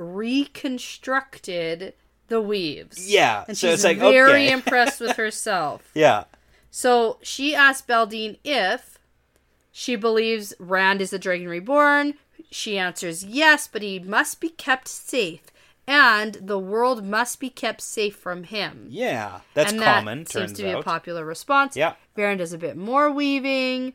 [SPEAKER 1] reconstructed the weaves.
[SPEAKER 2] Yeah,
[SPEAKER 1] And
[SPEAKER 2] so
[SPEAKER 1] she's
[SPEAKER 2] it's like,
[SPEAKER 1] very
[SPEAKER 2] okay.
[SPEAKER 1] impressed with herself.
[SPEAKER 2] yeah
[SPEAKER 1] So she asked Beldine if she believes Rand is the Dragon Reborn. She answers yes, but he must be kept safe. And the world must be kept safe from him.
[SPEAKER 2] yeah that's
[SPEAKER 1] and
[SPEAKER 2] common
[SPEAKER 1] That
[SPEAKER 2] turns
[SPEAKER 1] seems to be
[SPEAKER 2] out
[SPEAKER 1] a popular response.
[SPEAKER 2] Yeah.
[SPEAKER 1] Varen does a bit more weaving.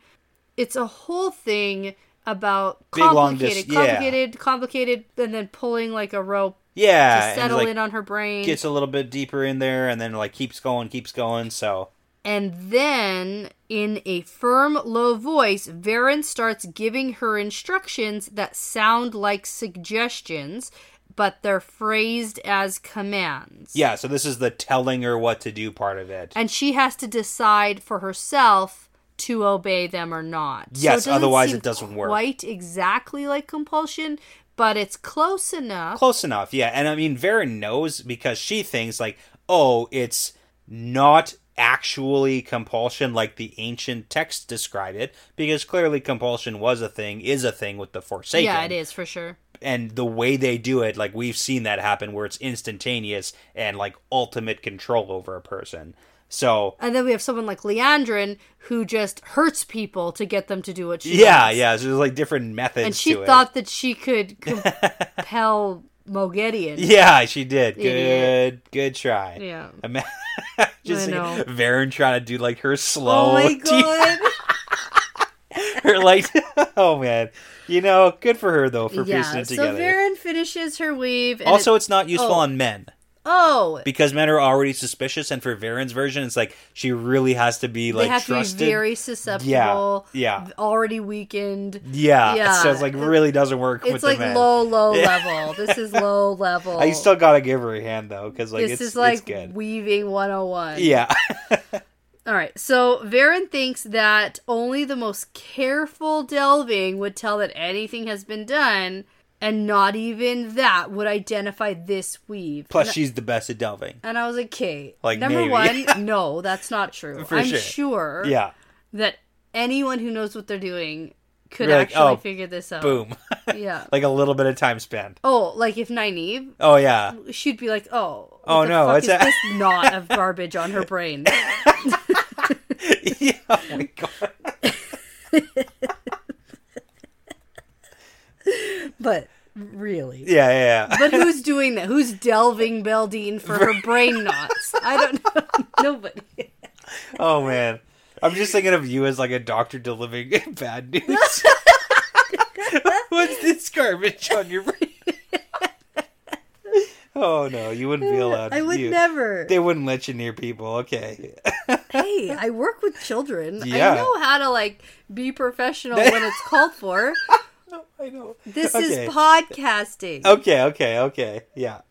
[SPEAKER 1] It's a whole thing about
[SPEAKER 2] Big, long dis-
[SPEAKER 1] complicated,
[SPEAKER 2] yeah.
[SPEAKER 1] complicated, complicated, and then pulling like a rope
[SPEAKER 2] yeah
[SPEAKER 1] to
[SPEAKER 2] and,
[SPEAKER 1] settle
[SPEAKER 2] like,
[SPEAKER 1] in on her brain.
[SPEAKER 2] gets a little bit deeper in there and then like keeps going keeps going so
[SPEAKER 1] And then, in a firm, low voice, Varen starts giving her instructions that sound like suggestions, but they're phrased as commands.
[SPEAKER 2] Yeah, so this is the telling her what to do part of it.
[SPEAKER 1] And she has to decide for herself to obey them or not.
[SPEAKER 2] Yes,
[SPEAKER 1] doesn't
[SPEAKER 2] otherwise
[SPEAKER 1] seem
[SPEAKER 2] it doesn't work.
[SPEAKER 1] Quite exactly like compulsion, but it's close enough.
[SPEAKER 2] Close enough, yeah. And I mean, Vera knows because she thinks, like, oh, it's not actually compulsion like the ancient texts describe it, because clearly compulsion was a thing, is a thing with the Forsaken.
[SPEAKER 1] yeah, it is for sure.
[SPEAKER 2] And the way they do it, like, we've seen that happen where it's instantaneous and, like, ultimate control over a person. So,
[SPEAKER 1] And then we have someone like Leandrin who just hurts people to get them to do what she
[SPEAKER 2] yeah,
[SPEAKER 1] wants.
[SPEAKER 2] yeah, so there's, like, different methods
[SPEAKER 1] And she
[SPEAKER 2] to it.
[SPEAKER 1] thought that she could compel Mogedion.
[SPEAKER 2] Yeah, she did. Good,
[SPEAKER 1] Idiot.
[SPEAKER 2] good try.
[SPEAKER 1] Yeah.
[SPEAKER 2] Ima- just
[SPEAKER 1] I know.
[SPEAKER 2] like Varen trying to do like her slow,
[SPEAKER 1] Oh my god.
[SPEAKER 2] her like, oh man, you know, good for her though for piecing
[SPEAKER 1] yeah.
[SPEAKER 2] it
[SPEAKER 1] So
[SPEAKER 2] together.
[SPEAKER 1] Varen finishes her weave. And
[SPEAKER 2] also,
[SPEAKER 1] it-
[SPEAKER 2] it's not useful
[SPEAKER 1] oh.
[SPEAKER 2] on men
[SPEAKER 1] oh,
[SPEAKER 2] because men are already suspicious, and for Varen's version, it's like she really has to be like
[SPEAKER 1] they have
[SPEAKER 2] trusted.
[SPEAKER 1] to be very susceptible.
[SPEAKER 2] yeah.
[SPEAKER 1] Already weakened.
[SPEAKER 2] yeah,
[SPEAKER 1] Yeah.
[SPEAKER 2] so it's like really doesn't work with
[SPEAKER 1] It's like
[SPEAKER 2] the men.
[SPEAKER 1] low, low level. This is low level.
[SPEAKER 2] I still gotta give her a hand though because like
[SPEAKER 1] this
[SPEAKER 2] it's
[SPEAKER 1] is like
[SPEAKER 2] it's good.
[SPEAKER 1] weaving 101.
[SPEAKER 2] yeah,
[SPEAKER 1] All right. So Varen thinks that only the most careful delving would tell that anything has been done, and not even that would identify this weave.
[SPEAKER 2] plus she's the best at delving.
[SPEAKER 1] And I was like, okay,
[SPEAKER 2] Like,
[SPEAKER 1] number
[SPEAKER 2] maybe.
[SPEAKER 1] one, no, that's not true.
[SPEAKER 2] For
[SPEAKER 1] I'm
[SPEAKER 2] sure.
[SPEAKER 1] sure,
[SPEAKER 2] Yeah,
[SPEAKER 1] that anyone who knows what they're doing could
[SPEAKER 2] You're like,
[SPEAKER 1] actually
[SPEAKER 2] oh,
[SPEAKER 1] figure this out.
[SPEAKER 2] boom,
[SPEAKER 1] Yeah.
[SPEAKER 2] like a little bit of time spent.
[SPEAKER 1] oh, like if Nynaeve,
[SPEAKER 2] Oh yeah,
[SPEAKER 1] she'd be like, oh, what
[SPEAKER 2] Oh,
[SPEAKER 1] the
[SPEAKER 2] no,
[SPEAKER 1] fuck
[SPEAKER 2] it's
[SPEAKER 1] is
[SPEAKER 2] a-
[SPEAKER 1] this knot of garbage on her brain?
[SPEAKER 2] yeah, oh my god.
[SPEAKER 1] but really.
[SPEAKER 2] Yeah, yeah, yeah.
[SPEAKER 1] But who's doing that? Who's delving Beldine for her brain knots? I don't know. Nobody.
[SPEAKER 2] Oh man. I'm just thinking of you as like a doctor delivering bad news. What's this garbage on your brain? oh no, you wouldn't be allowed.
[SPEAKER 1] I would
[SPEAKER 2] You-
[SPEAKER 1] never.
[SPEAKER 2] They wouldn't let you near people. Okay.
[SPEAKER 1] hey, I work with children.
[SPEAKER 2] Yeah.
[SPEAKER 1] I know how to like be professional when it's called for.
[SPEAKER 2] no, I know.
[SPEAKER 1] This
[SPEAKER 2] Okay.
[SPEAKER 1] is podcasting.
[SPEAKER 2] Okay, okay, okay. Yeah.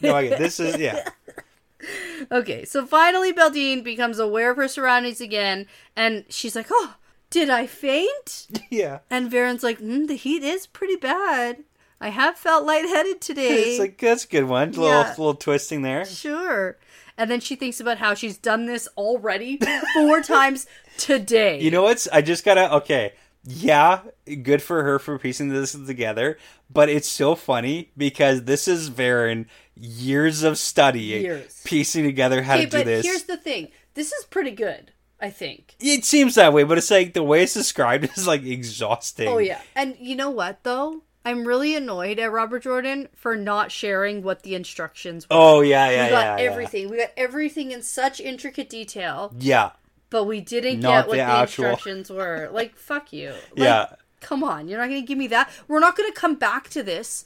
[SPEAKER 2] No, I get this is yeah.
[SPEAKER 1] Okay, so finally Beldine becomes aware of her surroundings again, and she's like, "Oh, did I faint?"
[SPEAKER 2] Yeah.
[SPEAKER 1] And Varen's like, mm, "The heat is pretty bad. I have felt lightheaded today."
[SPEAKER 2] It's like that's a good one. Little
[SPEAKER 1] Yeah.
[SPEAKER 2] little twisting there.
[SPEAKER 1] Sure. And then she thinks about how she's done this already four times today.
[SPEAKER 2] You know what's? I just gotta. Okay, yeah, good for her for piecing this together. But it's so funny because this is Varen years of studying,
[SPEAKER 1] Years.
[SPEAKER 2] piecing together how
[SPEAKER 1] okay,
[SPEAKER 2] to do
[SPEAKER 1] but
[SPEAKER 2] this.
[SPEAKER 1] here's the thing. This is pretty good, I think.
[SPEAKER 2] it seems that way, but it's like the way it's described is like exhausting.
[SPEAKER 1] Oh yeah. And you know what though? I'm really annoyed at Robert Jordan for not sharing what the instructions were.
[SPEAKER 2] Oh yeah, yeah,
[SPEAKER 1] we
[SPEAKER 2] yeah.
[SPEAKER 1] got
[SPEAKER 2] yeah.
[SPEAKER 1] everything. We got everything in such intricate detail,
[SPEAKER 2] Yeah,
[SPEAKER 1] but we didn't
[SPEAKER 2] Not
[SPEAKER 1] get what
[SPEAKER 2] the
[SPEAKER 1] the,
[SPEAKER 2] actual-
[SPEAKER 1] instructions were. Like fuck you. Like,
[SPEAKER 2] Yeah.
[SPEAKER 1] Come on, you're not going to give me that. We're not going to come back to this.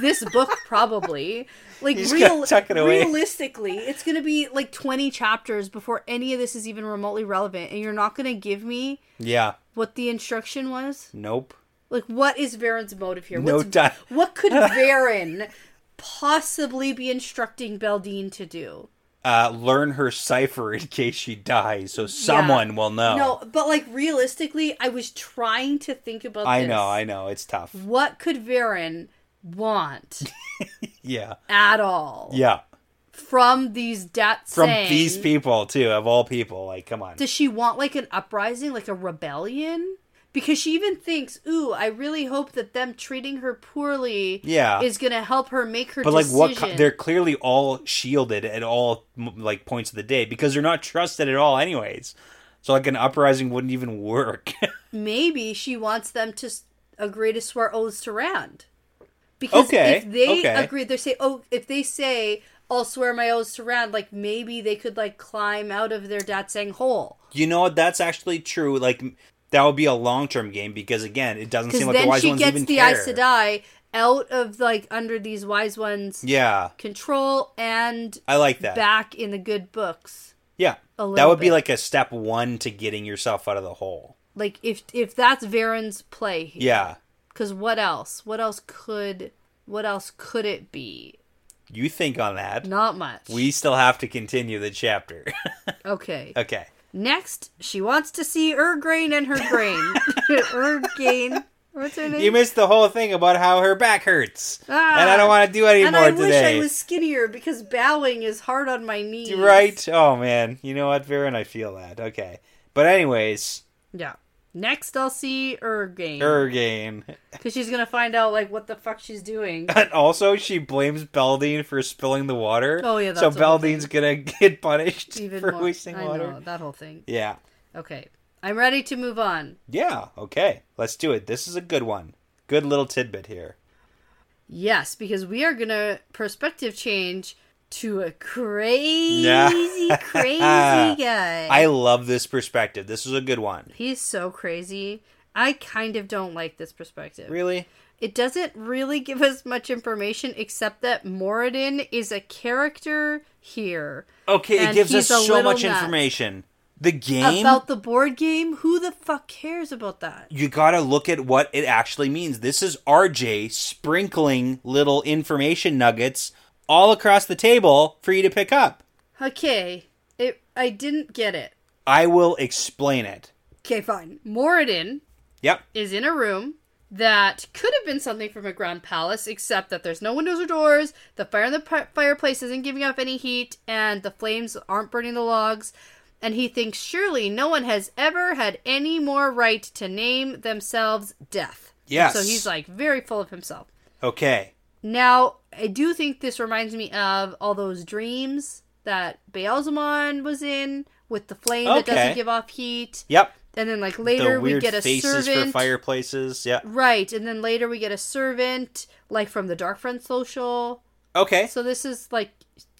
[SPEAKER 1] this book probably. Like
[SPEAKER 2] just
[SPEAKER 1] real
[SPEAKER 2] gotta tuck it away.
[SPEAKER 1] realistically, it's going to be like 20 chapters before any of this is even remotely relevant and you're not going to give me
[SPEAKER 2] yeah.
[SPEAKER 1] what the instruction was?
[SPEAKER 2] Nope.
[SPEAKER 1] Like, what is Varen's motive here?
[SPEAKER 2] No
[SPEAKER 1] What's,
[SPEAKER 2] time.
[SPEAKER 1] What could Varen possibly be instructing Beldine to do?
[SPEAKER 2] Uh, learn her cipher in case she dies, so someone will know.
[SPEAKER 1] No, but like realistically, I was trying to think about.
[SPEAKER 2] I
[SPEAKER 1] this.
[SPEAKER 2] know, I know. It's tough.
[SPEAKER 1] What could Varen want
[SPEAKER 2] Yeah,
[SPEAKER 1] at all
[SPEAKER 2] yeah.
[SPEAKER 1] from these debts?
[SPEAKER 2] From these people too, of all people. Like, come on.
[SPEAKER 1] Does she want like an uprising, like a rebellion? Because she even thinks, "Ooh, I really hope that them treating her poorly,
[SPEAKER 2] Yeah.
[SPEAKER 1] is gonna help her make her."
[SPEAKER 2] But like what ki-
[SPEAKER 1] decision."
[SPEAKER 2] they're clearly all shielded at all m- like points of the day because they're not trusted at all anyways. So like an uprising wouldn't even work.
[SPEAKER 1] maybe she wants them to s- agree to swear oaths to Rand. Because
[SPEAKER 2] Okay,
[SPEAKER 1] if they
[SPEAKER 2] okay.
[SPEAKER 1] agree, they say, oh, if they say, I'll swear my oaths to Rand, like maybe they could like climb out of their Datsang hole.
[SPEAKER 2] you know what? That's actually true. Like m- that would be a long term game because again, it doesn't
[SPEAKER 1] Because
[SPEAKER 2] seem like the
[SPEAKER 1] then
[SPEAKER 2] wise
[SPEAKER 1] she
[SPEAKER 2] ones
[SPEAKER 1] gets
[SPEAKER 2] even
[SPEAKER 1] the
[SPEAKER 2] care.
[SPEAKER 1] Aes Sedai out of like under these wise ones'
[SPEAKER 2] Yeah,
[SPEAKER 1] control and
[SPEAKER 2] I like that.
[SPEAKER 1] back in the good books.
[SPEAKER 2] Yeah.
[SPEAKER 1] A
[SPEAKER 2] That
[SPEAKER 1] little
[SPEAKER 2] would be
[SPEAKER 1] bit.
[SPEAKER 2] like a step one to getting yourself out of the hole.
[SPEAKER 1] Like if if that's Varen's play,
[SPEAKER 2] Yeah.
[SPEAKER 1] Because what else? What else could? What else could it be?
[SPEAKER 2] You think on that.
[SPEAKER 1] Not much.
[SPEAKER 2] We still have to continue the chapter.
[SPEAKER 1] okay.
[SPEAKER 2] okay.
[SPEAKER 1] Next, she wants to see Ergrain and her grain. Ergain. What's her name?
[SPEAKER 2] You missed the whole thing about how her back hurts.
[SPEAKER 1] Ah.
[SPEAKER 2] and I don't want to do any
[SPEAKER 1] and
[SPEAKER 2] more
[SPEAKER 1] I wish
[SPEAKER 2] today.
[SPEAKER 1] I was skinnier because bowing is hard on my knees.
[SPEAKER 2] Right? Oh man. You know what, Varen? I feel that. Okay. But anyways,
[SPEAKER 1] Yeah. Next, I'll see Ergain.
[SPEAKER 2] Er. Ergain.
[SPEAKER 1] Because she's going to find out, like, what the fuck she's doing.
[SPEAKER 2] And also she blames Beldine for spilling the water.
[SPEAKER 1] Oh, yeah,
[SPEAKER 2] So
[SPEAKER 1] that's what I'm
[SPEAKER 2] Beldine's gonna get punished
[SPEAKER 1] Even
[SPEAKER 2] for
[SPEAKER 1] more.
[SPEAKER 2] wasting
[SPEAKER 1] I
[SPEAKER 2] water.
[SPEAKER 1] know, that whole thing.
[SPEAKER 2] Yeah.
[SPEAKER 1] Okay. I'm ready to move on.
[SPEAKER 2] Yeah, okay. Let's do it. This is a good one. Good little tidbit here.
[SPEAKER 1] Yes, because we are going to perspective change to a crazy, crazy guy.
[SPEAKER 2] I love this perspective. This is a good one.
[SPEAKER 1] He's so crazy. I kind of don't like this perspective.
[SPEAKER 2] Really?
[SPEAKER 1] It doesn't really give us much information except that Moradin is a character here.
[SPEAKER 2] Okay, it
[SPEAKER 1] And
[SPEAKER 2] gives us
[SPEAKER 1] he's a
[SPEAKER 2] so
[SPEAKER 1] little
[SPEAKER 2] much
[SPEAKER 1] nuts.
[SPEAKER 2] information. The game
[SPEAKER 1] About the board game, who the fuck cares about that?
[SPEAKER 2] you gotta look at what it actually means. This is RJ sprinkling little information nuggets all across the table for you to pick up.
[SPEAKER 1] Okay, it, I didn't get it.
[SPEAKER 2] I will explain it.
[SPEAKER 1] Okay, fine. Moradin
[SPEAKER 2] Yep.
[SPEAKER 1] is in a room that could have been something from a grand palace, except that there's no windows or doors, the fire in the pi fireplace isn't giving off any heat, and the flames aren't burning the logs. And he thinks surely no one has ever had any more right to name themselves death. And
[SPEAKER 2] Yes.
[SPEAKER 1] so he's like very full of himself.
[SPEAKER 2] Okay.
[SPEAKER 1] Now, I do think this reminds me of all those dreams that Beelzemon was in with the flame that
[SPEAKER 2] Okay.
[SPEAKER 1] doesn't give off heat.
[SPEAKER 2] Yep.
[SPEAKER 1] And then like
[SPEAKER 2] The
[SPEAKER 1] later we
[SPEAKER 2] weird
[SPEAKER 1] get a
[SPEAKER 2] faces
[SPEAKER 1] servant.
[SPEAKER 2] for fireplaces. Yeah.
[SPEAKER 1] Right, and then later we get a servant, like from the Dark Friend Social.
[SPEAKER 2] Okay.
[SPEAKER 1] So this is like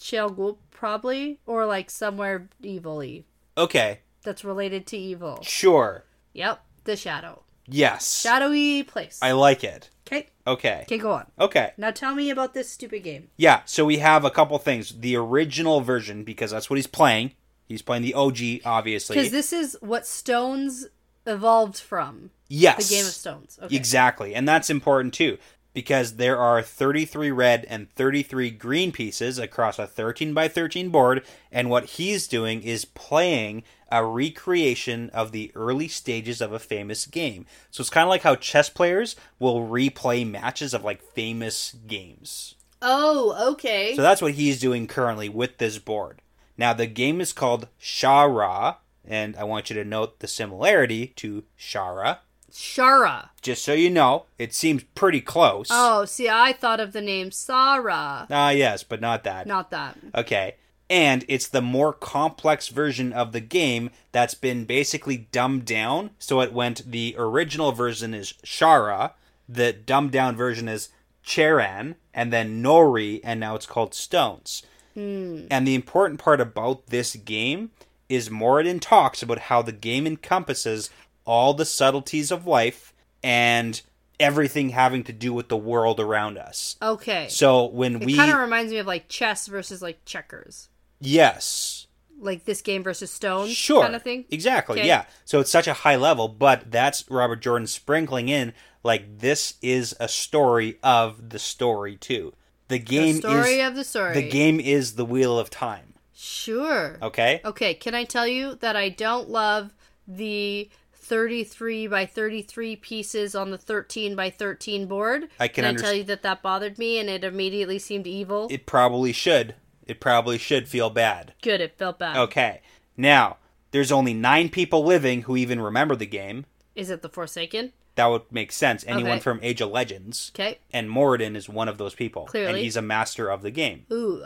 [SPEAKER 1] Shale Ghoul, probably, or like somewhere evil-y
[SPEAKER 2] Okay.
[SPEAKER 1] that's related to evil.
[SPEAKER 2] Sure.
[SPEAKER 1] Yep, the shadow,
[SPEAKER 2] Yes.
[SPEAKER 1] shadowy place.
[SPEAKER 2] I like it.
[SPEAKER 1] Okay,
[SPEAKER 2] Okay.
[SPEAKER 1] okay, go on.
[SPEAKER 2] Okay.
[SPEAKER 1] Now tell me about this stupid game.
[SPEAKER 2] Yeah, so we have a couple things. The original version, because that's what he's playing. He's playing the OG, obviously.
[SPEAKER 1] Because this is what stones evolved from the
[SPEAKER 2] yes.
[SPEAKER 1] Game of Stones. Okay.
[SPEAKER 2] Exactly. And that's important too, because there are 33 red and 33 green pieces across a 13 by 13 board. And what he's doing is playing a recreation of the early stages of a famous game. So it's kind of like how chess players will replay matches of like famous games.
[SPEAKER 1] Oh, okay.
[SPEAKER 2] So that's what he's doing currently with this board. Now the game is called Shara, and I want you to note the similarity to Shara.
[SPEAKER 1] Shara.
[SPEAKER 2] Just so you know, it seems pretty close.
[SPEAKER 1] Oh, see, I thought of the name Sarah.
[SPEAKER 2] Ah, yes, but not that.
[SPEAKER 1] Not that.
[SPEAKER 2] Okay. And it's the more complex version of the game that's been basically dumbed down. So it went the original version is Shara, the dumbed down version is Cheran, and then Nori, and now it's called Stones.
[SPEAKER 1] Hmm.
[SPEAKER 2] And the important part about this game is Moradin talks about how the game encompasses all the subtleties of life and everything having to do with the world around us.
[SPEAKER 1] Okay.
[SPEAKER 2] So when
[SPEAKER 1] It
[SPEAKER 2] we
[SPEAKER 1] kind of reminds me of like chess versus like checkers,
[SPEAKER 2] yes,
[SPEAKER 1] like this game versus stone,
[SPEAKER 2] sure
[SPEAKER 1] kind of thing.
[SPEAKER 2] exactly
[SPEAKER 1] Okay.
[SPEAKER 2] yeah so it's such a high level but that's robert jordan sprinkling in like this is a story of the story too the game
[SPEAKER 1] the story
[SPEAKER 2] is
[SPEAKER 1] of the story.
[SPEAKER 2] the game is the wheel of time
[SPEAKER 1] Sure.
[SPEAKER 2] okay
[SPEAKER 1] Okay. Can I tell you that I don't love the thirty-three by thirty-three pieces on the thirteen by thirteen board?
[SPEAKER 2] I can
[SPEAKER 1] I tell
[SPEAKER 2] underst-
[SPEAKER 1] you that that bothered me, and it immediately seemed evil.
[SPEAKER 2] it probably should it probably should feel bad
[SPEAKER 1] Good. It felt bad.
[SPEAKER 2] okay now there's only nine people living who even remember the game
[SPEAKER 1] Is it the Forsaken?
[SPEAKER 2] that would make sense anyone
[SPEAKER 1] Okay.
[SPEAKER 2] from age of legends
[SPEAKER 1] Okay.
[SPEAKER 2] and moradin is one of those people and
[SPEAKER 1] Clearly.
[SPEAKER 2] he's a master of the game
[SPEAKER 1] Ooh.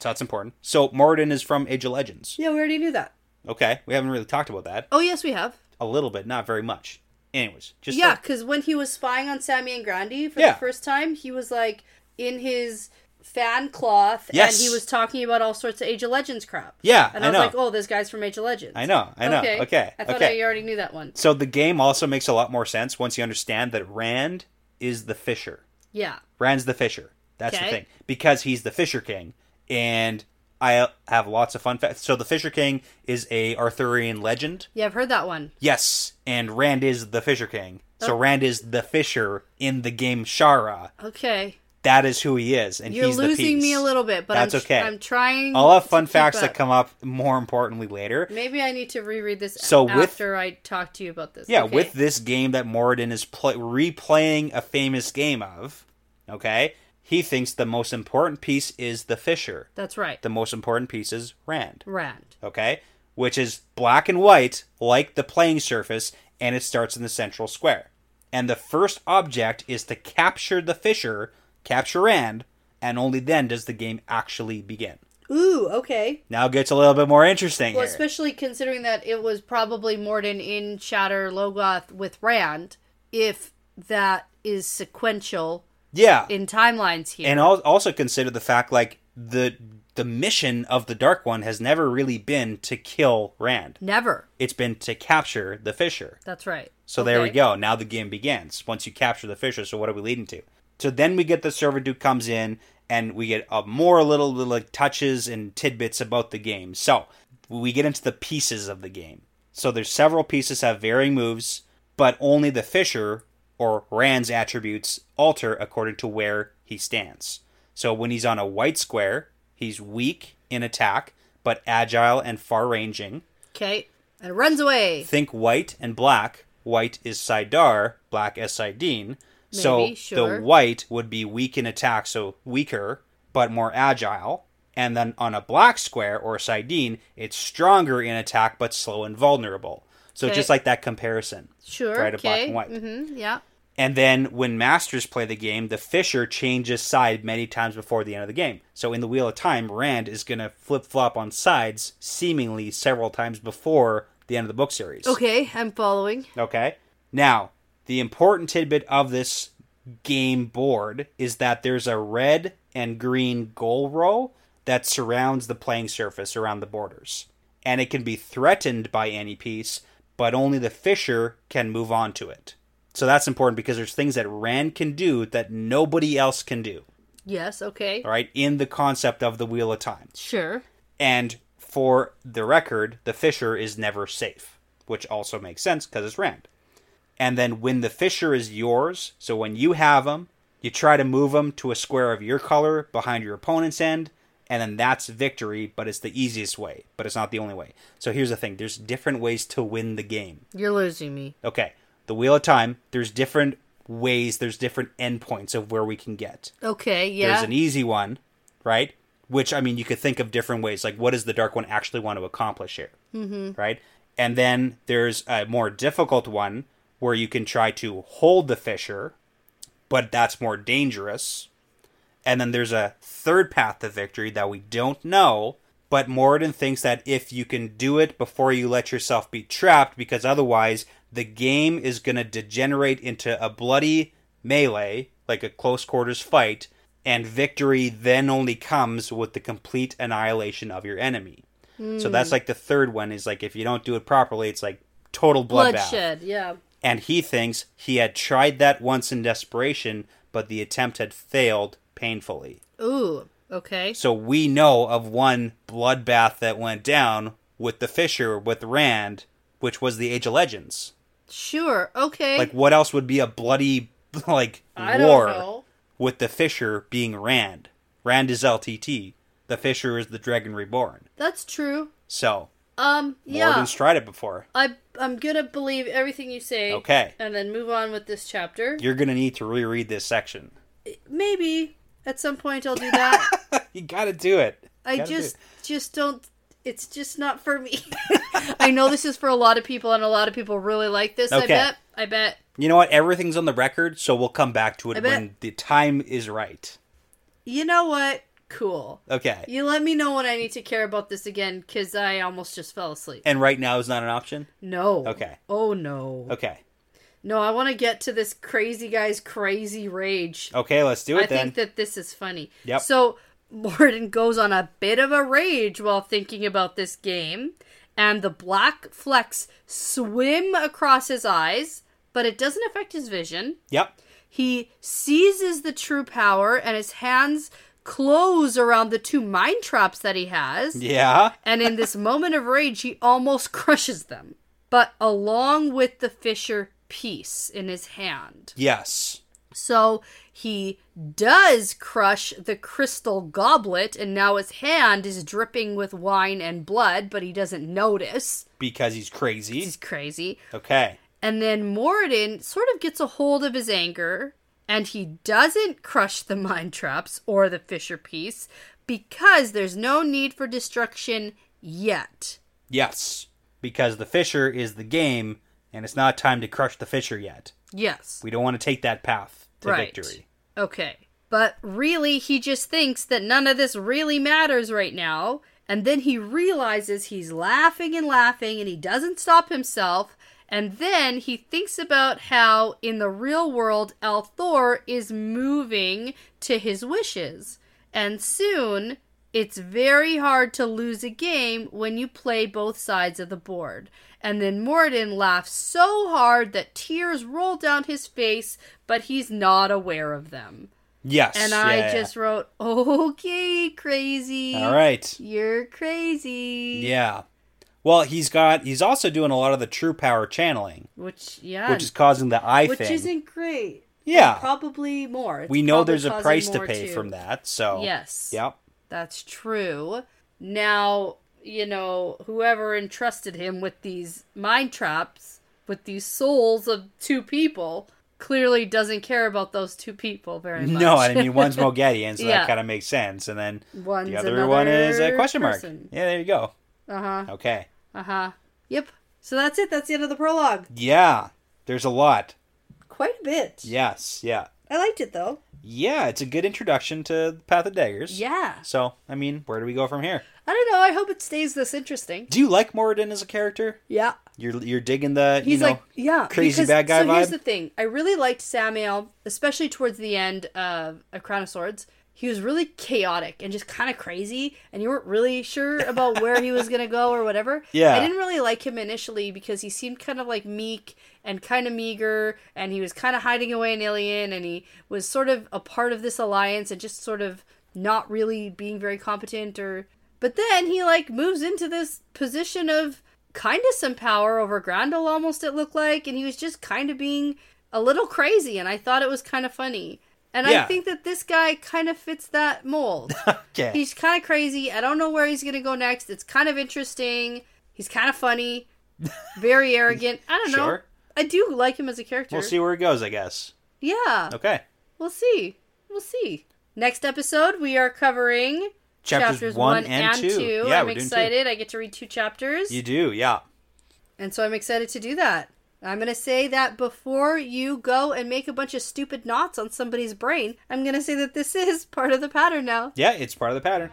[SPEAKER 2] so that's important so moradin is from age of legends
[SPEAKER 1] Yeah, we already knew that.
[SPEAKER 2] Okay, we haven't really talked about that.
[SPEAKER 1] Oh yes, we have.
[SPEAKER 2] A little bit, not very much. Anyways, just
[SPEAKER 1] Yeah,
[SPEAKER 2] like-
[SPEAKER 1] because when he was spying on Sammy and Grandi for
[SPEAKER 2] Yeah.
[SPEAKER 1] the first time, he was like in his fan cloth
[SPEAKER 2] Yes.
[SPEAKER 1] and he was talking about all sorts of Age of Legends crap.
[SPEAKER 2] Yeah,
[SPEAKER 1] And
[SPEAKER 2] I
[SPEAKER 1] I, was
[SPEAKER 2] know.
[SPEAKER 1] like, oh, this guy's from Age of Legends.
[SPEAKER 2] I know, I know. Okay,
[SPEAKER 1] I thought
[SPEAKER 2] okay.
[SPEAKER 1] I already knew that one.
[SPEAKER 2] so the game also makes a lot more sense once you understand that Rand is the fisher.
[SPEAKER 1] Yeah.
[SPEAKER 2] Rand's the fisher. That's the
[SPEAKER 1] Okay.
[SPEAKER 2] thing because he's the fisher king, and I have lots of fun facts. So the Fisher King is a Arthurian legend.
[SPEAKER 1] Yeah, I've heard that one.
[SPEAKER 2] Yes, and Rand is the Fisher King.
[SPEAKER 1] Oh.
[SPEAKER 2] So Rand is the Fisher in the game Shara.
[SPEAKER 1] Okay.
[SPEAKER 2] That is who he is, and
[SPEAKER 1] You're
[SPEAKER 2] he's the
[SPEAKER 1] losing
[SPEAKER 2] piece.
[SPEAKER 1] me a little bit, but
[SPEAKER 2] That's
[SPEAKER 1] I'm,
[SPEAKER 2] okay.
[SPEAKER 1] I'm trying.
[SPEAKER 2] I'll have
[SPEAKER 1] to
[SPEAKER 2] fun
[SPEAKER 1] keep
[SPEAKER 2] facts
[SPEAKER 1] up.
[SPEAKER 2] that come up more importantly later.
[SPEAKER 1] Maybe I need to reread this
[SPEAKER 2] So with-
[SPEAKER 1] after I talk to you about this.
[SPEAKER 2] Yeah,
[SPEAKER 1] Okay.
[SPEAKER 2] with this game that Moradin is pl- replaying a famous game of, okay, he thinks the most important piece is the Fisher.
[SPEAKER 1] That's right.
[SPEAKER 2] The most important piece is Rand,
[SPEAKER 1] Rand.
[SPEAKER 2] okay, which is black and white like the playing surface, and it starts in the central square. And the first object is to capture the Fisher, capture Rand, and only then does the game actually begin.
[SPEAKER 1] Ooh, okay.
[SPEAKER 2] Now it gets a little bit more interesting
[SPEAKER 1] Well,
[SPEAKER 2] here.
[SPEAKER 1] especially considering that it was probably Morden in Shatter Logoth with Rand, if that is sequential
[SPEAKER 2] yeah.
[SPEAKER 1] in timelines here.
[SPEAKER 2] and al- also consider the fact like the the mission of the dark one has never really been to kill rand
[SPEAKER 1] Never.
[SPEAKER 2] it's been to capture the fisher
[SPEAKER 1] That's right.
[SPEAKER 2] so there we
[SPEAKER 1] Okay.
[SPEAKER 2] go now the game begins once you capture the fisher so what are we leading to so then we get the servant who comes in and we get uh, more little, little like, touches and tidbits about the game so we get into the pieces of the game so there's several pieces have varying moves but only the fisher or rand's attributes alter according to where he stands so when he's on a white square he's weak in attack but agile and far ranging
[SPEAKER 1] Okay. And it runs away.
[SPEAKER 2] think white and black. White is Sidar, black is Sidene. so
[SPEAKER 1] Maybe, sure.
[SPEAKER 2] the white would be weak in attack, so weaker, but more agile. And then on a black square or Sidene, it's stronger in attack, but slow and vulnerable. So
[SPEAKER 1] Okay.
[SPEAKER 2] just like that comparison.
[SPEAKER 1] Sure.
[SPEAKER 2] Right, a black
[SPEAKER 1] okay.
[SPEAKER 2] and white.
[SPEAKER 1] Mm-hmm. Yeah.
[SPEAKER 2] And then when masters play the game, the Fisher changes side many times before the end of the game. So in the Wheel of Time, Rand is going to flip flop on sides seemingly several times before the end of the book series.
[SPEAKER 1] Okay, I'm following.
[SPEAKER 2] Okay. Now, the important tidbit of this game board is that there's a red and green goal row that surrounds the playing surface around the borders. And it can be threatened by any piece, but only the fisher can move on to it. So that's important because there's things that Rand can do that nobody else can do,
[SPEAKER 1] Yes, okay.
[SPEAKER 2] all right, in the concept of the Wheel of Time.
[SPEAKER 1] Sure.
[SPEAKER 2] And for the record, the Fisher is never safe, which also makes sense because it's Rand. And then when the Fisher is yours, so when you have him, you try to move him to a square of your color behind your opponent's end, and then that's victory, but it's the easiest way, but it's not the only way. So here's the thing there's different ways to win the game.
[SPEAKER 1] You're losing me.
[SPEAKER 2] Okay, the Wheel of Time, there's different ways, there's different endpoints of where we can get
[SPEAKER 1] Okay, yeah.
[SPEAKER 2] there's an easy one, right? Which I mean, you could think of different ways. Like, what does the Dark One actually want to accomplish here, mm-hmm. right? And then there's a more difficult one where you can try to hold the Fisher, but that's more dangerous. And then there's a third path to victory that we don't know. But Moradin thinks that if you can do it before you let yourself be trapped, because otherwise the game is going to degenerate into a bloody melee, like a close quarters fight, and victory then only comes with the complete annihilation of your enemy. So that's like the third one is like if you don't do it properly, it's like total bloodbath
[SPEAKER 1] bloodshed, yeah.
[SPEAKER 2] and he thinks he had tried that once in desperation, but the attempt had failed painfully.
[SPEAKER 1] Ooh, okay.
[SPEAKER 2] So we know of one bloodbath that went down with the Fisher with Rand, which was the Age of Legends.
[SPEAKER 1] Sure, okay.
[SPEAKER 2] Like, what else would be a bloody like
[SPEAKER 1] I don't
[SPEAKER 2] war
[SPEAKER 1] know.
[SPEAKER 2] with the Fisher being Rand? Rand is LTT. The Fisher is the Dragon Reborn.
[SPEAKER 1] That's true.
[SPEAKER 2] So
[SPEAKER 1] Um, yeah.
[SPEAKER 2] Morden's tried it before.
[SPEAKER 1] I I'm gonna believe everything you say.
[SPEAKER 2] Okay.
[SPEAKER 1] And then move on with this chapter.
[SPEAKER 2] You're gonna need to reread this section.
[SPEAKER 1] Maybe at some point I'll do that.
[SPEAKER 2] You gotta do it.
[SPEAKER 1] I
[SPEAKER 2] Gotta do
[SPEAKER 1] just
[SPEAKER 2] it.
[SPEAKER 1] just don't. It's just not for me. I know this is for a lot of people, and a lot of people really like this. I
[SPEAKER 2] Okay.
[SPEAKER 1] bet. I bet.
[SPEAKER 2] You know what? Everything's on the record, so we'll come back to
[SPEAKER 1] I
[SPEAKER 2] it
[SPEAKER 1] bet.
[SPEAKER 2] when the time is right.
[SPEAKER 1] You know what? Cool.
[SPEAKER 2] Okay.
[SPEAKER 1] You let me know when I need to care about this again, because I almost just fell asleep.
[SPEAKER 2] And right now is not an option?
[SPEAKER 1] No.
[SPEAKER 2] Okay.
[SPEAKER 1] Oh no.
[SPEAKER 2] Okay.
[SPEAKER 1] No, I want to get to this crazy guy's crazy rage.
[SPEAKER 2] Okay, let's do it
[SPEAKER 1] I
[SPEAKER 2] then.
[SPEAKER 1] think that this is funny.
[SPEAKER 2] Yep.
[SPEAKER 1] So Morden goes on a bit of a rage while thinking about this game, and the black flecks swim across his eyes, but it doesn't affect his vision.
[SPEAKER 2] yep.
[SPEAKER 1] He seizes the true power, and his hands close around the two mine traps that he has.
[SPEAKER 2] Yeah.
[SPEAKER 1] and in this moment of rage, he almost crushes them. But along with the Fisher piece in his hand.
[SPEAKER 2] Yes.
[SPEAKER 1] So he does crush the crystal goblet, and now his hand is dripping with wine and blood, but he doesn't notice.
[SPEAKER 2] Because he's crazy.
[SPEAKER 1] He's crazy.
[SPEAKER 2] Okay.
[SPEAKER 1] And then Moradin sort of gets a hold of his anger and he doesn't crush the mine traps or the fisher piece because there's no need for destruction yet.
[SPEAKER 2] Yes. Because the Fisher is the game, and it's not time to crush the Fisher yet.
[SPEAKER 1] Yes.
[SPEAKER 2] We don't want to take that path to victory.
[SPEAKER 1] Okay. But really, he just thinks that none of this really matters right now. And then he realizes he's laughing and laughing and he doesn't stop himself. And then he thinks about how in the real world, Althor is moving to his wishes. And soon, it's very hard to lose a game when you play both sides of the board. And then Morden laughs so hard that tears roll down his face, but he's not aware of them.
[SPEAKER 2] Yes.
[SPEAKER 1] And I
[SPEAKER 2] yeah.
[SPEAKER 1] just wrote, okay, crazy.
[SPEAKER 2] All right.
[SPEAKER 1] You're crazy.
[SPEAKER 2] Yeah. Well, he's got. He's also doing a lot of the true power channeling,
[SPEAKER 1] Which, yeah.
[SPEAKER 2] which is causing the eye
[SPEAKER 1] which
[SPEAKER 2] thing.
[SPEAKER 1] isn't great.
[SPEAKER 2] Yeah.
[SPEAKER 1] It's probably more. It's
[SPEAKER 2] we know
[SPEAKER 1] probably
[SPEAKER 2] there's a
[SPEAKER 1] causing
[SPEAKER 2] price to
[SPEAKER 1] more,
[SPEAKER 2] pay
[SPEAKER 1] too.
[SPEAKER 2] from that. So.
[SPEAKER 1] Yes.
[SPEAKER 2] Yep.
[SPEAKER 1] That's true. Now, you know, whoever entrusted him with these mind traps, with these souls of two people, clearly doesn't care about those two people very much.
[SPEAKER 2] No, I mean one's Mogedian, so
[SPEAKER 1] Yeah.
[SPEAKER 2] that kind of makes sense. And then
[SPEAKER 1] One's
[SPEAKER 2] the other one is a
[SPEAKER 1] another
[SPEAKER 2] question mark.
[SPEAKER 1] person.
[SPEAKER 2] Yeah, there you go.
[SPEAKER 1] Uh huh.
[SPEAKER 2] Okay.
[SPEAKER 1] Uh huh. Yep. So that's it. That's the end of the prologue.
[SPEAKER 2] Yeah. There's a lot.
[SPEAKER 1] Quite a bit.
[SPEAKER 2] Yes. Yeah.
[SPEAKER 1] I liked it though.
[SPEAKER 2] Yeah. It's a good introduction to Path of Daggers.
[SPEAKER 1] Yeah.
[SPEAKER 2] So, I mean, where do we go from here?
[SPEAKER 1] I don't know. I hope it stays this interesting.
[SPEAKER 2] Do you like Moradin as a character?
[SPEAKER 1] Yeah.
[SPEAKER 2] You're you're digging the
[SPEAKER 1] He's
[SPEAKER 2] you know
[SPEAKER 1] like, yeah,
[SPEAKER 2] crazy
[SPEAKER 1] because-
[SPEAKER 2] bad guy
[SPEAKER 1] So
[SPEAKER 2] vibe.
[SPEAKER 1] here's the thing: I really liked Samuel, especially towards the end of A Crown of Swords. He was really chaotic and just kind of crazy, and you weren't really sure about where he was gonna go or whatever.
[SPEAKER 2] Yeah.
[SPEAKER 1] I didn't really like him initially because he seemed kind of like meek and kind of meager, and he was kind of hiding away an alien, and he was sort of a part of this alliance and just sort of not really being very competent or. But then he like moves into this position of kind of some power over Grandel almost it looked like and he was just kind of being a little crazy and I thought it was kind of funny. And I
[SPEAKER 2] Yeah.
[SPEAKER 1] think that this guy kind of fits that mold.
[SPEAKER 2] okay.
[SPEAKER 1] he's kind of crazy. I don't know where he's going to go next. It's kind of interesting. He's kind of funny. Very arrogant. I don't know.
[SPEAKER 2] Sure.
[SPEAKER 1] I do like him as a character.
[SPEAKER 2] We'll see where it goes, I guess.
[SPEAKER 1] Yeah.
[SPEAKER 2] Okay.
[SPEAKER 1] We'll see. We'll see. Next episode we are covering
[SPEAKER 2] Chapters one and two. Yeah,
[SPEAKER 1] I'm
[SPEAKER 2] we're doing two.
[SPEAKER 1] excited. I get to read two chapters.
[SPEAKER 2] You do, yeah.
[SPEAKER 1] And so I'm excited to do that. I'm going to say that before you go and make a bunch of stupid knots on somebody's brain, I'm going to say that this is part of the pattern now.
[SPEAKER 2] Yeah, it's part of the pattern.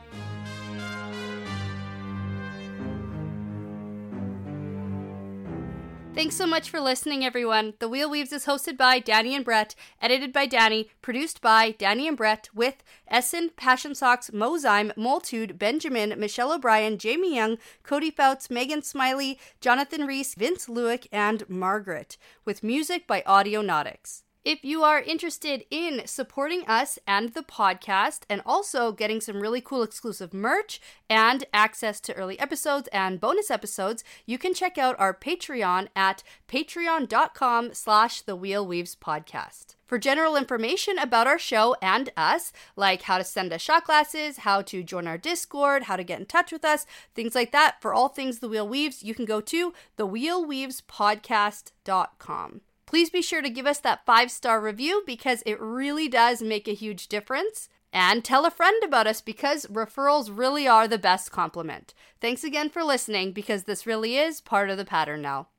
[SPEAKER 1] Thanks so much for listening, everyone. The Wheel Weaves is hosted by Danny and Brett, edited by Danny, produced by Danny and Brett, with Essen, Passion Socks, Mozyme, Moltude, Benjamin, Michelle O'Brien, Jamie Young, Cody Fouts, Megan Smiley, Jonathan Reese, Vince Lewick, and Margaret, with music by Audionautics. If you are interested in supporting us and the podcast, and also getting some really cool exclusive merch and access to early episodes and bonus episodes, you can check out our Patreon at patreon.com slash the Wheel Weaves Podcast. For general information about our show and us, like how to send us shot glasses, how to join our Discord, how to get in touch with us, things like that, for all things The Wheel Weaves, you can go to thewheelweavespodcast.com. Please be sure to give us that five star review because it really does make a huge difference. And tell a friend about us because referrals really are the best compliment. Thanks again for listening because this really is part of the pattern now.